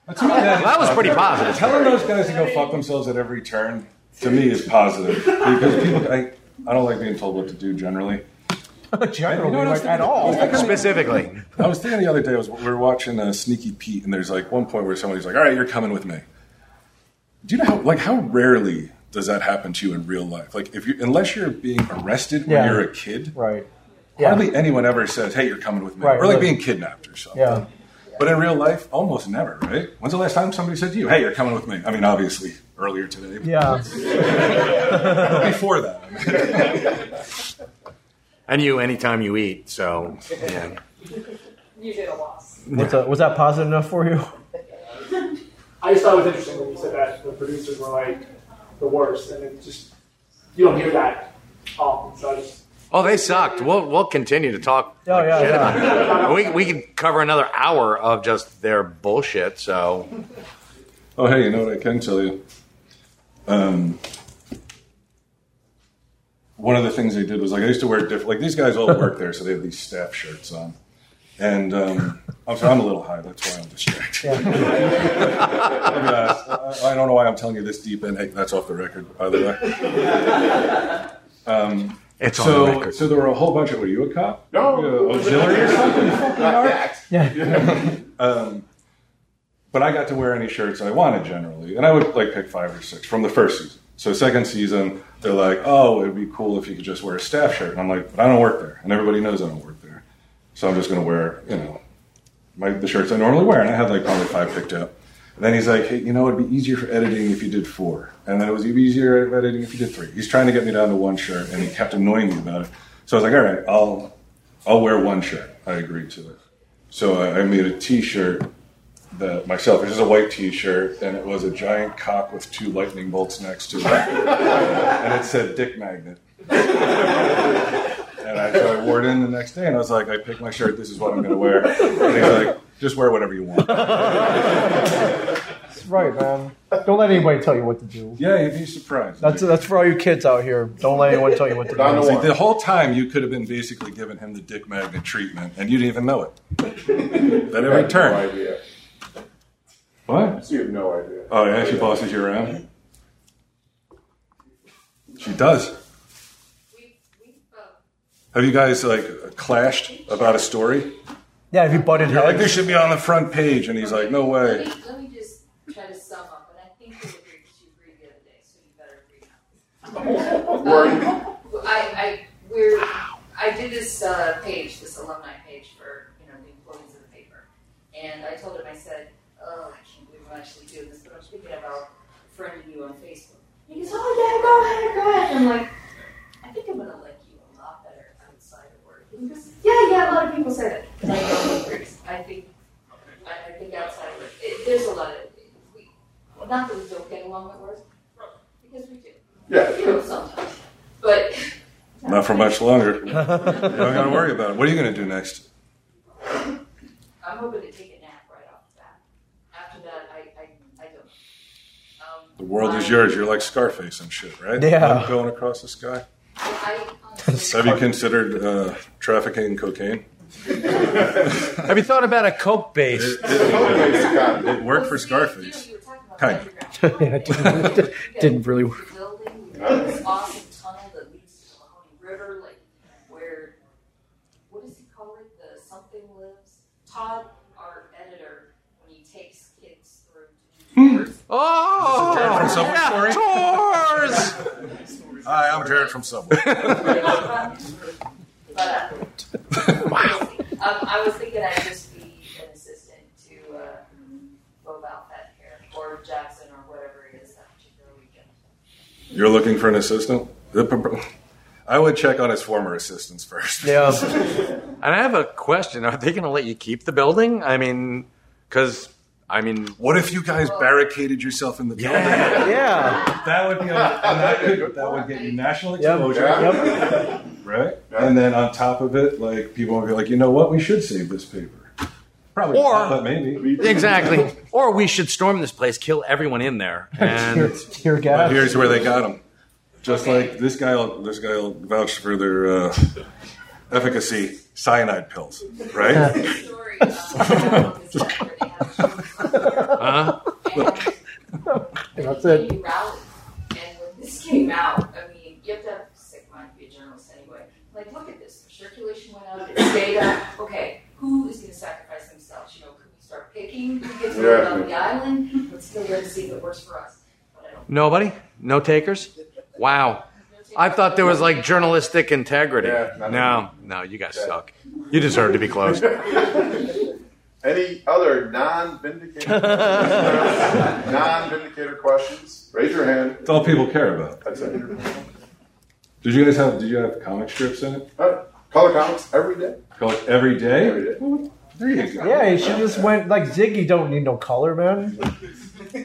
Speaker 7: that was pretty positive.
Speaker 6: Telling those guys to go fuck themselves at every turn to me is positive because people. I, I don't like being told what to do generally.
Speaker 2: [laughs] Generally,
Speaker 6: You know what I was
Speaker 2: like at all.
Speaker 7: Specifically,
Speaker 6: I was thinking the other day, I was, we were watching uh, Sneaky Pete, and there's like one point where somebody's like, "All right, you're coming with me." Do you know how like how rarely does that happen to you in real life? Like if you unless you're being arrested when
Speaker 2: Yeah.
Speaker 6: you're a kid,
Speaker 2: right?
Speaker 6: Hardly anyone ever says, "Hey, you're coming with me,"
Speaker 2: Right,
Speaker 6: or like
Speaker 2: right.
Speaker 6: being kidnapped or something.
Speaker 2: Yeah.
Speaker 6: But in real life, almost never, right? When's the last time somebody said to you, "Hey, you're coming with me"? I mean, obviously earlier today.
Speaker 2: Yeah.
Speaker 6: But before that, I mean,
Speaker 7: and you anytime you eat. So yeah.
Speaker 5: Usually a loss.
Speaker 2: What's that, was that positive enough for you?
Speaker 16: I just thought it was interesting when you said that the producers were like the worst, and it just you don't hear that often. So I just
Speaker 7: Oh, they sucked. We'll we'll continue to talk.
Speaker 3: Oh, yeah,
Speaker 7: shit
Speaker 3: yeah.
Speaker 7: about it. We we can cover another hour of just their bullshit. So
Speaker 6: Oh, hey, you know what I can tell you? Um, one of the things they did was like I used to wear different. Like these guys all work there, so they have these staff shirts on. And um, I'm sorry, I'm a little high. That's why I'm distracted. [laughs] Uh, I I don't know why I'm telling you this deep, and hey, that's off the record, by the way. Um,
Speaker 7: It's on
Speaker 6: so,
Speaker 7: the record.
Speaker 6: So there were a whole bunch of. Were you a cop?
Speaker 8: No.
Speaker 6: You a auxiliary or something? You fucking
Speaker 8: Not
Speaker 6: are?
Speaker 8: that.
Speaker 6: um, but I got to wear any shirts I wanted generally, and I would like pick five or six from the first season. So second season, they're like, "Oh, it'd be cool if you could just wear a staff shirt," and I'm like, "But I don't work there, and everybody knows I don't work there, so I'm just going to wear, you know, my, the shirts I normally wear." And I had like probably five picked up. And then he's like, "Hey, you know, it'd be easier for editing if you did four, and then it was easier for editing if you did three. He's trying to get me down to one shirt, and he kept annoying me about it. So I was like, "All right, I'll I'll wear one shirt." I agreed to it. So I, I made a T-shirt that myself. It was a white T-shirt, and it was a giant cock with two lightning bolts next to it, and it said "Dick Magnet." and I, so I wore it in the next day, and I was like, "I picked my shirt. This is what I'm going to wear." And he's like, "Just wear whatever you want."
Speaker 3: That's right, man. Don't let anybody tell you what to do.
Speaker 6: Yeah, you'd be surprised.
Speaker 3: That's that's for all you kids out here. Don't let anyone tell you what to do.
Speaker 6: It's like the whole time you could have been basically giving him the Dick Magnet treatment, and you didn't even know it. At every
Speaker 8: No
Speaker 6: turn.
Speaker 8: idea.
Speaker 6: What?
Speaker 8: So you have no idea.
Speaker 6: Oh yeah, she bosses you around. She does.
Speaker 5: uh,
Speaker 6: Have you guys like clashed about a story?
Speaker 3: Yeah, have you butted
Speaker 6: You're like, this should be on the front page, and he's like, no way.
Speaker 5: Let me, let me just try to sum up, and I think you'll agree because you agreed the other day, so you better agree now. Um, I, I, we're, I did this uh, page, this alumni page for you know the employees of the paper, and I told him I said, oh, I can't believe I'm actually doing this, but I'm speaking about friending you on Facebook. He goes, oh yeah, go ahead, go ahead. I'm like, I think I'm gonna like you a lot better outside of work. He goes, yeah, yeah, a lot of people say that. And I don't agree. I think I, I think outside of it, it, there's a lot of we not that we don't get along at work because we do.
Speaker 8: [laughs]
Speaker 6: Yeah.
Speaker 5: You know, sometimes, but [laughs]
Speaker 6: Not for much longer. You don't gotta worry about it. What are you gonna do next?
Speaker 5: I'm hoping to take a nap right off the bat. After that, I I, I don't. Um,
Speaker 6: The world is yours. You're like Scarface and shit, right?
Speaker 3: Yeah.
Speaker 6: Like going across the sky.
Speaker 5: I
Speaker 6: [laughs] Have you considered uh, trafficking in cocaine?
Speaker 7: Have you thought about a coke base?
Speaker 6: It worked for Scarface. Kind
Speaker 3: [laughs]
Speaker 6: of.
Speaker 3: didn't really work.
Speaker 5: building this awesome tunnel that leads to the Mahoney River, like where what does he call it? The something lives. Todd, our editor, when he takes kids through
Speaker 7: Hmm. Oh,
Speaker 6: from Subway
Speaker 7: yeah,
Speaker 6: story?
Speaker 7: tours.
Speaker 6: Hi, I'm Jared from Subway.
Speaker 5: But uh, um, I was thinking I'd just be an assistant to uh, Bob Alphat here, or Jackson, or whatever it is that particular weekend.
Speaker 6: You're looking for an assistant? The pro- I would check on his former assistants first.
Speaker 3: Yeah.
Speaker 7: And I have a question. Are they going to let you keep the building? I mean, because I mean,
Speaker 6: What if you guys barricaded yourself in the building?
Speaker 3: Yeah.
Speaker 6: That would be a, and that, could, that would get you national
Speaker 3: Yep.
Speaker 6: exposure,
Speaker 3: Yep.
Speaker 6: right? And then on top of it, like people would be like, you know what? We should save this paper. Probably,
Speaker 7: Or-
Speaker 6: not, but maybe.
Speaker 7: exactly. Or we should storm this place, kill everyone in there,
Speaker 3: Tear,
Speaker 7: and
Speaker 3: tear
Speaker 6: But
Speaker 3: gas.
Speaker 6: here's where they got them. Just like this guy, will- this guy will vouch for their uh, efficacy. Cyanide pills, right?
Speaker 5: Story. Um,
Speaker 7: huh?
Speaker 3: That's it.
Speaker 5: Community rally. And when this came out, I mean, you have to have a sick mind to be a journalist anyway. Like, look at this. Their circulation went up. It's data. Okay, who is going to sacrifice themselves? You know, could we start picking who gets voted
Speaker 8: Yeah.
Speaker 5: on the island? Let's still let to see what works for us. But I don't.
Speaker 7: Nobody, no takers. Wow. I thought there was like journalistic integrity.
Speaker 8: Yeah, nothing.
Speaker 7: no, no, you guys suck. You deserve to be closed.
Speaker 8: Any other non-vindicator, non-vindicator questions? Raise your hand.
Speaker 6: It's all people care about.
Speaker 8: That's it.
Speaker 6: Did you guys have? Did you have comic strips in it?
Speaker 8: All right. Color comics every day.
Speaker 6: Called every day.
Speaker 8: Every day.
Speaker 6: There you go.
Speaker 3: Yeah, she just went like Ziggy. Don't need no color, man.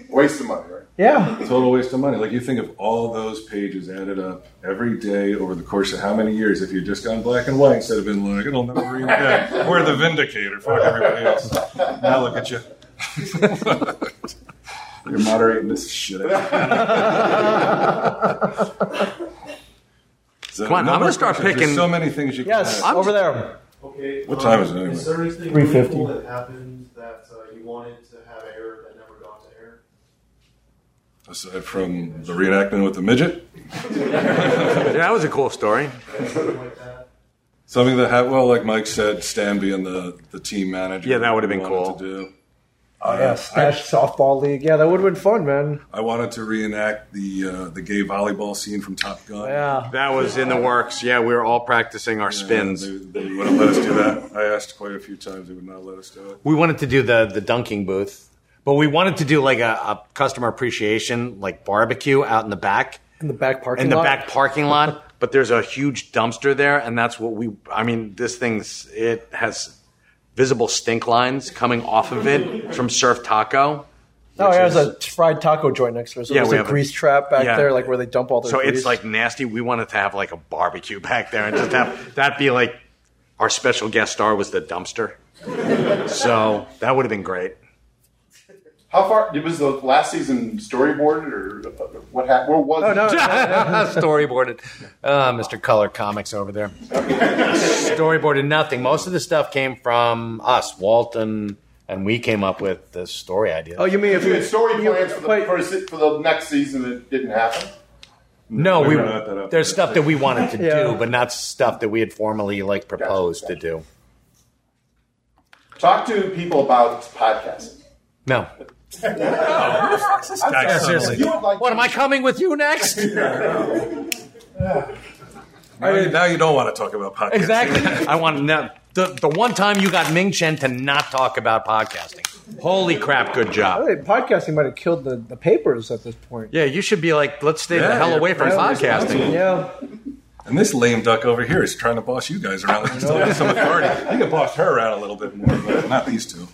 Speaker 8: Waste of money, right?
Speaker 2: Yeah.
Speaker 6: Total waste of money. Like you think of all those pages added up every day over the course of how many years if you'd just gone black and white instead of been like, it'll never read back. [laughs] We're the vindicator. Fuck everybody else. Now look at you. [laughs] You're moderating this [laughs] shit. So,
Speaker 7: Come on,
Speaker 6: no
Speaker 7: I'm
Speaker 6: more
Speaker 7: gonna start
Speaker 6: questions.
Speaker 7: picking-
Speaker 6: There's so many things you
Speaker 2: Yes,
Speaker 6: can add.
Speaker 2: over there.
Speaker 17: Okay.
Speaker 6: What
Speaker 17: um,
Speaker 6: time is it anyway?
Speaker 17: Is there anything
Speaker 6: 3:50.
Speaker 17: notable that happened that uh, you wanted to have air that never got to air?
Speaker 6: Aside from the reenactment with the midget,
Speaker 7: Yeah, that was a cool story.
Speaker 6: something that had well, like Mike said, Stan being the, the team manager.
Speaker 7: Yeah, that would have been
Speaker 6: wanted
Speaker 7: cool.
Speaker 6: to do.
Speaker 2: Oh,
Speaker 6: Uh,
Speaker 2: yeah, Stash Softball League. Yeah, that would have been fun, man.
Speaker 6: I wanted to reenact the uh, the gay volleyball scene from Top Gun.
Speaker 2: Yeah.
Speaker 7: That was in the works. Yeah, we were all practicing our spins.
Speaker 6: They wouldn't let us do that. I asked quite a few times. They would not let us do it.
Speaker 7: We wanted to do the the dunking booth, but we wanted to do like a, a customer appreciation like barbecue out in the back
Speaker 2: In the back parking
Speaker 7: in the
Speaker 2: lot.
Speaker 7: back parking lot. [laughs] But there's a huge dumpster there, and that's what we. I mean, this thing's it has visible stink lines coming off of it from Surf Taco.
Speaker 2: No,
Speaker 7: which
Speaker 2: Oh, yeah, there's
Speaker 7: is-
Speaker 2: a fried taco joint next to it. So
Speaker 7: Yeah,
Speaker 2: there's
Speaker 7: we
Speaker 2: a
Speaker 7: have a-
Speaker 2: grease trap back
Speaker 7: yeah.
Speaker 2: there, like where they dump all their
Speaker 7: So
Speaker 2: grease.
Speaker 7: it's like nasty. We wanted to have like a barbecue [laughs] back there and just have that be like our special guest star was the dumpster. so that would have been great.
Speaker 8: How far it was the last season storyboarded or what happened? Where was it?
Speaker 7: [laughs] Storyboarded. Uh, Mr. Color Comics over there. Storyboarded nothing. Most of the stuff came from us, Walton, and we came up with the story idea.
Speaker 2: Oh, you mean if
Speaker 8: You
Speaker 2: you
Speaker 8: had story plans for the, for, si- for the next season that didn't happen.
Speaker 7: No,
Speaker 6: We
Speaker 7: we,
Speaker 6: were not that up.
Speaker 7: there's stuff that we wanted to
Speaker 2: [laughs] Yeah.
Speaker 7: do, but not stuff that we had formally like proposed to do.
Speaker 8: Talk to people about podcasting.
Speaker 7: No.
Speaker 8: I'm
Speaker 7: Yeah,
Speaker 8: sorry.
Speaker 7: seriously.
Speaker 8: You would like
Speaker 7: What am I coming with you next?
Speaker 6: Now, you- now you don't want to talk about podcasting.
Speaker 7: Exactly. [laughs] I want to know the, the one time you got Ming Chen to not talk about podcasting. Holy crap, good
Speaker 2: I
Speaker 7: job.
Speaker 2: think podcasting might have killed the, the papers at this point.
Speaker 7: Yeah, you should be like, let's stay the
Speaker 6: Yeah,
Speaker 7: hell
Speaker 6: you're
Speaker 7: away from
Speaker 6: probably
Speaker 7: podcasting.
Speaker 6: responsible.
Speaker 2: Yeah.
Speaker 6: And [laughs] this lame duck over here is trying to boss you guys around. Like you still have some authority. You can boss her around a little bit more, but not these two.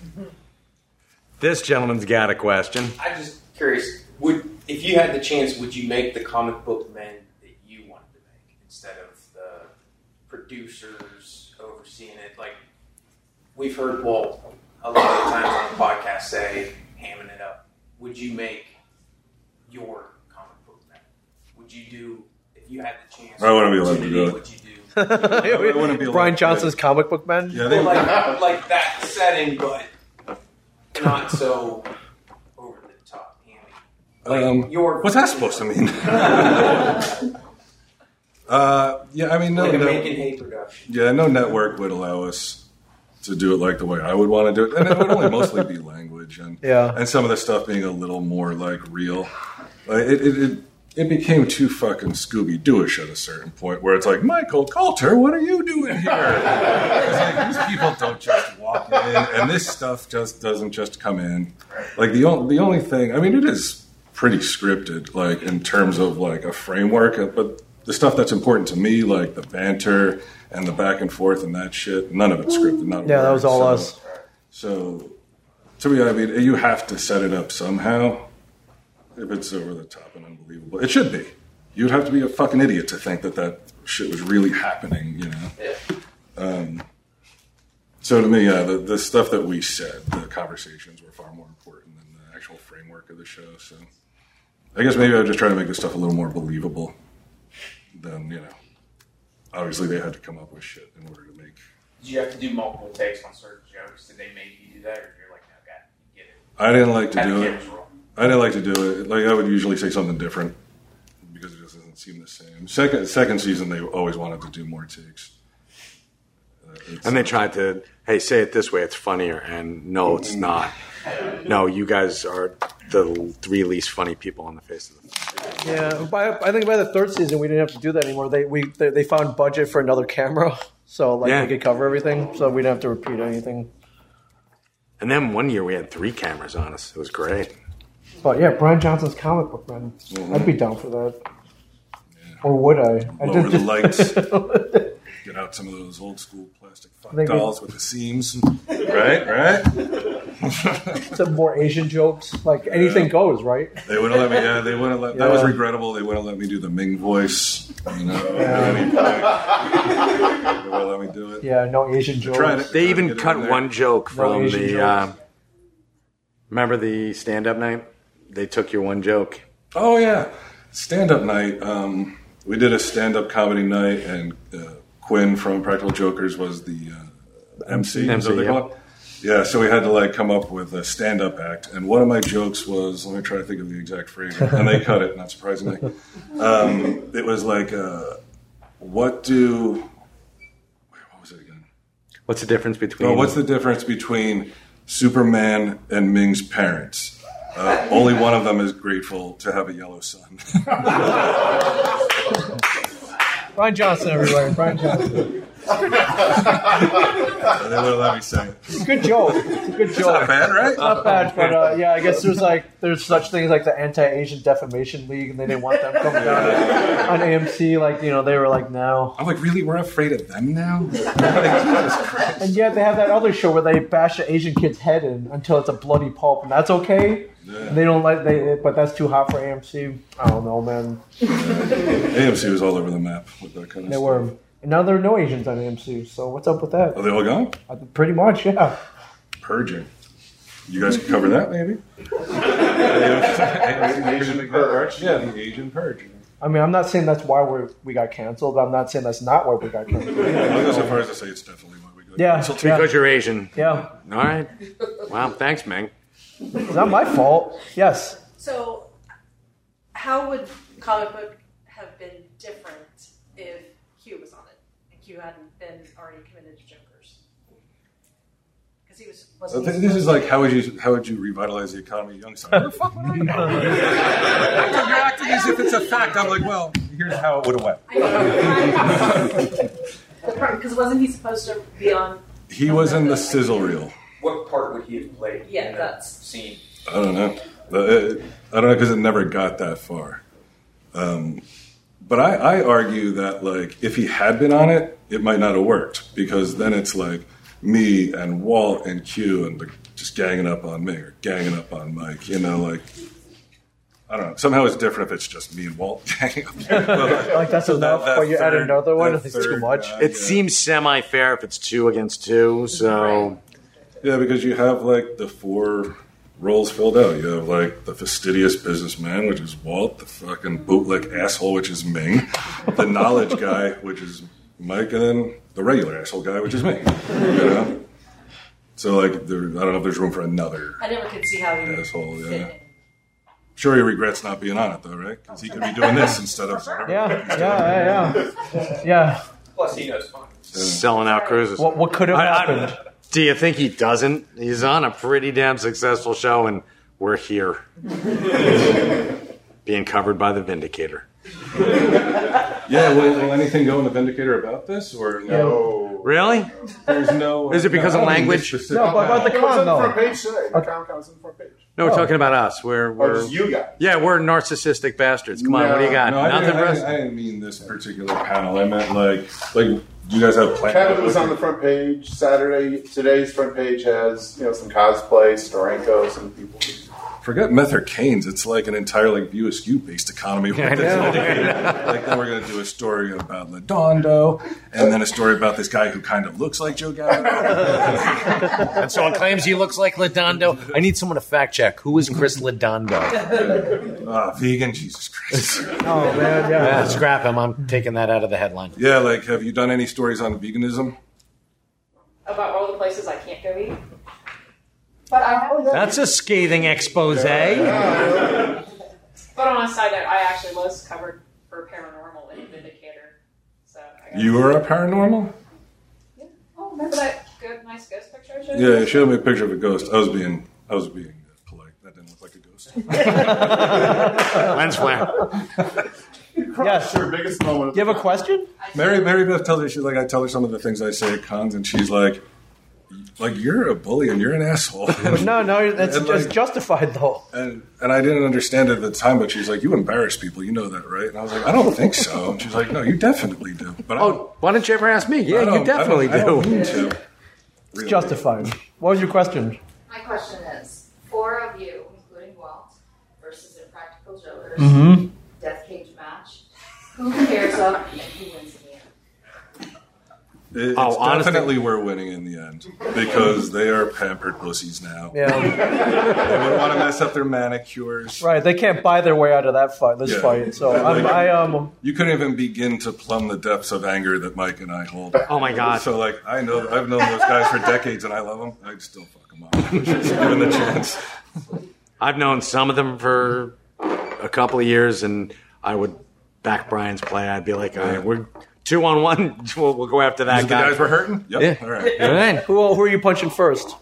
Speaker 7: This gentleman's got a
Speaker 6: [laughs]
Speaker 7: question.
Speaker 18: I'm just curious. Would if you had the chance, would you make the comic book men that you wanted to make instead of the producers overseeing it? Like we've heard Walt a lot of times on the podcast say, "Hamming it up." Would you make your comic book men? Would you do if you had the chance?
Speaker 6: I wouldn't be allowed to do it.
Speaker 18: Would you do
Speaker 6: wouldn't be allowed
Speaker 2: Brian
Speaker 6: to
Speaker 2: Johnson's comic book man.
Speaker 18: Well,
Speaker 6: Yeah, they,
Speaker 18: like, [laughs] like that setting, but not so over the top?
Speaker 6: um,
Speaker 18: your-
Speaker 6: what's that supposed
Speaker 18: [laughs]
Speaker 6: to mean? [laughs] uh, yeah, I mean, no,
Speaker 18: like a
Speaker 6: no.
Speaker 18: Make and Hay production.
Speaker 6: Yeah, no network would allow us to do it like the way I would want to do it, and it would only mostly be language and
Speaker 2: Yeah.
Speaker 6: and some of the stuff being a little more like real. Like, it, it it it became too fucking Scooby Dooish at a certain point where it's like Michael Coulter, what are you doing here? It's like, these people don't just walk in, and this stuff just doesn't just come in. Like the only the only thing, I mean, it is pretty scripted, like in terms of like a framework, but the stuff that's important to me, like the banter and the back and forth and that shit, none of it's scripted. Not a
Speaker 2: Yeah, that
Speaker 6: word.
Speaker 2: was all
Speaker 6: So-
Speaker 2: us.
Speaker 6: So, to me, I mean, you have to set it up somehow. If it's over the top and unbelievable, it should be. You'd have to be a fucking idiot to think that that shit was really happening, you know. Um, so to me, yeah, the, the stuff that we said, the conversations were far more important than the actual framework of the show. So I guess maybe I was just trying to make this stuff a little more believable than, you know, obviously they had to come up with shit in order to make.
Speaker 18: Did you have to do multiple takes on certain jokes? Did they make you do that, or you're like, no, God, you get it?
Speaker 6: I didn't like to
Speaker 18: Had
Speaker 6: do
Speaker 18: the
Speaker 6: it.
Speaker 18: cameras roll.
Speaker 6: I didn't like to do it. Like I would usually say something different because it just doesn't seem the same. Second second season, they always wanted to do more takes.
Speaker 7: And they tried to, hey, say it this way, it's funnier. And no, it's not. No, you guys are the three least funny people on the face of the
Speaker 2: Yeah, by, I think by the third season we didn't have to do that anymore. They we they, they found budget for another camera, so like
Speaker 7: Yeah.
Speaker 2: we could cover everything, so we didn't have to repeat anything.
Speaker 7: And then one year we had three cameras on us. It was great.
Speaker 2: But yeah, Brian Johnson's comic book man,
Speaker 7: Mhm.
Speaker 2: I'd be down for that. Or would I? I [laughs]
Speaker 6: Lower the lights. Get out some of those old school plastic fuck
Speaker 2: They go-
Speaker 6: dolls with the seams. right, right.
Speaker 2: [laughs] Some more Asian jokes, like anything goes, right?
Speaker 6: They wouldn't let me. Yeah, they wouldn't let. That was
Speaker 2: Yeah.
Speaker 6: regrettable. They wouldn't let me do the Ming voice. You know, they wouldn't let me do it.
Speaker 2: Yeah, no Asian
Speaker 6: They
Speaker 2: jokes.
Speaker 6: tried it.
Speaker 7: They even
Speaker 6: get it in
Speaker 7: cut
Speaker 6: there.
Speaker 7: one joke from
Speaker 2: Asian
Speaker 7: the.
Speaker 2: jokes.
Speaker 7: Uh, remember the stand-up night? They took your one joke.
Speaker 6: Oh yeah, stand up night. Um, we did a stand up comedy night, and uh, Quinn from Practical Jokers was the uh, MC. is that
Speaker 7: MC,
Speaker 6: what they
Speaker 7: yeah.
Speaker 6: call it? Yeah, so we had to like come up with a stand up act, and one of my jokes was let me try to think of the exact phrase, and they cut it, not surprisingly. Um, it was like, uh, what do? Wait, what was it again?
Speaker 7: What's the difference between?
Speaker 6: No, what's the difference between Superman and Ming's parents? Uh, only one of them is grateful to have a yellow son. [laughs]
Speaker 2: Brian Johnson, everywhere. Brian Johnson.
Speaker 6: they wouldn't let me say it.
Speaker 2: It's a good joke. It's a good joke.
Speaker 6: It's not bad, right?
Speaker 2: It's not bad, but uh, yeah, I guess there's like there's such things like the anti-Asian defamation league, and they didn't want them coming down on AMC. Like you know, they were like, no.
Speaker 6: [laughs] I'm like, really? We're afraid of them now?
Speaker 2: and yet they have that other show where they bash an Asian kid's head in until it's a bloody pulp, and that's okay. They don't like they, but that's too hot for AMC. I don't know, man.
Speaker 6: AMC was all over the map with that kind of
Speaker 2: They
Speaker 6: stuff.
Speaker 2: were, and now there are no Asians on AMC. So what's up with that?
Speaker 6: Are they all gone?
Speaker 2: Uh, Pretty much, yeah.
Speaker 6: Purging. You guys could cover that maybe? [laughs] Asian purge. Yeah, the Asian purge.
Speaker 2: I mean, I'm not saying that's why we we got canceled. I'm not saying that's not why we got
Speaker 6: [laughs]
Speaker 2: canceled.
Speaker 6: I'll go so far as to say it's definitely one.
Speaker 2: Yeah,
Speaker 7: Because
Speaker 2: yeah.
Speaker 7: you're Asian.
Speaker 2: Yeah.
Speaker 7: All right. Wow. Thanks, Ming.
Speaker 2: It's not my fault. Yes.
Speaker 5: So, how would comic book have been different if Q was on it and Q hadn't been already committed to Jokers? Because he was.
Speaker 6: I
Speaker 5: Wasn't
Speaker 6: think Oh, this is like how would you how would you revitalize the economy, young son? You're acting as if it's a fact. I'm like, well, here's how it would have went.
Speaker 5: [laughs] Because wasn't he supposed to be on?
Speaker 6: He was in the sizzle reel.
Speaker 19: What part would he have played?
Speaker 5: Yeah,
Speaker 19: in that
Speaker 5: that's-
Speaker 19: scene.
Speaker 6: I don't know. The- I don't know because it never got that far. Um, but I, I argue that like if he had been on it, it might not have worked because then it's like me and Walt and Q and the, just ganging up on me or ganging up on Mike. You know, like I don't know. Somehow it's different if it's just me and Walt ganging up.
Speaker 2: [laughs] like that's enough,
Speaker 6: that
Speaker 2: but you add
Speaker 6: third-
Speaker 2: another one.
Speaker 6: that
Speaker 2: It's too
Speaker 6: third
Speaker 2: much.
Speaker 7: It seems semi-fair if it's two against two. So
Speaker 6: Yeah, because you have like the four roles filled out. You have like the fastidious businessman, which is Walt, the fucking bootleg asshole, which is Ming, the knowledge guy, which is Mike, and then the regular asshole guy, which is me. You know? So like, there, I don't know if there's room for another
Speaker 5: I never could see how he.
Speaker 6: asshole. Yeah. Sure, he regrets not being on it though, right? Because he could be doing this instead of
Speaker 2: Yeah, yeah, yeah, yeah. Yeah.
Speaker 19: Plus, he knows fun.
Speaker 7: selling out cruises.
Speaker 2: What, what could have happened?
Speaker 7: Do you think he doesn't? He's on a pretty damn successful show, and we're
Speaker 6: [laughs]
Speaker 7: here being covered by the Vindicator.
Speaker 6: yeah. Will, will anything go in the Vindicator about this or
Speaker 8: Oh.
Speaker 6: no?
Speaker 7: Really?
Speaker 6: There's no.
Speaker 7: Is it because of
Speaker 6: I don't mean
Speaker 7: language?
Speaker 6: specific-
Speaker 2: No, but about the
Speaker 8: It was
Speaker 2: con,
Speaker 8: on the
Speaker 2: though.
Speaker 8: front page today. The con con was on the front page.
Speaker 7: No, we're talking about us. We're
Speaker 8: Oh,
Speaker 7: we're
Speaker 8: just you guys.
Speaker 7: yeah, we're narcissistic bastards. Come on, what do you got?
Speaker 6: No, I
Speaker 7: Nothing.
Speaker 6: didn't, I,
Speaker 7: for us?
Speaker 6: didn't, I didn't mean this particular panel. I meant like like you guys have plans.
Speaker 8: Kevin was on the front page Saturday. Today's front page has you know some cosplay, Starenko, some people.
Speaker 6: Forget Mether Keynes. It's like an entirely view askew based economy. with
Speaker 7: Yeah, [laughs] I
Speaker 6: this
Speaker 7: know.
Speaker 6: idea. [laughs] like then we're gonna do a story about Ladondo, and then a story about this guy who kind of looks like
Speaker 7: [laughs]
Speaker 6: Joe Gallo.
Speaker 7: And someone claims he looks like Ladondo. I need someone to fact check. Who is Chris Ladondo?
Speaker 6: ah, vegan, Jesus Christ.
Speaker 2: Oh man, yeah.
Speaker 7: Yeah, scrap him. I'm taking that out of the headline.
Speaker 6: Yeah, like have you done any stories on veganism?
Speaker 5: About all the places I can't go eat.
Speaker 20: But I always
Speaker 7: That's a scathing expose. eh?
Speaker 5: But on a side note, I actually was covered for paranormal in Vindicator. So I got
Speaker 6: You were a paranormal?
Speaker 5: Oh, remember that good, nice ghost picture I showed
Speaker 6: Yeah,
Speaker 5: you?
Speaker 6: he showed me a picture of a ghost. I was being I was being uh, polite. That didn't look like a ghost.
Speaker 7: [laughs] Lens flare.
Speaker 2: Yes.
Speaker 8: Your biggest moment.
Speaker 2: You have a question?
Speaker 6: Mary Mary Beth tells me she's like I tell her some of the things I say at cons, and she's like, like you're a bully and you're
Speaker 7: [laughs]
Speaker 6: an asshole. [laughs]
Speaker 2: But no, no, that's
Speaker 6: And,
Speaker 2: it's
Speaker 6: like-
Speaker 2: justified though.
Speaker 6: And and I didn't understand it at the time, but she was like, "You embarrass people, you know that, right?" And I was like, "I don't think so." And she's like, "No, you definitely do." But oh,
Speaker 7: why didn't you ever ask me?
Speaker 6: I don't- I don't- I don't mean to.
Speaker 2: It's justified. What was your question?
Speaker 5: My question is four of you, including Walt, versus Impractical Jokers,
Speaker 6: Mm-hmm.
Speaker 2: Mhm.
Speaker 5: Death Cage match. Who pairs up and who wins in the end?
Speaker 6: It- It's
Speaker 7: Oh, honestly-
Speaker 6: definitely we're winning in the end because they are pampered pussies now. they
Speaker 2: Yeah.
Speaker 6: would want to mess up their manicures.
Speaker 2: um, right, they can't buy their way out of that fight. This
Speaker 6: Yeah.
Speaker 2: fight. So
Speaker 6: And,
Speaker 2: I'm,
Speaker 6: like,
Speaker 2: I um.
Speaker 6: You couldn't even begin to plumb the depths of anger that Mike and
Speaker 7: [laughs]
Speaker 6: I hold.
Speaker 7: Oh my God.
Speaker 6: So like I know I've known those guys for decades and I love them. I'd still fuck them up. [laughs] Just given the chance.
Speaker 7: I've known some of them for a couple of years, and I would back Brian's play. I'd be like, all right, we're two on one. [laughs] We'll, we'll go after that
Speaker 6: These are the
Speaker 7: guy.
Speaker 6: guys we're hurting? Yep.
Speaker 7: Yeah.
Speaker 6: All right.
Speaker 7: All right.
Speaker 2: Who, who are you punching first?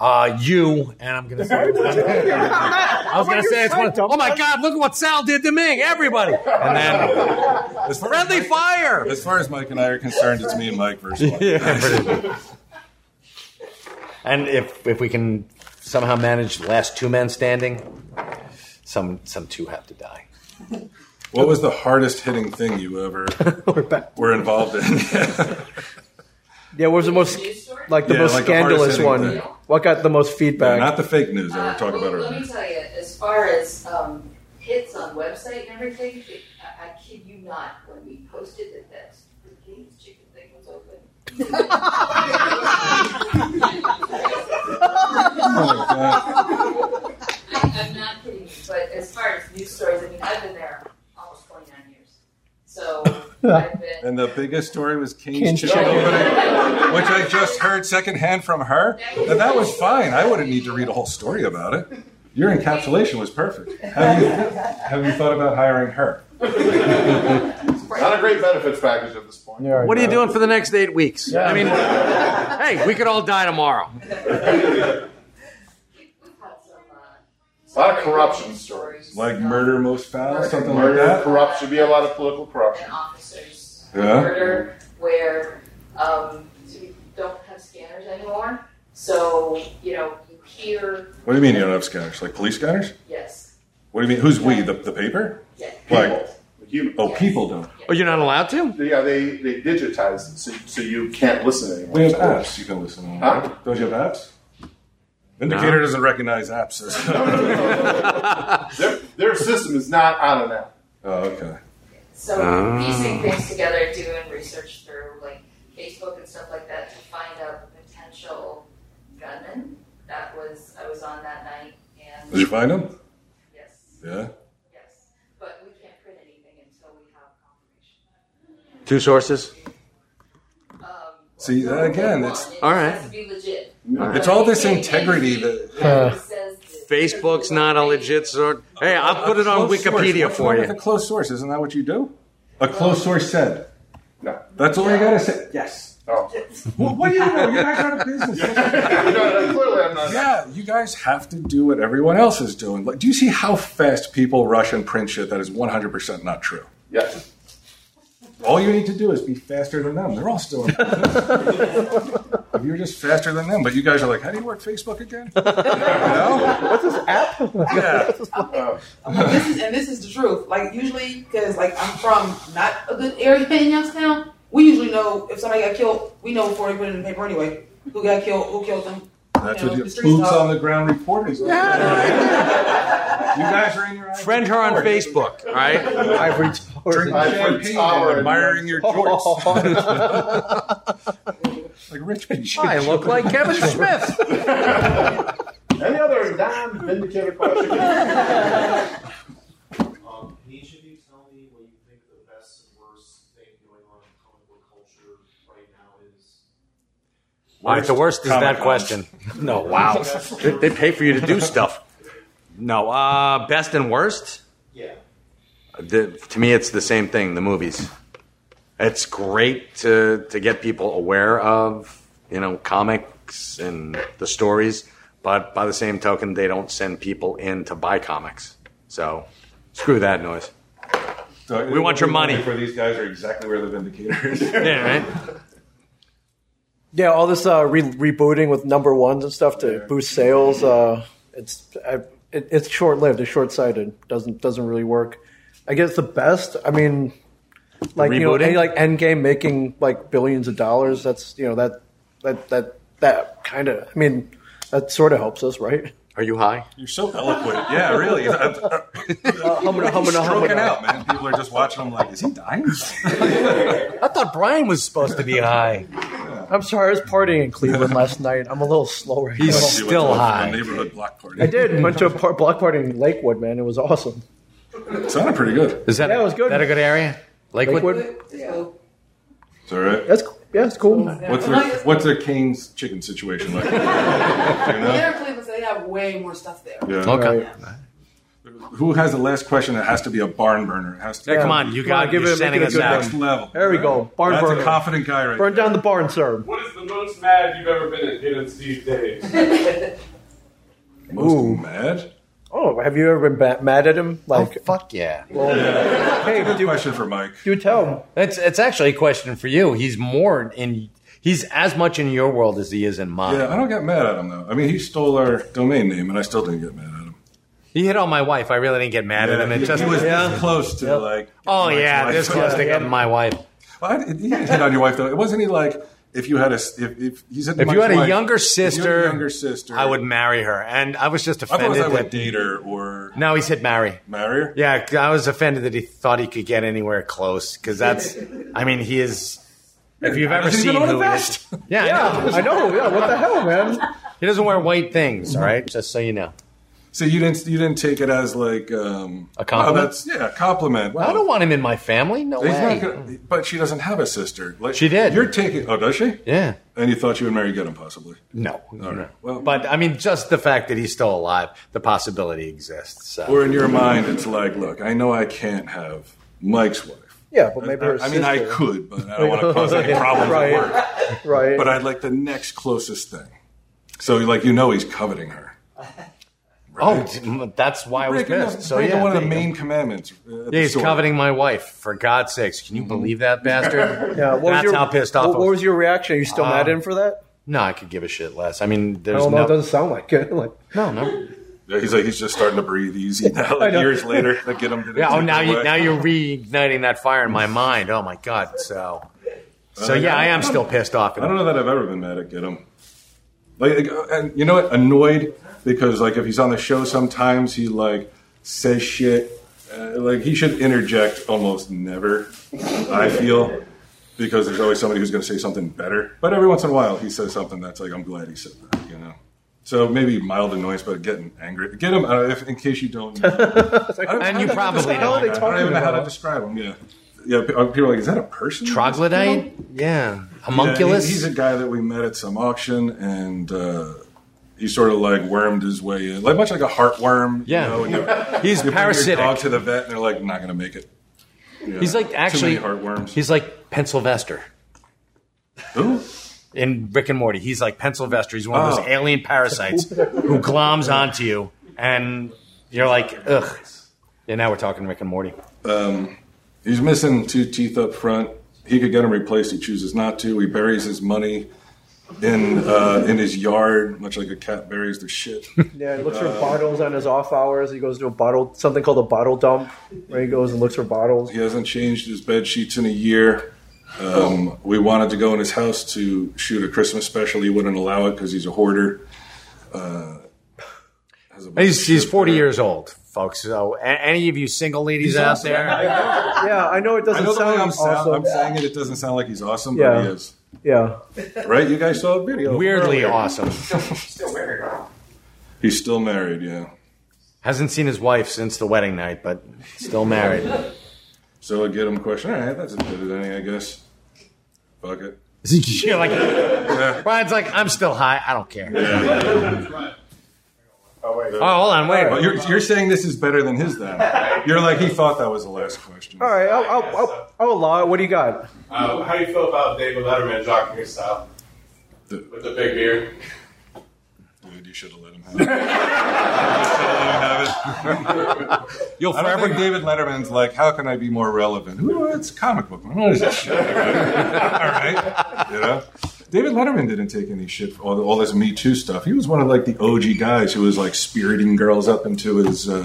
Speaker 7: Uh, you and I'm gonna say. I was gonna say it's one. Oh my God! Look at what Sal did to me. Everybody, and then
Speaker 6: As far
Speaker 7: friendly fire.
Speaker 6: As far as Mike and I are concerned, it's me and Mike versus Mike.
Speaker 7: Yeah, pretty much. And if if we can somehow manage the last two men standing, some some two have to die.
Speaker 6: What was the hardest hitting thing
Speaker 2: [laughs]
Speaker 6: you ever were involved in?
Speaker 2: Yeah, what was the most like the
Speaker 6: Yeah,
Speaker 2: most
Speaker 6: like the
Speaker 2: scandalous
Speaker 6: hardest hitting
Speaker 2: one?
Speaker 6: thing.
Speaker 2: What got the most feedback?
Speaker 6: Not the fake news I were talking about
Speaker 5: Uh,
Speaker 2: [laughs]
Speaker 5: Let
Speaker 6: earlier.
Speaker 5: me tell you, as far as um, hits on website and everything, it, I, I kid you not, when we posted that that's the game's chicken thing was open.
Speaker 2: Oh
Speaker 5: I, I'm not kidding you, but as far as news stories, I mean, I've been there almost 29 years.
Speaker 6: [laughs]
Speaker 5: So I've been.
Speaker 6: And the biggest story was King's,
Speaker 2: King's
Speaker 6: Chicken
Speaker 2: Chicken.
Speaker 6: opening, which I just heard secondhand from her. And that was fine. I wouldn't need to read a whole story about it. Your encapsulation was perfect. Have you, have you thought about hiring her?
Speaker 8: Not a great benefits package at this point.
Speaker 7: What are you doing for the next eight weeks? I mean, hey, we could all die tomorrow.
Speaker 8: A lot of corruption stories.
Speaker 6: Like murder most foul, something like
Speaker 8: Murder,
Speaker 6: that?
Speaker 8: corruption. Be a lot of political corruption.
Speaker 5: officers
Speaker 6: Yeah.
Speaker 5: murder where um, so we don't have scanners anymore. So you know you hear
Speaker 6: What do you mean you don't have scanners? Like police scanners?
Speaker 5: yes,
Speaker 6: What do you mean? Who's we? The, the paper?
Speaker 5: yes.
Speaker 6: Like,
Speaker 8: human.
Speaker 6: Oh, people don't.
Speaker 7: Oh, you're not allowed to?
Speaker 8: Yeah, they, they digitize it so, so you can't listen anymore.
Speaker 6: We have apps you can listen on.
Speaker 8: Huh?
Speaker 6: right? Don't you have apps? Vindicator
Speaker 8: No.
Speaker 6: doesn't recognize apps. [laughs]
Speaker 8: their, their system is not on an app.
Speaker 6: Oh, okay.
Speaker 5: So
Speaker 6: Ah.
Speaker 5: piecing things together, doing research through like Facebook and stuff like that to find out the potential gunman. That was I was on that night, and
Speaker 6: Did you find them?
Speaker 5: Yes,
Speaker 6: Yeah.
Speaker 5: but we can't print anything until we have
Speaker 7: Two sources.
Speaker 5: Um,
Speaker 6: See, that again, it's
Speaker 7: All right.
Speaker 5: it has to be legit.
Speaker 6: It's all this integrity that
Speaker 7: Facebook's not a legit sort. Hey, I'll put it on
Speaker 6: Close source.
Speaker 7: Wikipedia
Speaker 6: What's
Speaker 7: for
Speaker 6: wrong With a
Speaker 7: you.
Speaker 6: closed source, isn't that what you do? A closed source said.
Speaker 8: No.
Speaker 6: That's all you gotta say. Yes.
Speaker 8: Oh.
Speaker 6: [laughs] What, what do you know? You guys are [laughs] out of business.
Speaker 8: uh, Clearly, I'm not.
Speaker 6: Yeah, you guys have to do what everyone else is doing. Like, do you see how fast people rush and print shit that is 100% not true?
Speaker 8: Yes.
Speaker 6: All you need to do is be faster than them. They're all still in business. You're just faster than them, but you guys are like, how do you work Facebook again? [laughs] What's
Speaker 21: this app?
Speaker 6: Yeah.
Speaker 8: Uh,
Speaker 4: Like, this is, and this is the truth. Like usually, because like I'm from not a good area in Youngstown, we usually know if somebody got killed, we know before they put it in the paper anyway. Who got killed? Who killed them?
Speaker 6: That's
Speaker 4: you know,
Speaker 6: what you
Speaker 4: the
Speaker 6: boots
Speaker 4: streets talk.
Speaker 6: on the ground reporting. You guys are in your
Speaker 7: friend her on Facebook, all right?
Speaker 6: Ivory Drinking
Speaker 7: Ivory
Speaker 6: champagne
Speaker 7: Tower
Speaker 6: and
Speaker 7: and-
Speaker 6: admiring [laughs] your jorts. like rich bitch.
Speaker 7: I look like Kevin Smith.
Speaker 8: Any other non vindicator question?
Speaker 22: Um, can each of you tell me what you think the best and worst thing going on in comic book culture right now is?
Speaker 7: All right, the worst is that
Speaker 22: Comic-Con.
Speaker 7: question. [laughs] No, wow. they, they pay for you to do stuff. No, uh, best and worst?
Speaker 22: Yeah.
Speaker 7: The, to me, it's the same thing, the movies. It's great to, to get people aware of, you know, comics and the stories, but by the same token, they don't send people in to buy comics. So screw that noise.
Speaker 6: So
Speaker 7: we want your money. [laughs]
Speaker 6: For these guys are exactly where the vindicators.
Speaker 7: Yeah, right?
Speaker 2: [laughs] Yeah, all this uh, re- rebooting with number ones and stuff to boost sales. Uh, it's I, it, it's short lived. It's short sighted. Doesn't doesn't really work. I guess the best. I mean, like you know,
Speaker 7: Rebooting?
Speaker 2: any, like Endgame making like billions of dollars. That's you know that that that that kind of. I mean, that sort of helps us, right?
Speaker 7: Are you high?
Speaker 6: You're so
Speaker 23: eloquent. Yeah, really.
Speaker 6: Uh,
Speaker 2: humana, humana,
Speaker 23: Stroking
Speaker 2: humana.
Speaker 23: out, man. People are just watching. I'm like, is he dying?
Speaker 2: I thought Brian was supposed to be high. I'm sorry, I was partying in Cleveland last night. I'm a little slow right
Speaker 6: He's
Speaker 2: now.
Speaker 6: still You went to a high. neighborhood block party.
Speaker 2: I did. Went to a par- block party in Lakewood, man. It was awesome.
Speaker 6: Sounded pretty good.
Speaker 7: Is that,
Speaker 2: yeah, it was good.
Speaker 7: that a good area? Lakewood?
Speaker 6: Is that right?
Speaker 2: That's yeah, it's cool.
Speaker 6: What's their What's their Kane's chicken situation
Speaker 2: [laughs]
Speaker 6: like? you know?
Speaker 5: They're Cleveland, so they have way more stuff there.
Speaker 6: Yeah. Who has the last question? That has to be a barn burner. It has to.
Speaker 2: Yeah, come on, you Come on, got- give you're it- sending make it a us good out.
Speaker 6: next level.
Speaker 2: There we go. Barn
Speaker 6: That's
Speaker 2: burner.
Speaker 6: a confident guy, right?
Speaker 2: Burn down the barn, sir.
Speaker 8: What is the most mad you've ever been at Hidden Steve Days?
Speaker 6: [laughs] Most mad?
Speaker 2: Oh, have you ever been ba- mad at him? Like,
Speaker 7: Oh, fuck yeah.
Speaker 2: hey,
Speaker 6: good question for Mike.
Speaker 2: Do tell him.
Speaker 7: It's it's actually a question for you. He's more in. He's as much in your world as he is in mine.
Speaker 6: Yeah, I don't get mad at him though. I mean, he stole our domain name, and I still didn't get mad at him.
Speaker 7: He hit on my wife. I really didn't get mad at him. It
Speaker 6: he,
Speaker 7: just
Speaker 6: he was
Speaker 7: yeah.
Speaker 6: this close to like.
Speaker 7: Oh
Speaker 6: Mike's
Speaker 7: yeah,
Speaker 6: wife.
Speaker 7: this close to getting my wife.
Speaker 6: Well, I, he didn't hit on your wife though. It wasn't he like if you had a if if he said to
Speaker 7: If you
Speaker 6: Mike's
Speaker 7: had a
Speaker 6: wife,
Speaker 7: younger
Speaker 6: if you had a
Speaker 7: sister,
Speaker 6: younger sister,
Speaker 7: I would marry her. And I was just
Speaker 6: I thought it was
Speaker 7: offended.
Speaker 6: I would
Speaker 7: that,
Speaker 6: date her or
Speaker 7: no, he said marry.
Speaker 6: marry her.
Speaker 7: Yeah, 'cause I was offended that he thought he could get anywhere close. Because that's, I mean, he is. If you've
Speaker 2: How
Speaker 7: ever
Speaker 2: does he
Speaker 7: seen
Speaker 2: even own a
Speaker 7: who he is,
Speaker 2: vest?
Speaker 7: yeah,
Speaker 2: Yeah, I know. Yeah, what the hell, man?
Speaker 7: He doesn't wear white things. All right, just so you know.
Speaker 6: So you didn't you didn't take it as like um, a
Speaker 7: compliment?
Speaker 6: that's, yeah, a compliment.
Speaker 7: I don't want him in my family. No
Speaker 6: He's
Speaker 7: way.
Speaker 6: not gonna- but she doesn't have a sister. Like,
Speaker 7: She did.
Speaker 6: You're taking. Oh, does she?
Speaker 7: Yeah.
Speaker 6: And you thought you would marry Goodham, possibly?
Speaker 7: No.
Speaker 6: All right.
Speaker 7: but I mean, just the fact that he's still alive, the possibility exists. So.
Speaker 6: Or in your mind, it's like, look, I know I can't have Mike's wife.
Speaker 2: Yeah, but maybe
Speaker 6: I,
Speaker 2: her
Speaker 6: I mean, I
Speaker 2: sister.
Speaker 6: could, but I
Speaker 2: [laughs]
Speaker 6: don't want to cause any
Speaker 2: Yeah,
Speaker 6: problems
Speaker 2: right.
Speaker 6: at work.
Speaker 2: Right.
Speaker 6: But I'd like the next closest thing. So, like, you know, he's coveting her.
Speaker 7: oh, d- that's why I was
Speaker 6: Breaking the-
Speaker 7: pissed. So
Speaker 6: breaking
Speaker 7: yeah,
Speaker 6: one of
Speaker 7: there
Speaker 6: the
Speaker 7: you go.
Speaker 6: main commandments. uh, at
Speaker 7: Yeah,
Speaker 6: the
Speaker 7: he's
Speaker 6: store.
Speaker 7: coveting my wife. For God's sakes, can you
Speaker 2: [laughs]
Speaker 7: believe that bastard?
Speaker 2: Mm-hmm. Yeah, what was
Speaker 7: that's
Speaker 2: your-
Speaker 7: how pissed off.
Speaker 2: what-
Speaker 7: I
Speaker 2: what was your reaction? Are you still mad at
Speaker 7: Um,
Speaker 2: him for that?
Speaker 7: No, I could give a shit less. I mean, there's
Speaker 2: no, no, it
Speaker 7: no.
Speaker 2: doesn't sound like it. Like,
Speaker 7: no, no.
Speaker 6: Yeah, he's like, he's just starting to breathe easy now.
Speaker 7: [laughs] I
Speaker 6: Like
Speaker 7: know.
Speaker 6: years later, they get him. To
Speaker 7: Yeah. Oh, now you
Speaker 6: away.
Speaker 7: now you're reigniting that fire in my mind. Oh my God. So. So
Speaker 6: Uh,
Speaker 7: yeah, I am
Speaker 6: don't-
Speaker 7: still pissed off.
Speaker 6: I
Speaker 7: at
Speaker 6: don't
Speaker 7: him.
Speaker 6: know that I've ever been mad at Goodham. Like, like, uh, and you know what? Annoyed because like if he's on the show, sometimes he like says shit. Uh, like he should interject almost never. I feel because there's always somebody who's going to say something better. But every once in a while, he says something that's like, I'm glad he said that. You know. So maybe mild annoyance, but getting angry. Get him uh, if, in case you don't. know. I don't-
Speaker 7: And
Speaker 6: I
Speaker 7: you
Speaker 6: don't
Speaker 7: probably
Speaker 6: know.
Speaker 7: don't.
Speaker 6: I don't even know how to describe him. Yeah. Yeah, pe- uh, people are like, is that a person?
Speaker 7: Troglodyte? Yeah.
Speaker 6: Yeah,
Speaker 7: Homunculus?
Speaker 6: he- he's a guy that we met at some auction, and uh, he sort of like wormed his way in, like much like a heartworm.
Speaker 7: Yeah.
Speaker 6: you know,
Speaker 7: [laughs]
Speaker 6: and
Speaker 7: He's
Speaker 6: you bring your
Speaker 7: parasitic.
Speaker 6: Dog to the vet, and they're like, not going to make it. Yeah.
Speaker 7: He's like
Speaker 6: Too
Speaker 7: actually
Speaker 6: many heartworms.
Speaker 7: He's like Penn Sylvester.
Speaker 6: Who?
Speaker 7: In Rick and Morty, he's like Penn Sylvester. He's one of those
Speaker 6: Oh.
Speaker 7: alien parasites who gloms onto you, and you're like, ugh. And now we're talking Rick and Morty.
Speaker 6: Um, he's missing two teeth up front. He could get them replaced. He chooses not to. He buries his money in uh, in his yard, much like a cat buries their shit. [laughs]
Speaker 2: Yeah, he looks for
Speaker 6: Um,
Speaker 2: bottles on his off hours. He goes to a bottle, something called a bottle dump, where he goes and looks for bottles.
Speaker 6: He hasn't changed his bed sheets in a year. Um, we wanted to go in his house to shoot a Christmas special. He wouldn't allow it because he's a hoarder. Uh, has a bunch
Speaker 7: He's,
Speaker 6: of
Speaker 7: he's
Speaker 6: shit
Speaker 7: 40
Speaker 6: there.
Speaker 7: years old, folks. So, a- any of you single ladies
Speaker 6: He's
Speaker 7: out
Speaker 6: awesome.
Speaker 7: there?
Speaker 2: Yeah, I know it doesn't
Speaker 6: I know the way
Speaker 2: sound
Speaker 6: I'm, sound-
Speaker 2: awesome.
Speaker 6: I'm saying it. It doesn't sound like he's awesome,
Speaker 2: Yeah.
Speaker 6: but he is.
Speaker 2: Yeah.
Speaker 6: Right? You guys saw the video.
Speaker 7: Weirdly
Speaker 6: earlier.
Speaker 7: awesome.
Speaker 6: He's still married, yeah.
Speaker 7: Hasn't seen his wife since the wedding night, but still married.
Speaker 6: So I get him a question. All right, that's as good as any, I guess. Fuck it.
Speaker 7: [laughs] You're like, Brian's like, I'm still high. I don't care.
Speaker 24: Oh, wait.
Speaker 7: Oh, hold on, wait.
Speaker 6: Well, you're, you're saying this is better than his, then? You're like he thought that was the last question.
Speaker 2: All right, I'll, I'll, I'll, I'll allow it. What do you got?
Speaker 8: Uh, how do you feel about David Letterman jockeying your style? With the big beard?
Speaker 6: Dude, you should have let him have it. [laughs] You'll forever. I don't think David Letterman's like, how can I be [laughs] more relevant? Who- It's comic book. Man. What is this shit? All right, you know. David Letterman didn't take any shit for all, all this Me Too stuff. He was one of like the OG guys who was like spiriting girls up into his uh,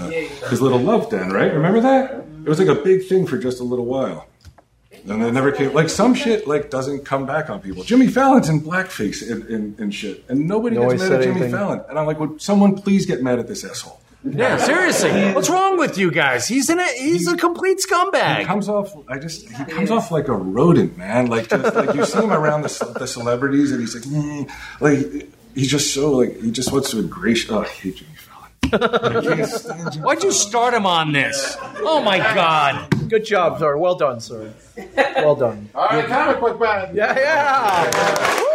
Speaker 6: his little love den, right? Remember that? It was like a big thing for just a little while, and it never came. Like some shit like doesn't come back on people. Jimmy Fallon's in blackface and, and, and shit, and nobody
Speaker 25: Nobody
Speaker 6: gets mad at
Speaker 25: said
Speaker 6: Jimmy
Speaker 25: anything.
Speaker 6: Fallon. And I'm like, would someone please get mad at this asshole?
Speaker 7: Yeah, seriously. What's wrong with you guys? He's in a he's a complete
Speaker 6: He
Speaker 7: scumbag.
Speaker 6: comes off. I just he comes off like a rodent, man. Like just, like you see him around the, ce- the celebrities, and he's like, mm, like he's just so like he just wants to ingratiate. Oh, I hate Jimmy
Speaker 7: Why'd you start him on this? Oh my god.
Speaker 2: Good job, sir. Well done, sir. Well done.
Speaker 8: All right, comic book man.
Speaker 2: Yeah, yeah.